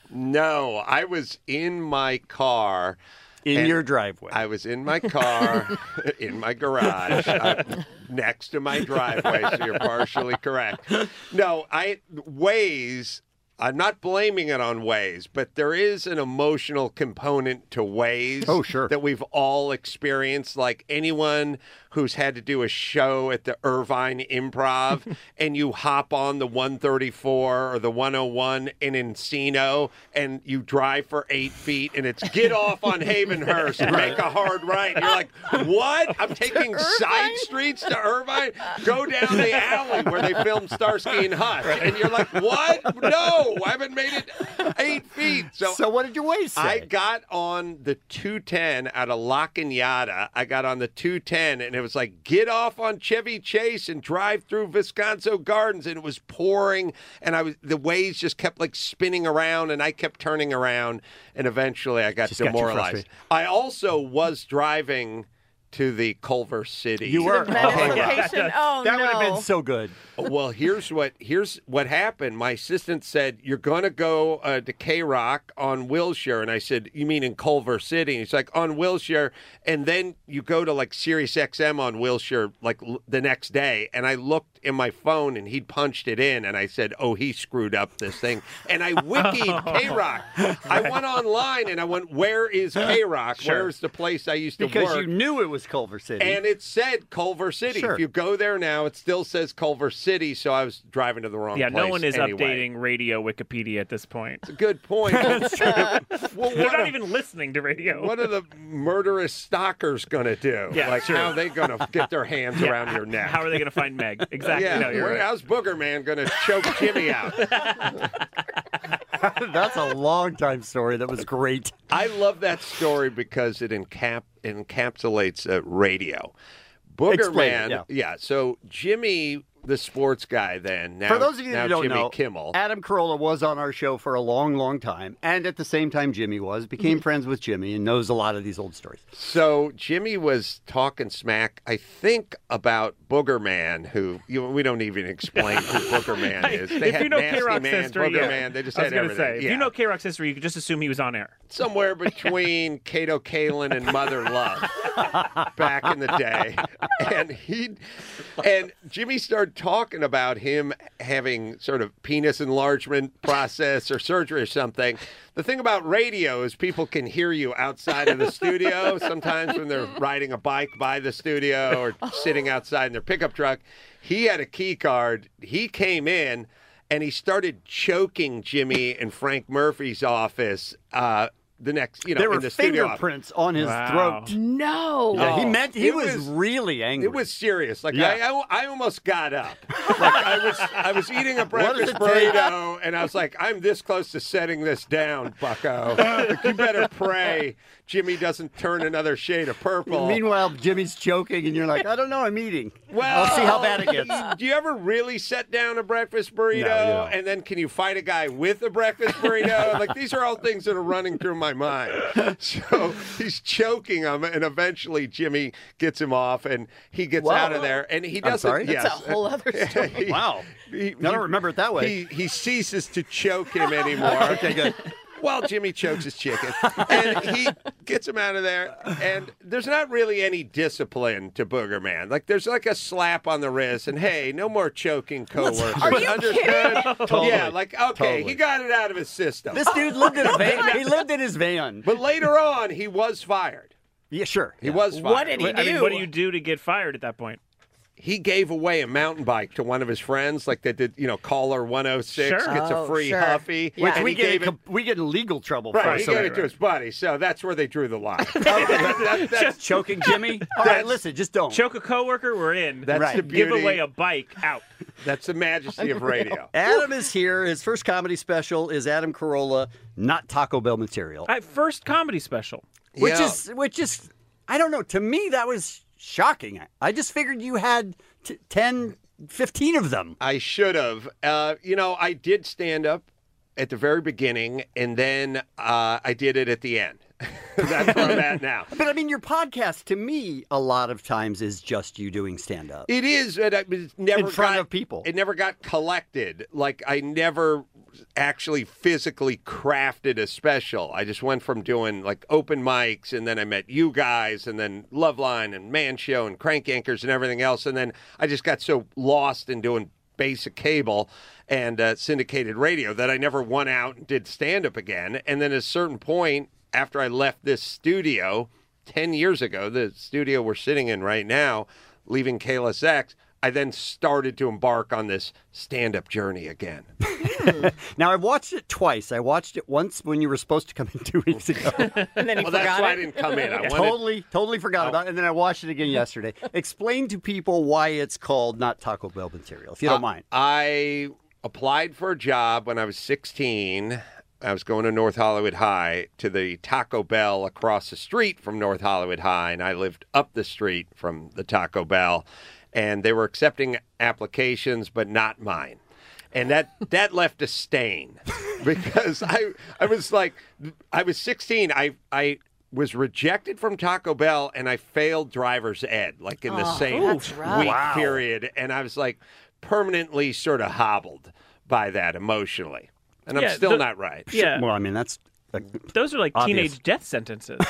No, I was in my car.
In
and
your driveway.
I was in my car, in my garage, uh, next to my driveway. So you're partially correct.
[LAUGHS]
No, I Waze. I'm not blaming it on Waze, but there is an emotional component to Waze.
Oh, sure.
That we've all experienced. Like anyone who's had to do a show at the Irvine
[LAUGHS]
Improv, and you hop on the 134 or the 101 in Encino, and you drive for eight feet, and it's get
[LAUGHS]
off on Havenhurst and make a hard right. And you're like, what?
[LAUGHS]
I'm taking side streets to Irvine? Go down the alley where they filmed Starsky and Hutch, and you're like, what? No, I haven't made it eight feet. So,
So what did your Waze say?
I got on the 210 out of La Canyada. I got on the 210 and it was like, get off on Chevy Chase and drive through Visconso Gardens. And it was pouring. And I was, the waves just kept like spinning around and I kept turning around. And eventually I got
Just got you
demoralized.
frustrated.
I also was driving to the Culver City.
You To the were. Venice
Oh, yeah.
location? That- Oh, that would've been no. so good.
Well, here's what here's what happened. My assistant said you're going to go uh, to K Rock on Wilshire, and I said you mean in Culver City? And he's like on Wilshire, and then you go to like Sirius XM on Wilshire like l- the next day. And I looked in my phone, and he'd punched it in, and I said, oh, he screwed up this thing, and I
[LAUGHS]
wikied K Rock. I went online and I went, where is K Rock?
Sure.
Where's the place I used to work?
Because you knew it was Culver City.
And it said Culver City.
Sure.
If you go there now, it still says Culver City. So I was driving to the wrong
yeah,
place.
no one is
anyway.
updating radio Wikipedia at this point. It's a
good
[LAUGHS]
point.
[LAUGHS]
That's
true. They're
what
not
a-
even listening to radio.
What are the murderous stalkers going to do?
[LAUGHS] Yeah,
like,
sure.
how are they going to get their hands
[LAUGHS] Yeah,
around your neck?
How are they going to find
[LAUGHS]
Meg? Exactly.
Yeah,
No, you're
where-
right.
how's Booger Man going to choke Jimmy out?
[LAUGHS]
[LAUGHS]
That's a long time story. That was great.
I love that story because it encap- encapsulates uh, radio. Booger
Explain it,
Man,
yeah.
So Jimmy, the sports guy, then now
for those of you
now
that don't
Jimmy
know,
Kimmel.
Adam Carolla was on our show for a long, long time, and at the same time, Jimmy was became friends with Jimmy and knows a lot of these old stories.
Mm-hmm. So Jimmy was talking smack, I think, about Booger Man, who you know, we don't even explain
[LAUGHS]
who Booger Man is. They
if
had
you know
Nasty
K Rock's
Man,
history,
Booger
yeah.
Man, they just
I was
had
gonna
everything.
Say, If you know K Rock's history, you could just assume he was on air.
[LAUGHS] somewhere between Cato Kalin and Mother Love
[LAUGHS]
back in the day. And he and Jimmy started talking about him having sort of penis enlargement process or surgery or something. The thing about radio is people can hear you outside of the studio sometimes when they're riding a bike by the studio or sitting outside in their pickup truck. He had a key card. He came in and he started choking Jimmy in Frank Murphy's office. Uh, the next, [LAUGHS] you know,
there
in
were
the studio office.
fingerprints on his throat.
No.
Yeah, he
Oh.
meant he [LAUGHS]
It
was,
was-
really angry.
It was serious. Like
Yeah.
I, I, I almost got up. Like I was, I was eating a breakfast
[LAUGHS] What does it take?
burrito, and I was like, I'm this close to setting this down, Bucko. Like, you better pray Jimmy doesn't turn another shade of
[LAUGHS]
purple.
Meanwhile, Jimmy's choking, and you're like, I don't know, I'm eating. I'll see how bad it gets.
[LAUGHS] Do you ever really set down a breakfast burrito?
No,
And then can you fight a guy with a
[LAUGHS]
breakfast burrito? like these are all things that are running through my mind. So he's choking him, and eventually Jimmy gets him off, and he gets
Wow.
out of there. And he
I'm
doesn't.
sorry?
Yes.
That's a whole
[LAUGHS]
other story. Wow. I don't remember it that way.
He, he ceases to choke him anymore.
[LAUGHS] Okay, good.
Well, Jimmy chokes his chicken, and he gets him out of there. And there's not really any discipline to Booger Man. Like there's like a slap on the wrist, and hey, no more choking coworkers.
Are you
Understood?
kidding?
Yeah,
Totally.
like okay,
Totally.
he got it out of his system.
This dude lived in a van.
[LAUGHS]
he lived in his van.
But later on, he was fired.
Yeah, sure.
He was fired.
I mean, what do you do to get fired at that point?
he gave away a mountain bike to one of his friends, like they did, you know, caller 106
Sure.
gets
Oh,
a free
sure.
Huffy.
Which
and
we
he
get in
gave it-
com- we get in legal trouble for.
Right, he
so-
gave it to his buddy, so that's where they drew the line.
[LAUGHS] Just choking
[LAUGHS]
Jimmy. All right, listen, just don't.
Choke a coworker, we're in.
That's Right. the
Give
beauty.
away a bike, out.
That's the
[LAUGHS]
majesty of radio.
Adam is here. His first comedy special is Adam Carolla, not Taco Bell material.
I, first comedy special.
Which is which is I don't know, to me that was shocking. I- I just figured you had t- 10 15 of them.
I should have. Uh, you know, I did stand up at the very beginning, and then uh, I did it at the end. that's where I'm at now.
But I mean your podcast to me a lot of times is just you doing stand up.
It is, and I- it's never
In front
got,
of people.
It never got collected. Like I never actually physically crafted a special. I just went from doing like open mics, and then I met you guys, and then Loveline and Man Show and Crank Anchors and everything else, and then I just got so lost in doing basic cable and uh, syndicated radio that I never went out and did stand up again. And then at a certain point, after I left this studio. 10 years ago, the studio we're sitting in right now, leaving KLSX, I then started to embark on this stand up journey again.
[LAUGHS] Now I've watched it twice. I watched it once when you were supposed to come in [LAUGHS] 2 weeks ago.
[LAUGHS] And then he Well, that's forgot why I it. didn't come in. [LAUGHS] I wanted-
totally totally forgot about it and then I watched it
[LAUGHS]
again yesterday. Explain to people why it's called not Taco Bell material if you don't
Uh,
mind.
I applied for a job when I was 16. I was going to North Hollywood High to the Taco Bell across the street from North Hollywood High, and I lived up the street from the Taco Bell. And they were accepting applications, but not mine. And that, [LAUGHS] that left [LAUGHS] a stain because I, I was like, I was 16. I, I was rejected from Taco Bell and I failed driver's ed like in the
Oh,
same
that's rough.
week
Wow.
period and I was like permanently sort of hobbled by that emotionally. And I'm
Yeah,
still
the-
not right.
yeah. Well,
I mean that's
Those are like
Obvious.
teenage
[LAUGHS]
death sentences.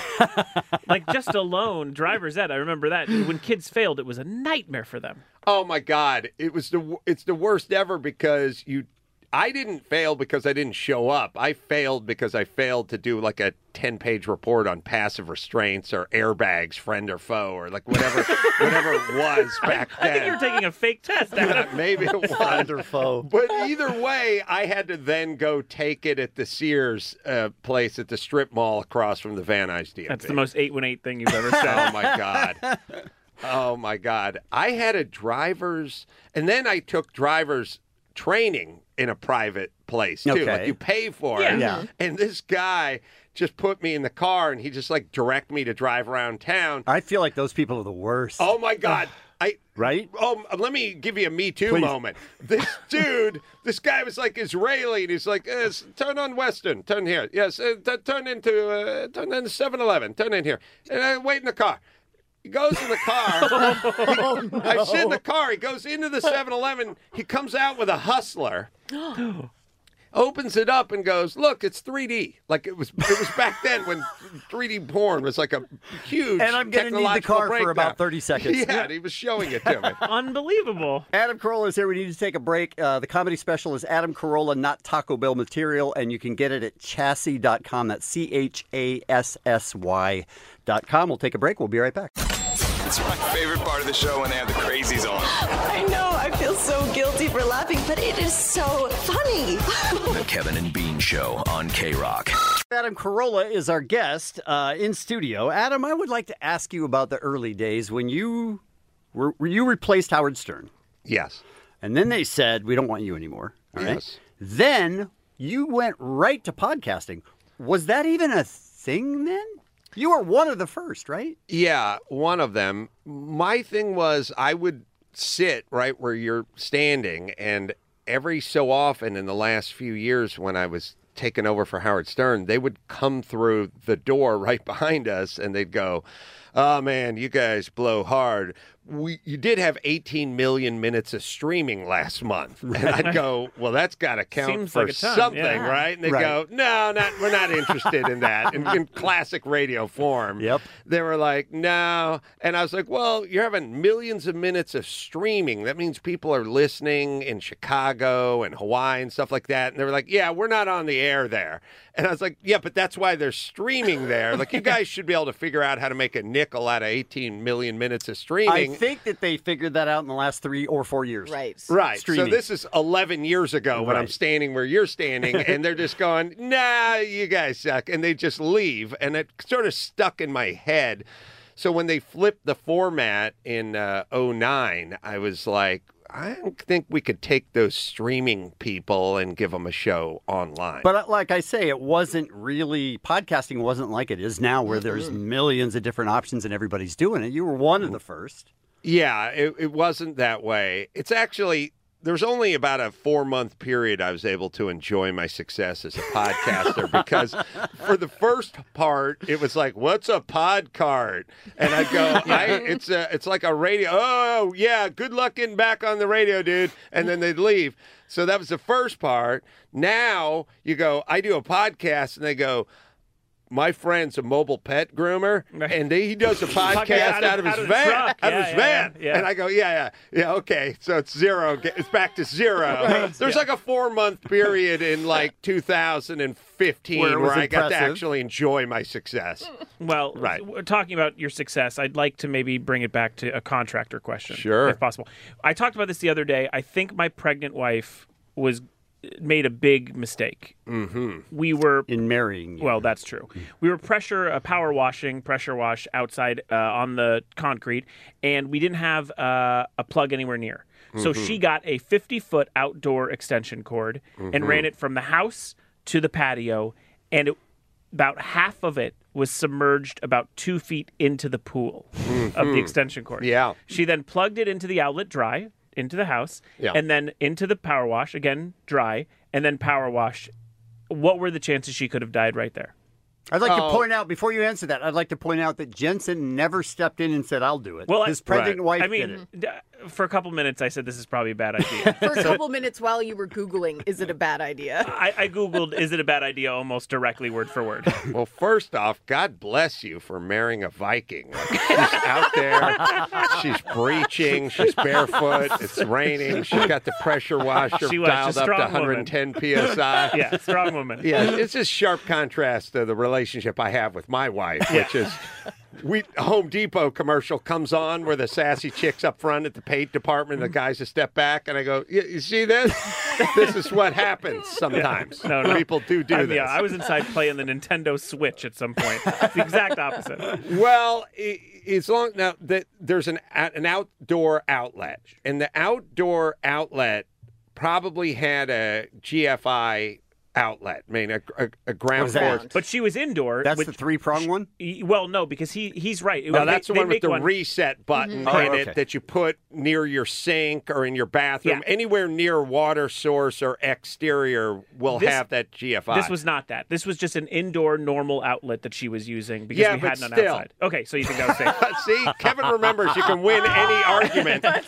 like just alone, driver's ed. I remember that when kids failed, it was a nightmare for them.
Oh my God! It was the w- it's the worst ever because you, I didn't fail because I didn't show up. I failed because I failed to do like a ten page report on passive restraints or airbags, friend or foe, or like whatever
[LAUGHS]
whatever it was back
I think
then.
you're taking a fake test.
Yeah, [LAUGHS] maybe it was.
Wonderful.
But either way, I had to then go take it at the Sears uh, place at the strip mall across from the Van Nuys DMV.
That's the most 818 thing you've
[LAUGHS]
ever said.
Oh my god. Oh my god. I had a driver's and then I took driver's training in a private place too. Like
Okay.
you pay for
Yeah.
it.
Yeah.
And this guy just put me in the car and he just like direct me to drive around town.
I feel like those people are the worst.
Oh
[SIGHS]
my god. I
Right?
Oh, let me give you a Me Too
Please.
moment.
[LAUGHS]
This dude, this guy was like Israeli, and he's like, eh, s- "Turn on Western, turn here, yes, uh, t- turn into, uh, turn into Seven Eleven, turn in here, and I wait in the car." He goes in
[LAUGHS]
the car.
Oh,
I sit in the car. He goes into the 7-Eleven. He comes out with a hustler opens it up and goes, "Look, it's 3D." Like it was, it was back then when 3D porn was like a huge.
And I'm gonna need the
technological
car for about
breakdown.
30 seconds.
[LAUGHS] Yeah, and he was showing it
[LAUGHS]
to me.
Unbelievable.
Adam Carolla is here. We need to take a break. Uh, the comedy special is Adam Carolla, not Taco Bell material, and you can get it at chassis.com. That's C H A S S Y dot com. We'll take a break. We'll be right back.
It's my favorite part of the show when they have the crazies on.
I know, I feel so guilty for laughing, but it is so funny.
The Kevin and Bean Show on K Rock.
Adam Carolla is our guest uh, in studio. Adam, I would like to ask you about the early days when you were when you replaced Howard Stern.
Yes.
And then they said we don't want you anymore. All right.
Yes.
Then you went right to podcasting. Was that even a thing then? You were one of the first, right?
Yeah, one of them. My thing was I would sit right where you're standing, and every so often in the last few years when I was taking over for Howard Stern, they would come through the door [LAUGHS] right behind us, and they'd go, "Oh man, you guys blow hard." We you did have 18 million minutes of streaming last month, and I'd go, "Well, that's got to count
Seems
for
like a ton,
something,
yeah.
right?" And they
Right.
go, "No, not we're not interested in that." In, in classic radio form. Yep. They were like, no. And I was like, well, you're having millions of minutes of streaming. That means people are listening in Chicago and Hawaii and stuff like that. And they were like, yeah, we're not on the air there. And I was like, yeah, but that's why they're streaming there. Like, you guys should be able to figure out how to make a nickel out of 18 million minutes of streaming.
I think that they figured that out in the last three or four years. Right.
Right.
Streaming.
So this is 11 years ago when I'm
Right.
standing where you're standing, and they're
[LAUGHS]
just going, nah, you guys suck. And they just leave. And it sort of stuck in my head. So when they flipped the format in uh, 09, I was like, I don't think we could take those streaming people and give them a show online.
But uh, like I say, it wasn't really podcasting wasn't like it is now, where there's millions of different options and everybody's doing it. You were one of the first.
Yeah, it, it wasn't that way. It's actually there's only about a four month period I was able to enjoy my success as a [LAUGHS] podcaster because for the first part it was like, "What's a podcart?" And I [LAUGHS] go, I, "It's a, it's like a radio." Oh yeah, good luck getting back on the radio, dude. And then they'd leave. So that was the first part. Now you go, I do a podcast, and they go. My friend's a mobile pet groomer, and he does a podcast out, of, his van.
truck.
Out
Yeah,
of his
yeah,
van.
yeah, yeah.
And I go, yeah, yeah, yeah, okay. So it's zero. It's back to zero.
[LAUGHS] Right.
There's
Yeah.
like a four month period
[LAUGHS]
in like 2015
Where it
where,
was
I got to
impressive.
actually enjoy my success.
[LAUGHS] Well, right. talking about your success, I'd like to maybe bring it back to a contractor question,
Sure.
if possible. I talked about this the other day. I think my pregnant wife was made a big mistake.
Mm-hmm.
We were
in marrying.
Well, that's true. We were pressure uh, power washing, pressure wash outside uh, on the concrete, and we didn't have uh, a plug anywhere near. So
Mm-hmm.
Mhm.
she got a 50 foot outdoor extension cord and
Mm-hmm.
Mhm.
ran it from the house to the patio, and it, about half of it was submerged about two feet into the pool of
Mhm.
the extension cord.
Yeah.
She then plugged it into the outlet dry into the house,
Yeah.
and then into the power wash again dry, and then power wash. What were the chances she could have died right there?
I'd like
Oh.
to point out before you answer that, I'd like to point out that Jensen never stepped in and said, "I'll do it."
Well, I-
his pregnant
right.
wife
I mean,
did it.
d- for a couple minutes, I said this is probably a
[LAUGHS]
bad idea.
For a
So
couple minutes while you were Googling, is it a bad idea?
I, I googled, "Is it a bad idea?" almost directly, word for word.
Well, first off, God bless you for marrying a
[LAUGHS]
Viking. Like, she's out there. [LAUGHS] She's breaching. She's barefoot. It's raining. She's got the pressure washer
She was
dialed
a
up to
strong woman.
110 psi.
[LAUGHS] Yeah, strong woman.
Yeah, it's just sharp contrast to the relationship I have with my wife, which is we Home Depot commercial comes on where the sassy chick's up front at the paint department,
Mm-hmm.
the guys a step back, and I go, "Y- "You see this? this is what
[LAUGHS]
happens sometimes.
No, no.
people do do
I,
this."
Yeah, I was inside playing the Nintendo Switch at some point. It's the exact opposite.
Well, i- as long now that there's an an outdoor outlet, and the outdoor outlet probably had a GFI outlet, I mean a, a, a ground force.
But she was indoor.
That's the
three-prong one.
Well, no, because he he's right. It
No,
was-
that's the
they- they
one with
make
the reset button
Mhm. Oh,
in
okay.
it that you put near your sink or in your bathroom.
Yeah.
Anywhere near water source or exterior will
This-
have that GFI.
This was not that. This was just an indoor normal outlet that she was using because
Yeah,
we
but
had none
still.
outside. Okay, so you think that was safe?
[LAUGHS] See, Kevin remembers you can win
[LAUGHS]
any argument.
but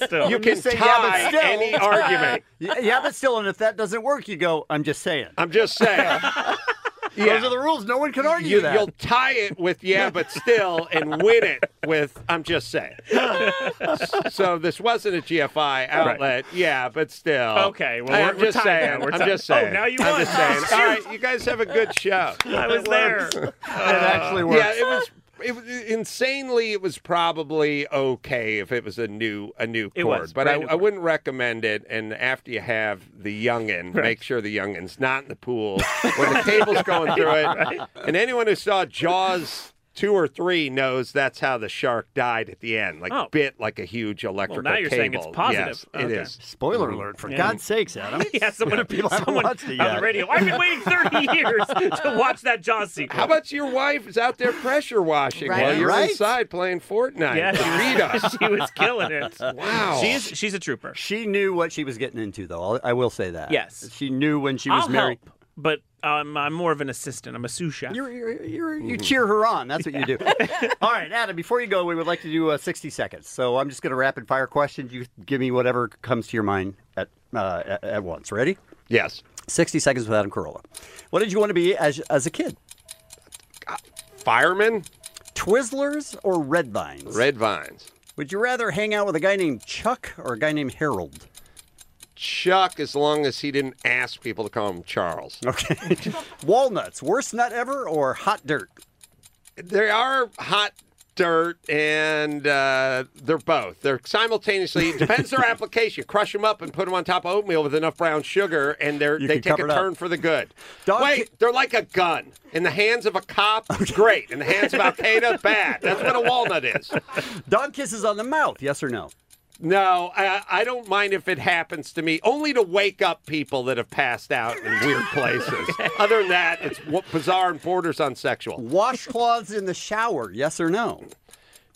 still,
You can
say,
tie
yeah, but still. [LAUGHS]
any
[LAUGHS]
argument.
yeah, yeah, but still, and if that doesn't work, you go, "I'm just saying."
I'm just
[LAUGHS]
saying.
Those are the rules. No one can argue
you,
that.
will tie it with yeah, but still, and win it with I'm just
[LAUGHS]
saying. so this wasn't a GFI outlet, yeah, but still.
Okay, well,
Oh, I'm
we're- we're
just
tied now.
saying.
We're
I'm
tied.
just saying.
Oh, now you
I'm
won.
just saying. All
Shoot.
right, you guys have a good show.
I was
It
[LAUGHS]
works.
there.
actually works.
Yeah, it was. It was insanely. It was probably okay if it was a new a new
It
chord,
was,
but I,
brand new
I wouldn't recommend it. And after you have the youngin,
Right.
make sure the youngin's not in the
[LAUGHS]
pool when the cable's going through it.
Right.
And anyone who saw Jaws two or three knows that's how the shark died at the end, like
Oh.
bit like a huge electrical
now you're
cable.
saying it's positive.
Yes, it
Okay.
is. Mm-hmm.
Spoiler alert! For
Yeah.
God's sakes, Adam.
[LAUGHS]
[LAUGHS]
yeah, someone,
people haven't
someone
watched it
on
yet.
the radio. I've been waiting
[LAUGHS]
30 years to watch that Jaws sequel.
How about your wife is out there pressure washing
Right.
while you're
Right.
inside playing Fortnite?
Yeah,
to beat
she
us.
was, [LAUGHS] she was killing it. [LAUGHS]
Wow.
She
is, she's a trooper.
She knew what she was getting into, though. I'll- I will say that.
Yes.
she knew when she was
I'll
married.
help, but um, I'm more of an assistant. I'm a sous chef.
You're, you're, you're, You
Hmm.
cheer her on. That's what
[LAUGHS]
you do. [LAUGHS] All right, Adam. Before you go, we would like to do uh, 60 seconds. So I'm just going to rapid fire questions. You give me whatever comes to your mind at uh, at, at once. Ready?
Yes.
60 seconds with Adam Carolla. What did you want to be as as a kid?
Fireman.
Twizzlers or Red Vines?
Red Vines.
Would you rather hang out with a guy named Chuck or a guy named Harold?
Chuck, as long as he didn't ask people to call him Charles.
Okay. Walnuts, worst nut ever, or hot dirt?
They are hot dirt and uh, they're both. They're simultaneously, depends their application. Crush them up and put them on top of oatmeal with enough brown sugar and they're,
You
they
can
take a
cover it up.
turn for the good.
Dog
Wait, they're like a gun. In the hands of a cop,
[LAUGHS]
great. In the hands of Al Qaeda, bad. That's what a walnut is.
[LAUGHS] Dog kisses on the mouth, yes or no?
No, I, I don't mind if it happens to me, only to wake up people that have passed out in weird places. Other than that, it's w- bizarre and borders on sexual.
Washcloths in the shower, yes or no?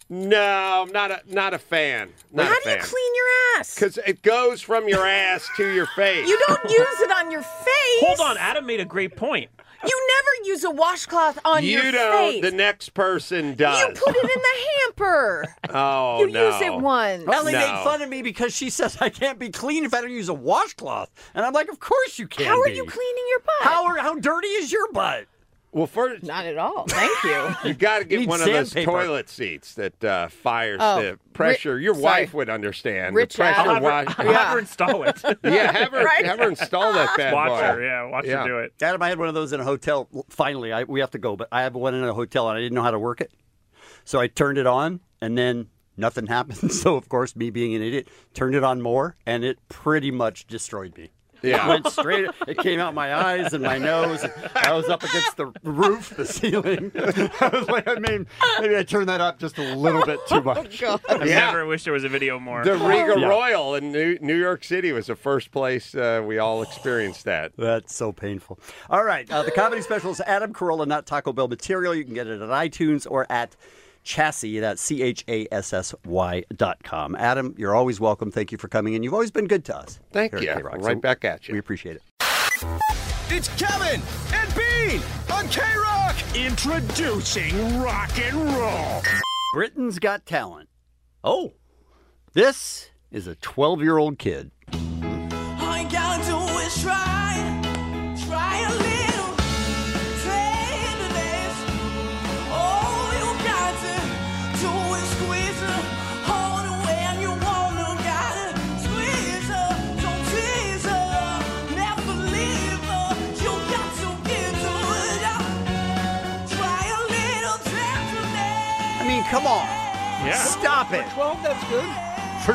No, I'm not a not a fan. Not
How
a
do you
fan.
clean your ass?
Because it goes from your ass to
[LAUGHS]
your face.
You don't use it on your face.
[LAUGHS] Hold on, Adam made a great point.
You never use a washcloth on
you
your
don't.
face.
The next person does.
Put it in the [LAUGHS] hamper.
oh
you
no.
use it once.
Ellie
No.
made fun of me because she says I can't be clean if I don't use a washcloth, and I'm like, of course you can.
How are
be.
you cleaning your butt?
How are, how dirty is your butt?
Well, first
Not at all. Thank you.
you got to get
need
one of those
sandpaper.
toilet seats that uh, fires
Oh,
the pressure. Your
Ri-
wife
sorry.
would understand
Rich
the pressure.
Adam.
wash-
I'll
yeah.
have her install it.
Yeah, have her
Right?
have her install that bad
Ah, watch
boy.
her, yeah, watch her do it.
Adam, I had one of those in a hotel. Finally, I, we have to go, but I have one in a hotel, and I didn't know how to work it, so I turned it on, and then nothing [LAUGHS] happened. So of course, me being an idiot, turned it on more, and it pretty much destroyed me.
Yeah.
It went straight. It came out my eyes and my nose. [LAUGHS] I was up against the roof, the ceiling. [LAUGHS] I was like, I mean, maybe I turned that up just a little bit
[LAUGHS] Oh,
too much.
I've
Yeah.
never wished there was a video more.
The Riga
Yeah.
Royal in New, New York City was the first place uh, we all experienced that.
That's so painful. All right. Uh, the comedy special is Adam Carolla, not Taco Bell material. You can get it at iTunes or at chassis, that's C H A S S Y dot com. Adam, you're always welcome. Thank you for coming in. You've always been good to us.
Thank
here at
you.
K-Rock.
Right back at you.
We appreciate it.
It's Kevin and Bean on K Rock.
Introducing rock and roll. Britain's Got Talent. Oh, this is a 12 year old kid.
All you gotta do is try, try a little tenderness. All you gotta do is squeeze her, hold her when you want her. Gotta squeeze her, don't tease her, never leave her. You got to give to it. Try a little tenderness.
I mean, come on.
Yeah.
Stop it.
For 12, that's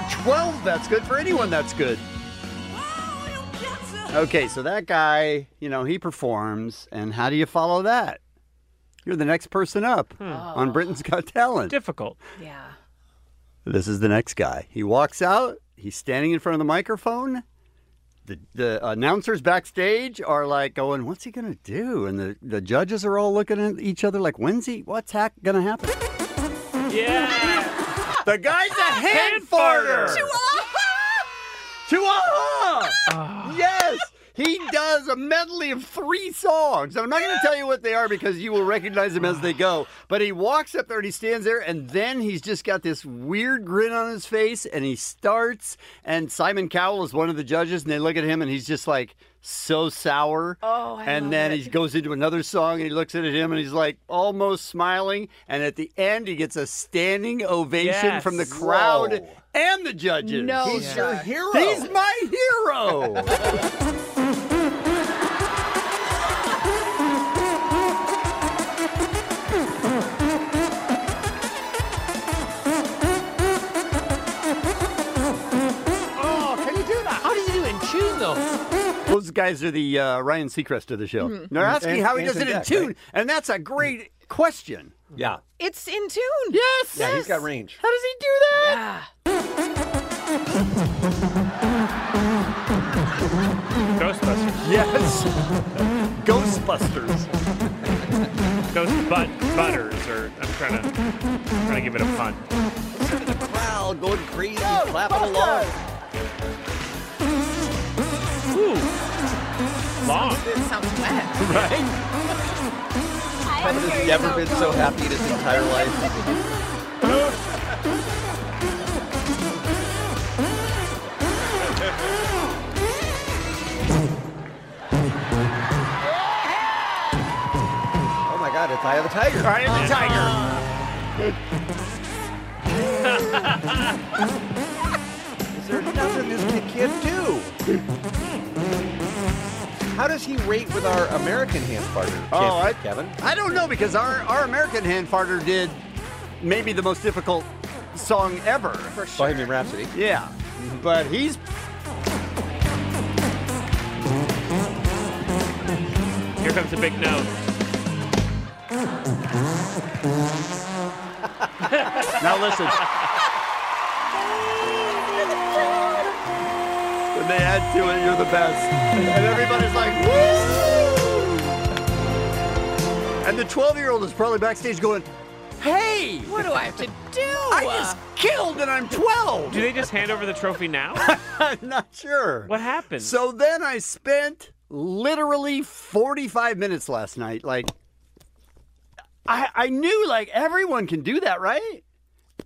good.
For 12, that's good. For anyone, that's good. Okay, so that guy, you know, he performs, and how do you follow that? You're the next person up on Britain's Got Talent.
Difficult.
Yeah.
This is the next guy. He walks out. He's standing in front of the microphone. The, the announcers backstage are like going, "What's he gonna do?" And the, the judges are all looking at each other like, "When's he? What's ha- gonna happen?"
[LAUGHS]
Yeah.
the guy's a hand farter. Chihuahua! yes! He does a medley of three songs. I'm not going to tell you what they are because you will recognize them as they go. But he walks up there and he stands there, and then he's just got this weird grin on his face, and he starts. And Simon Cowell is one of the judges, and they look at him, and he's just like so sour.
Oh, I
and
love
then
it.
he goes into another song, and he looks at him, and he's like almost smiling. And at the end, he gets a standing ovation
Yes.
from the crowd
Whoa.
and the judges.
No He's your shot. hero.
He's my
[LAUGHS]
hero.
Oh, can you do that? How does he do it in tune though?
Those guys are the uh, Ryan Seacrest of the show.
Mhm.
They're asking
And-
how he
and
does it in
Zach,
tune, and that's a great question.
Yeah.
It's in tune.
Yes.
Yeah, he's got range.
How does he do
that?
Ghostbusters.
Yes. Ghostbusters.
Ghost but butters, or I'm trying to trying to give it a pun.
Crowd going crazy,
clapping along.
Ooh. Long.
sounds wet.
Right?
Kevin has never been so happy in his entire life. Oh my God, it's Eye of the Tiger.
Eye of the
[LAUGHS] Is there nothing this kid can't do? How does he rate with our American hand partner,
Oh, I,
Kevin?
I don't know because our, our American hand farter did maybe the most difficult song ever.
Bohemian Rhapsody. Mm-hmm.
Yeah, but he's
Here comes the big note.
now listen. when they add to it, you're the best, and everybody's like, woo! And the 12 year old is probably backstage going, hey,
what do I have to do?
I just killed and I'm 12.
Do they just [LAUGHS] hand over the trophy now?
[LAUGHS] I'm not sure. What
happened?
So then I spent literally 45 minutes last night. Like, I, I knew like everyone can do that, right?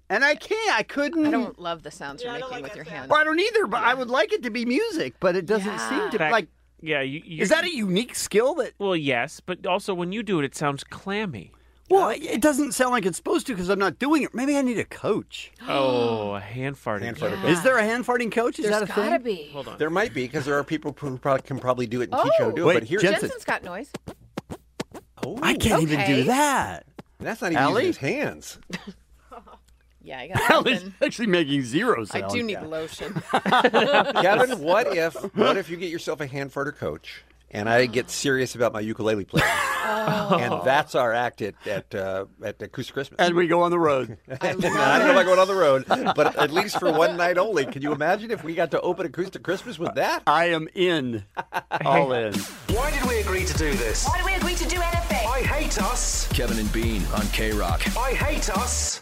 And I can't. I couldn't.
I don't love the sounds you're making with your hands.
Well, I don't either, but I would like it to be music, but it doesn't seem to.
Back-
Like,
yeah, you, you,
Is that a unique skill that?
Well, yes, but also when you do it, it sounds clammy.
e-, well, it doesn't sound like it's supposed to because I'm not doing it. Maybe I need a coach.
Oh, a hand farting.
Hand farting.
Is there a hand farting coach? Is that a thing?
be. Hold
There might be because there are people who probably can probably do it and
Oh,
teach you how to do it. But here,
Jensen's got noise.
Oh,
I can't even do
Okay.
that.
That's not even
Allie?
using his hands.
Yeah, I got something.
actually making zero
I do need lotion. [LAUGHS]
[LAUGHS]
Kevin, what if what if you get yourself a hand farter coach and I get serious about my ukulele playing? And that's our act at at uh, at Acoustic Christmas.
And we go on the road. [LAUGHS]
I, don't know about going on the road, [LAUGHS] but at least for one night only. Can you imagine if we got to open Acoustic Christmas with that?
I am in, all in.
Why did we agree to do this?
do we agree to do anything? I hate us.
Kevin and Bean on K Rock.
I hate us.